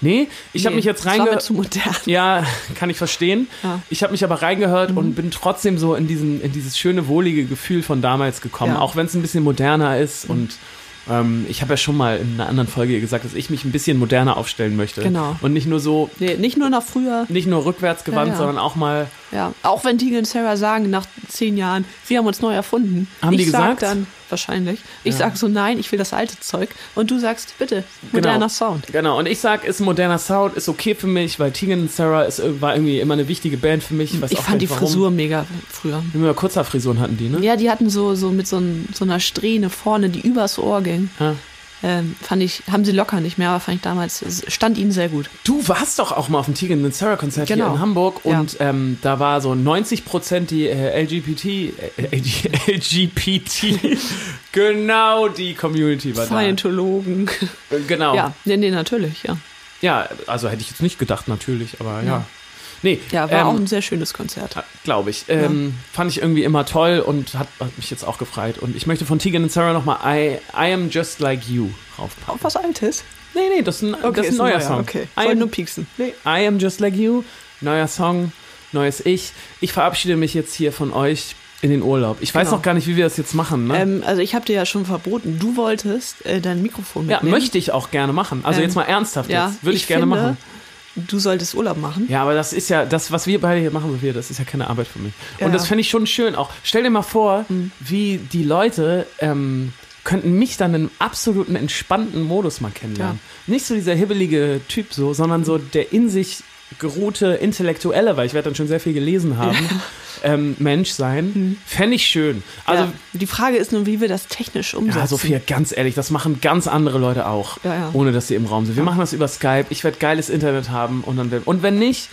S2: Nee, ich habe mich jetzt
S3: das war mir
S2: reingehört.
S3: zu modern.
S2: Ja, kann ich verstehen.
S3: Ja. Mhm.
S2: Ich habe mich aber reingehört und bin trotzdem so in, diesen, in dieses schöne, wohlige Gefühl von damals gekommen,
S3: Ja. Mhm.
S2: auch wenn es ein bisschen moderner ist. Und ähm, ich habe ja schon mal in einer anderen Folge hier gesagt, dass ich mich ein bisschen moderner aufstellen möchte.
S3: Genau.
S2: Und nicht nur so,
S3: Nee, nicht nur nach früher.
S2: nicht nur rückwärts gewandt,
S3: Ja, ja.
S2: sondern auch mal.
S3: Ja. Auch wenn Teagle und Sarah sagen, nach zehn Jahren, sie haben uns neu erfunden.
S2: Haben
S3: ich
S2: die
S3: sag
S2: gesagt?
S3: dann, wahrscheinlich. Ich sag so, nein, ich will das alte Zeug. Und du sagst, bitte, moderner Sound.
S2: Genau, und ich sag, ist moderner Sound, ist okay für mich, weil Tegan und Sarah ist, ir- war irgendwie immer eine wichtige Band für mich. Ich, weiß
S3: Ich
S2: auch
S3: fand die
S2: nicht, warum.
S3: Frisur mega früher.
S2: Immer Kurzhaarfrisuren hatten die, ne?
S3: Ja, die hatten so, so mit so, n- so einer Strähne vorne, die übers Ohr ging.
S2: Ja.
S3: Ähm, fand ich, haben sie locker nicht mehr, aber fand ich damals, stand ihnen sehr gut.
S2: Du warst doch auch mal auf dem Tegan and Sarah Konzert
S3: Genau.
S2: hier in Hamburg
S3: Ja.
S2: und ähm, da war so 90 Prozent die äh, LGBT, äh, *laughs*
S3: *laughs*
S2: LGBT, genau die Community war
S3: Scientologen.
S2: da. Äh, Genau.
S3: Ja, nee, nee, natürlich, ja.
S2: Ja, also hätte ich jetzt nicht gedacht natürlich, aber ja. Nee,
S3: Ja, war
S2: ähm,
S3: auch ein sehr schönes Konzert.
S2: glaube ich. Ähm, Fand ich irgendwie immer toll und hat, hat mich jetzt auch gefreut. Und ich möchte von Tegan and Sarah nochmal I, I Am Just Like You raufpacken.
S3: Auch was Altes?
S2: Nee, nee, das ist ein, das ist ein neuer Song.
S3: Okay,
S2: I
S3: wollte
S2: am
S3: nur pieksen.
S2: Nee, I am just like you. Neuer Song, neues Ich. Ich verabschiede mich jetzt hier von euch in den Urlaub. Ich weiß
S3: Genau.
S2: noch gar nicht, wie wir das jetzt machen. Ne?
S3: Ähm, also ich habe dir ja schon verboten, du wolltest äh, dein Mikrofon
S2: ja,
S3: mitnehmen.
S2: möchte ich auch gerne machen. Also
S3: ähm,
S2: jetzt mal ernsthaft
S3: Ja,
S2: jetzt. Würde ich, gerne
S3: finde,
S2: machen.
S3: Du solltest Urlaub machen.
S2: Ja, aber das ist ja, das, was wir beide hier machen, Sophia, das ist ja keine Arbeit für mich.
S3: Ja. Mhm.
S2: Und das fände ich schon schön auch. Stell dir mal vor, wie die Leute ähm, könnten mich dann in absoluten entspannten Modus mal kennenlernen. Nicht so dieser hibbelige Typ so, sondern so der in sich geruhte Intellektuelle, weil ich werde dann schon sehr viel gelesen haben, ähm, Mensch sein. Fände ich schön. Also,
S3: Mhm. ja. Die Frage ist nun, wie wir das technisch umsetzen.
S2: ja, Sophia, ganz ehrlich, das machen ganz andere Leute auch,
S3: Ja, ja.
S2: ohne dass sie im Raum sind. Wir machen das über Skype, ich werde geiles Internet haben und dann und wenn nicht,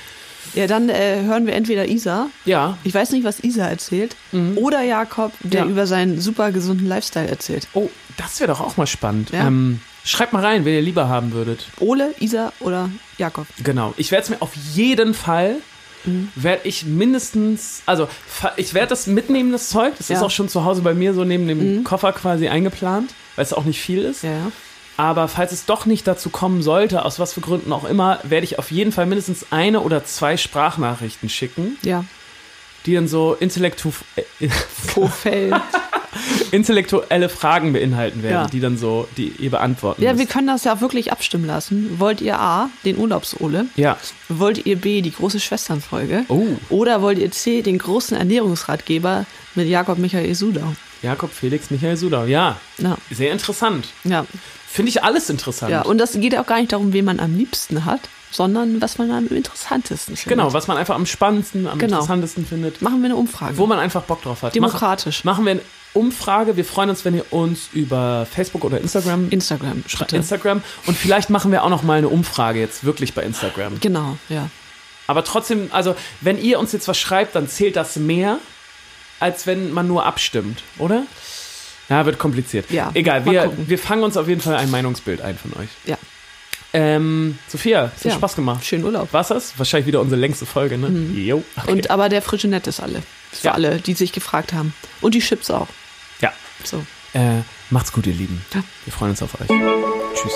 S3: Ja, dann äh, hören wir entweder Isa,
S2: ja,
S3: ich weiß nicht, was Isa erzählt, oder Jakob, der
S2: Mhm. Ja.
S3: über seinen super gesunden Lifestyle erzählt.
S2: Oh, das wäre doch auch mal spannend.
S3: Ja.
S2: Ähm, schreibt mal rein, wen ihr lieber haben würdet.
S3: Ole, Isa oder Jakob.
S2: Genau. Ich werde es mir auf jeden Fall,
S3: Mhm.
S2: werde ich mindestens, also fa- ich werde das mitnehmen, das Zeug. Das ist
S3: Ja. Mhm.
S2: auch schon zu Hause bei mir so neben dem Koffer quasi eingeplant, weil es auch nicht viel ist.
S3: Ja, ja.
S2: Aber falls es doch nicht dazu kommen sollte, aus was für Gründen auch immer, werde ich auf jeden Fall mindestens eine oder zwei Sprachnachrichten schicken,
S3: Ja.
S2: die dann so intellektu äh, *laughs*
S3: Pofell.
S2: intellektuelle Fragen beinhalten werden,
S3: Ja.
S2: die dann so, die ihr beantworten
S3: ja, wir
S2: müsst.
S3: können das ja auch wirklich abstimmen lassen. Wollt ihr A, den Urlaubsole?
S2: Ja.
S3: Wollt ihr B, die große Schwesternfolge?
S2: Oh.
S3: Oder wollt ihr C, den großen Ernährungsratgeber mit Jakob Michael Sudau?
S2: Jakob Felix Michael Sudau, ja.
S3: Ja.
S2: Sehr interessant.
S3: Ja.
S2: Finde ich alles interessant.
S3: ja. Und das geht auch gar nicht darum, wen man am liebsten hat, sondern was man am interessantesten findet.
S2: genau, was man einfach am spannendsten, am
S3: Genau.
S2: interessantesten findet,
S3: Machen wir eine Umfrage.
S2: wo man einfach Bock drauf hat.
S3: Demokratisch.
S2: Machen, machen wir eine Umfrage. Wir freuen uns, wenn ihr uns über Facebook oder Instagram
S3: Instagram.
S2: schreibt.
S3: bitte.
S2: Instagram. Und vielleicht machen wir auch noch mal eine Umfrage jetzt wirklich bei Instagram.
S3: genau, ja.
S2: Aber trotzdem, also wenn ihr uns jetzt was schreibt, dann zählt das mehr, als wenn man nur abstimmt, oder? Ja, wird kompliziert.
S3: Ja,
S2: Egal,
S3: mal
S2: wir,
S3: gucken.
S2: wir fangen uns auf jeden Fall ein Meinungsbild ein von euch.
S3: Ja.
S2: Ähm, Sophia, es hat
S3: Ja.
S2: Spaß gemacht.
S3: Schönen Urlaub. Mhm.
S2: Was das? Wahrscheinlich wieder unsere längste Folge, ne? Jo. Okay.
S3: Und aber der frische Nett ist alle. Für
S2: Ja.
S3: alle, die sich gefragt haben. Und die Chips auch.
S2: ja.
S3: So.
S2: Äh, macht's gut, ihr Lieben.
S3: Ja.
S2: Wir freuen uns auf euch. Tschüss.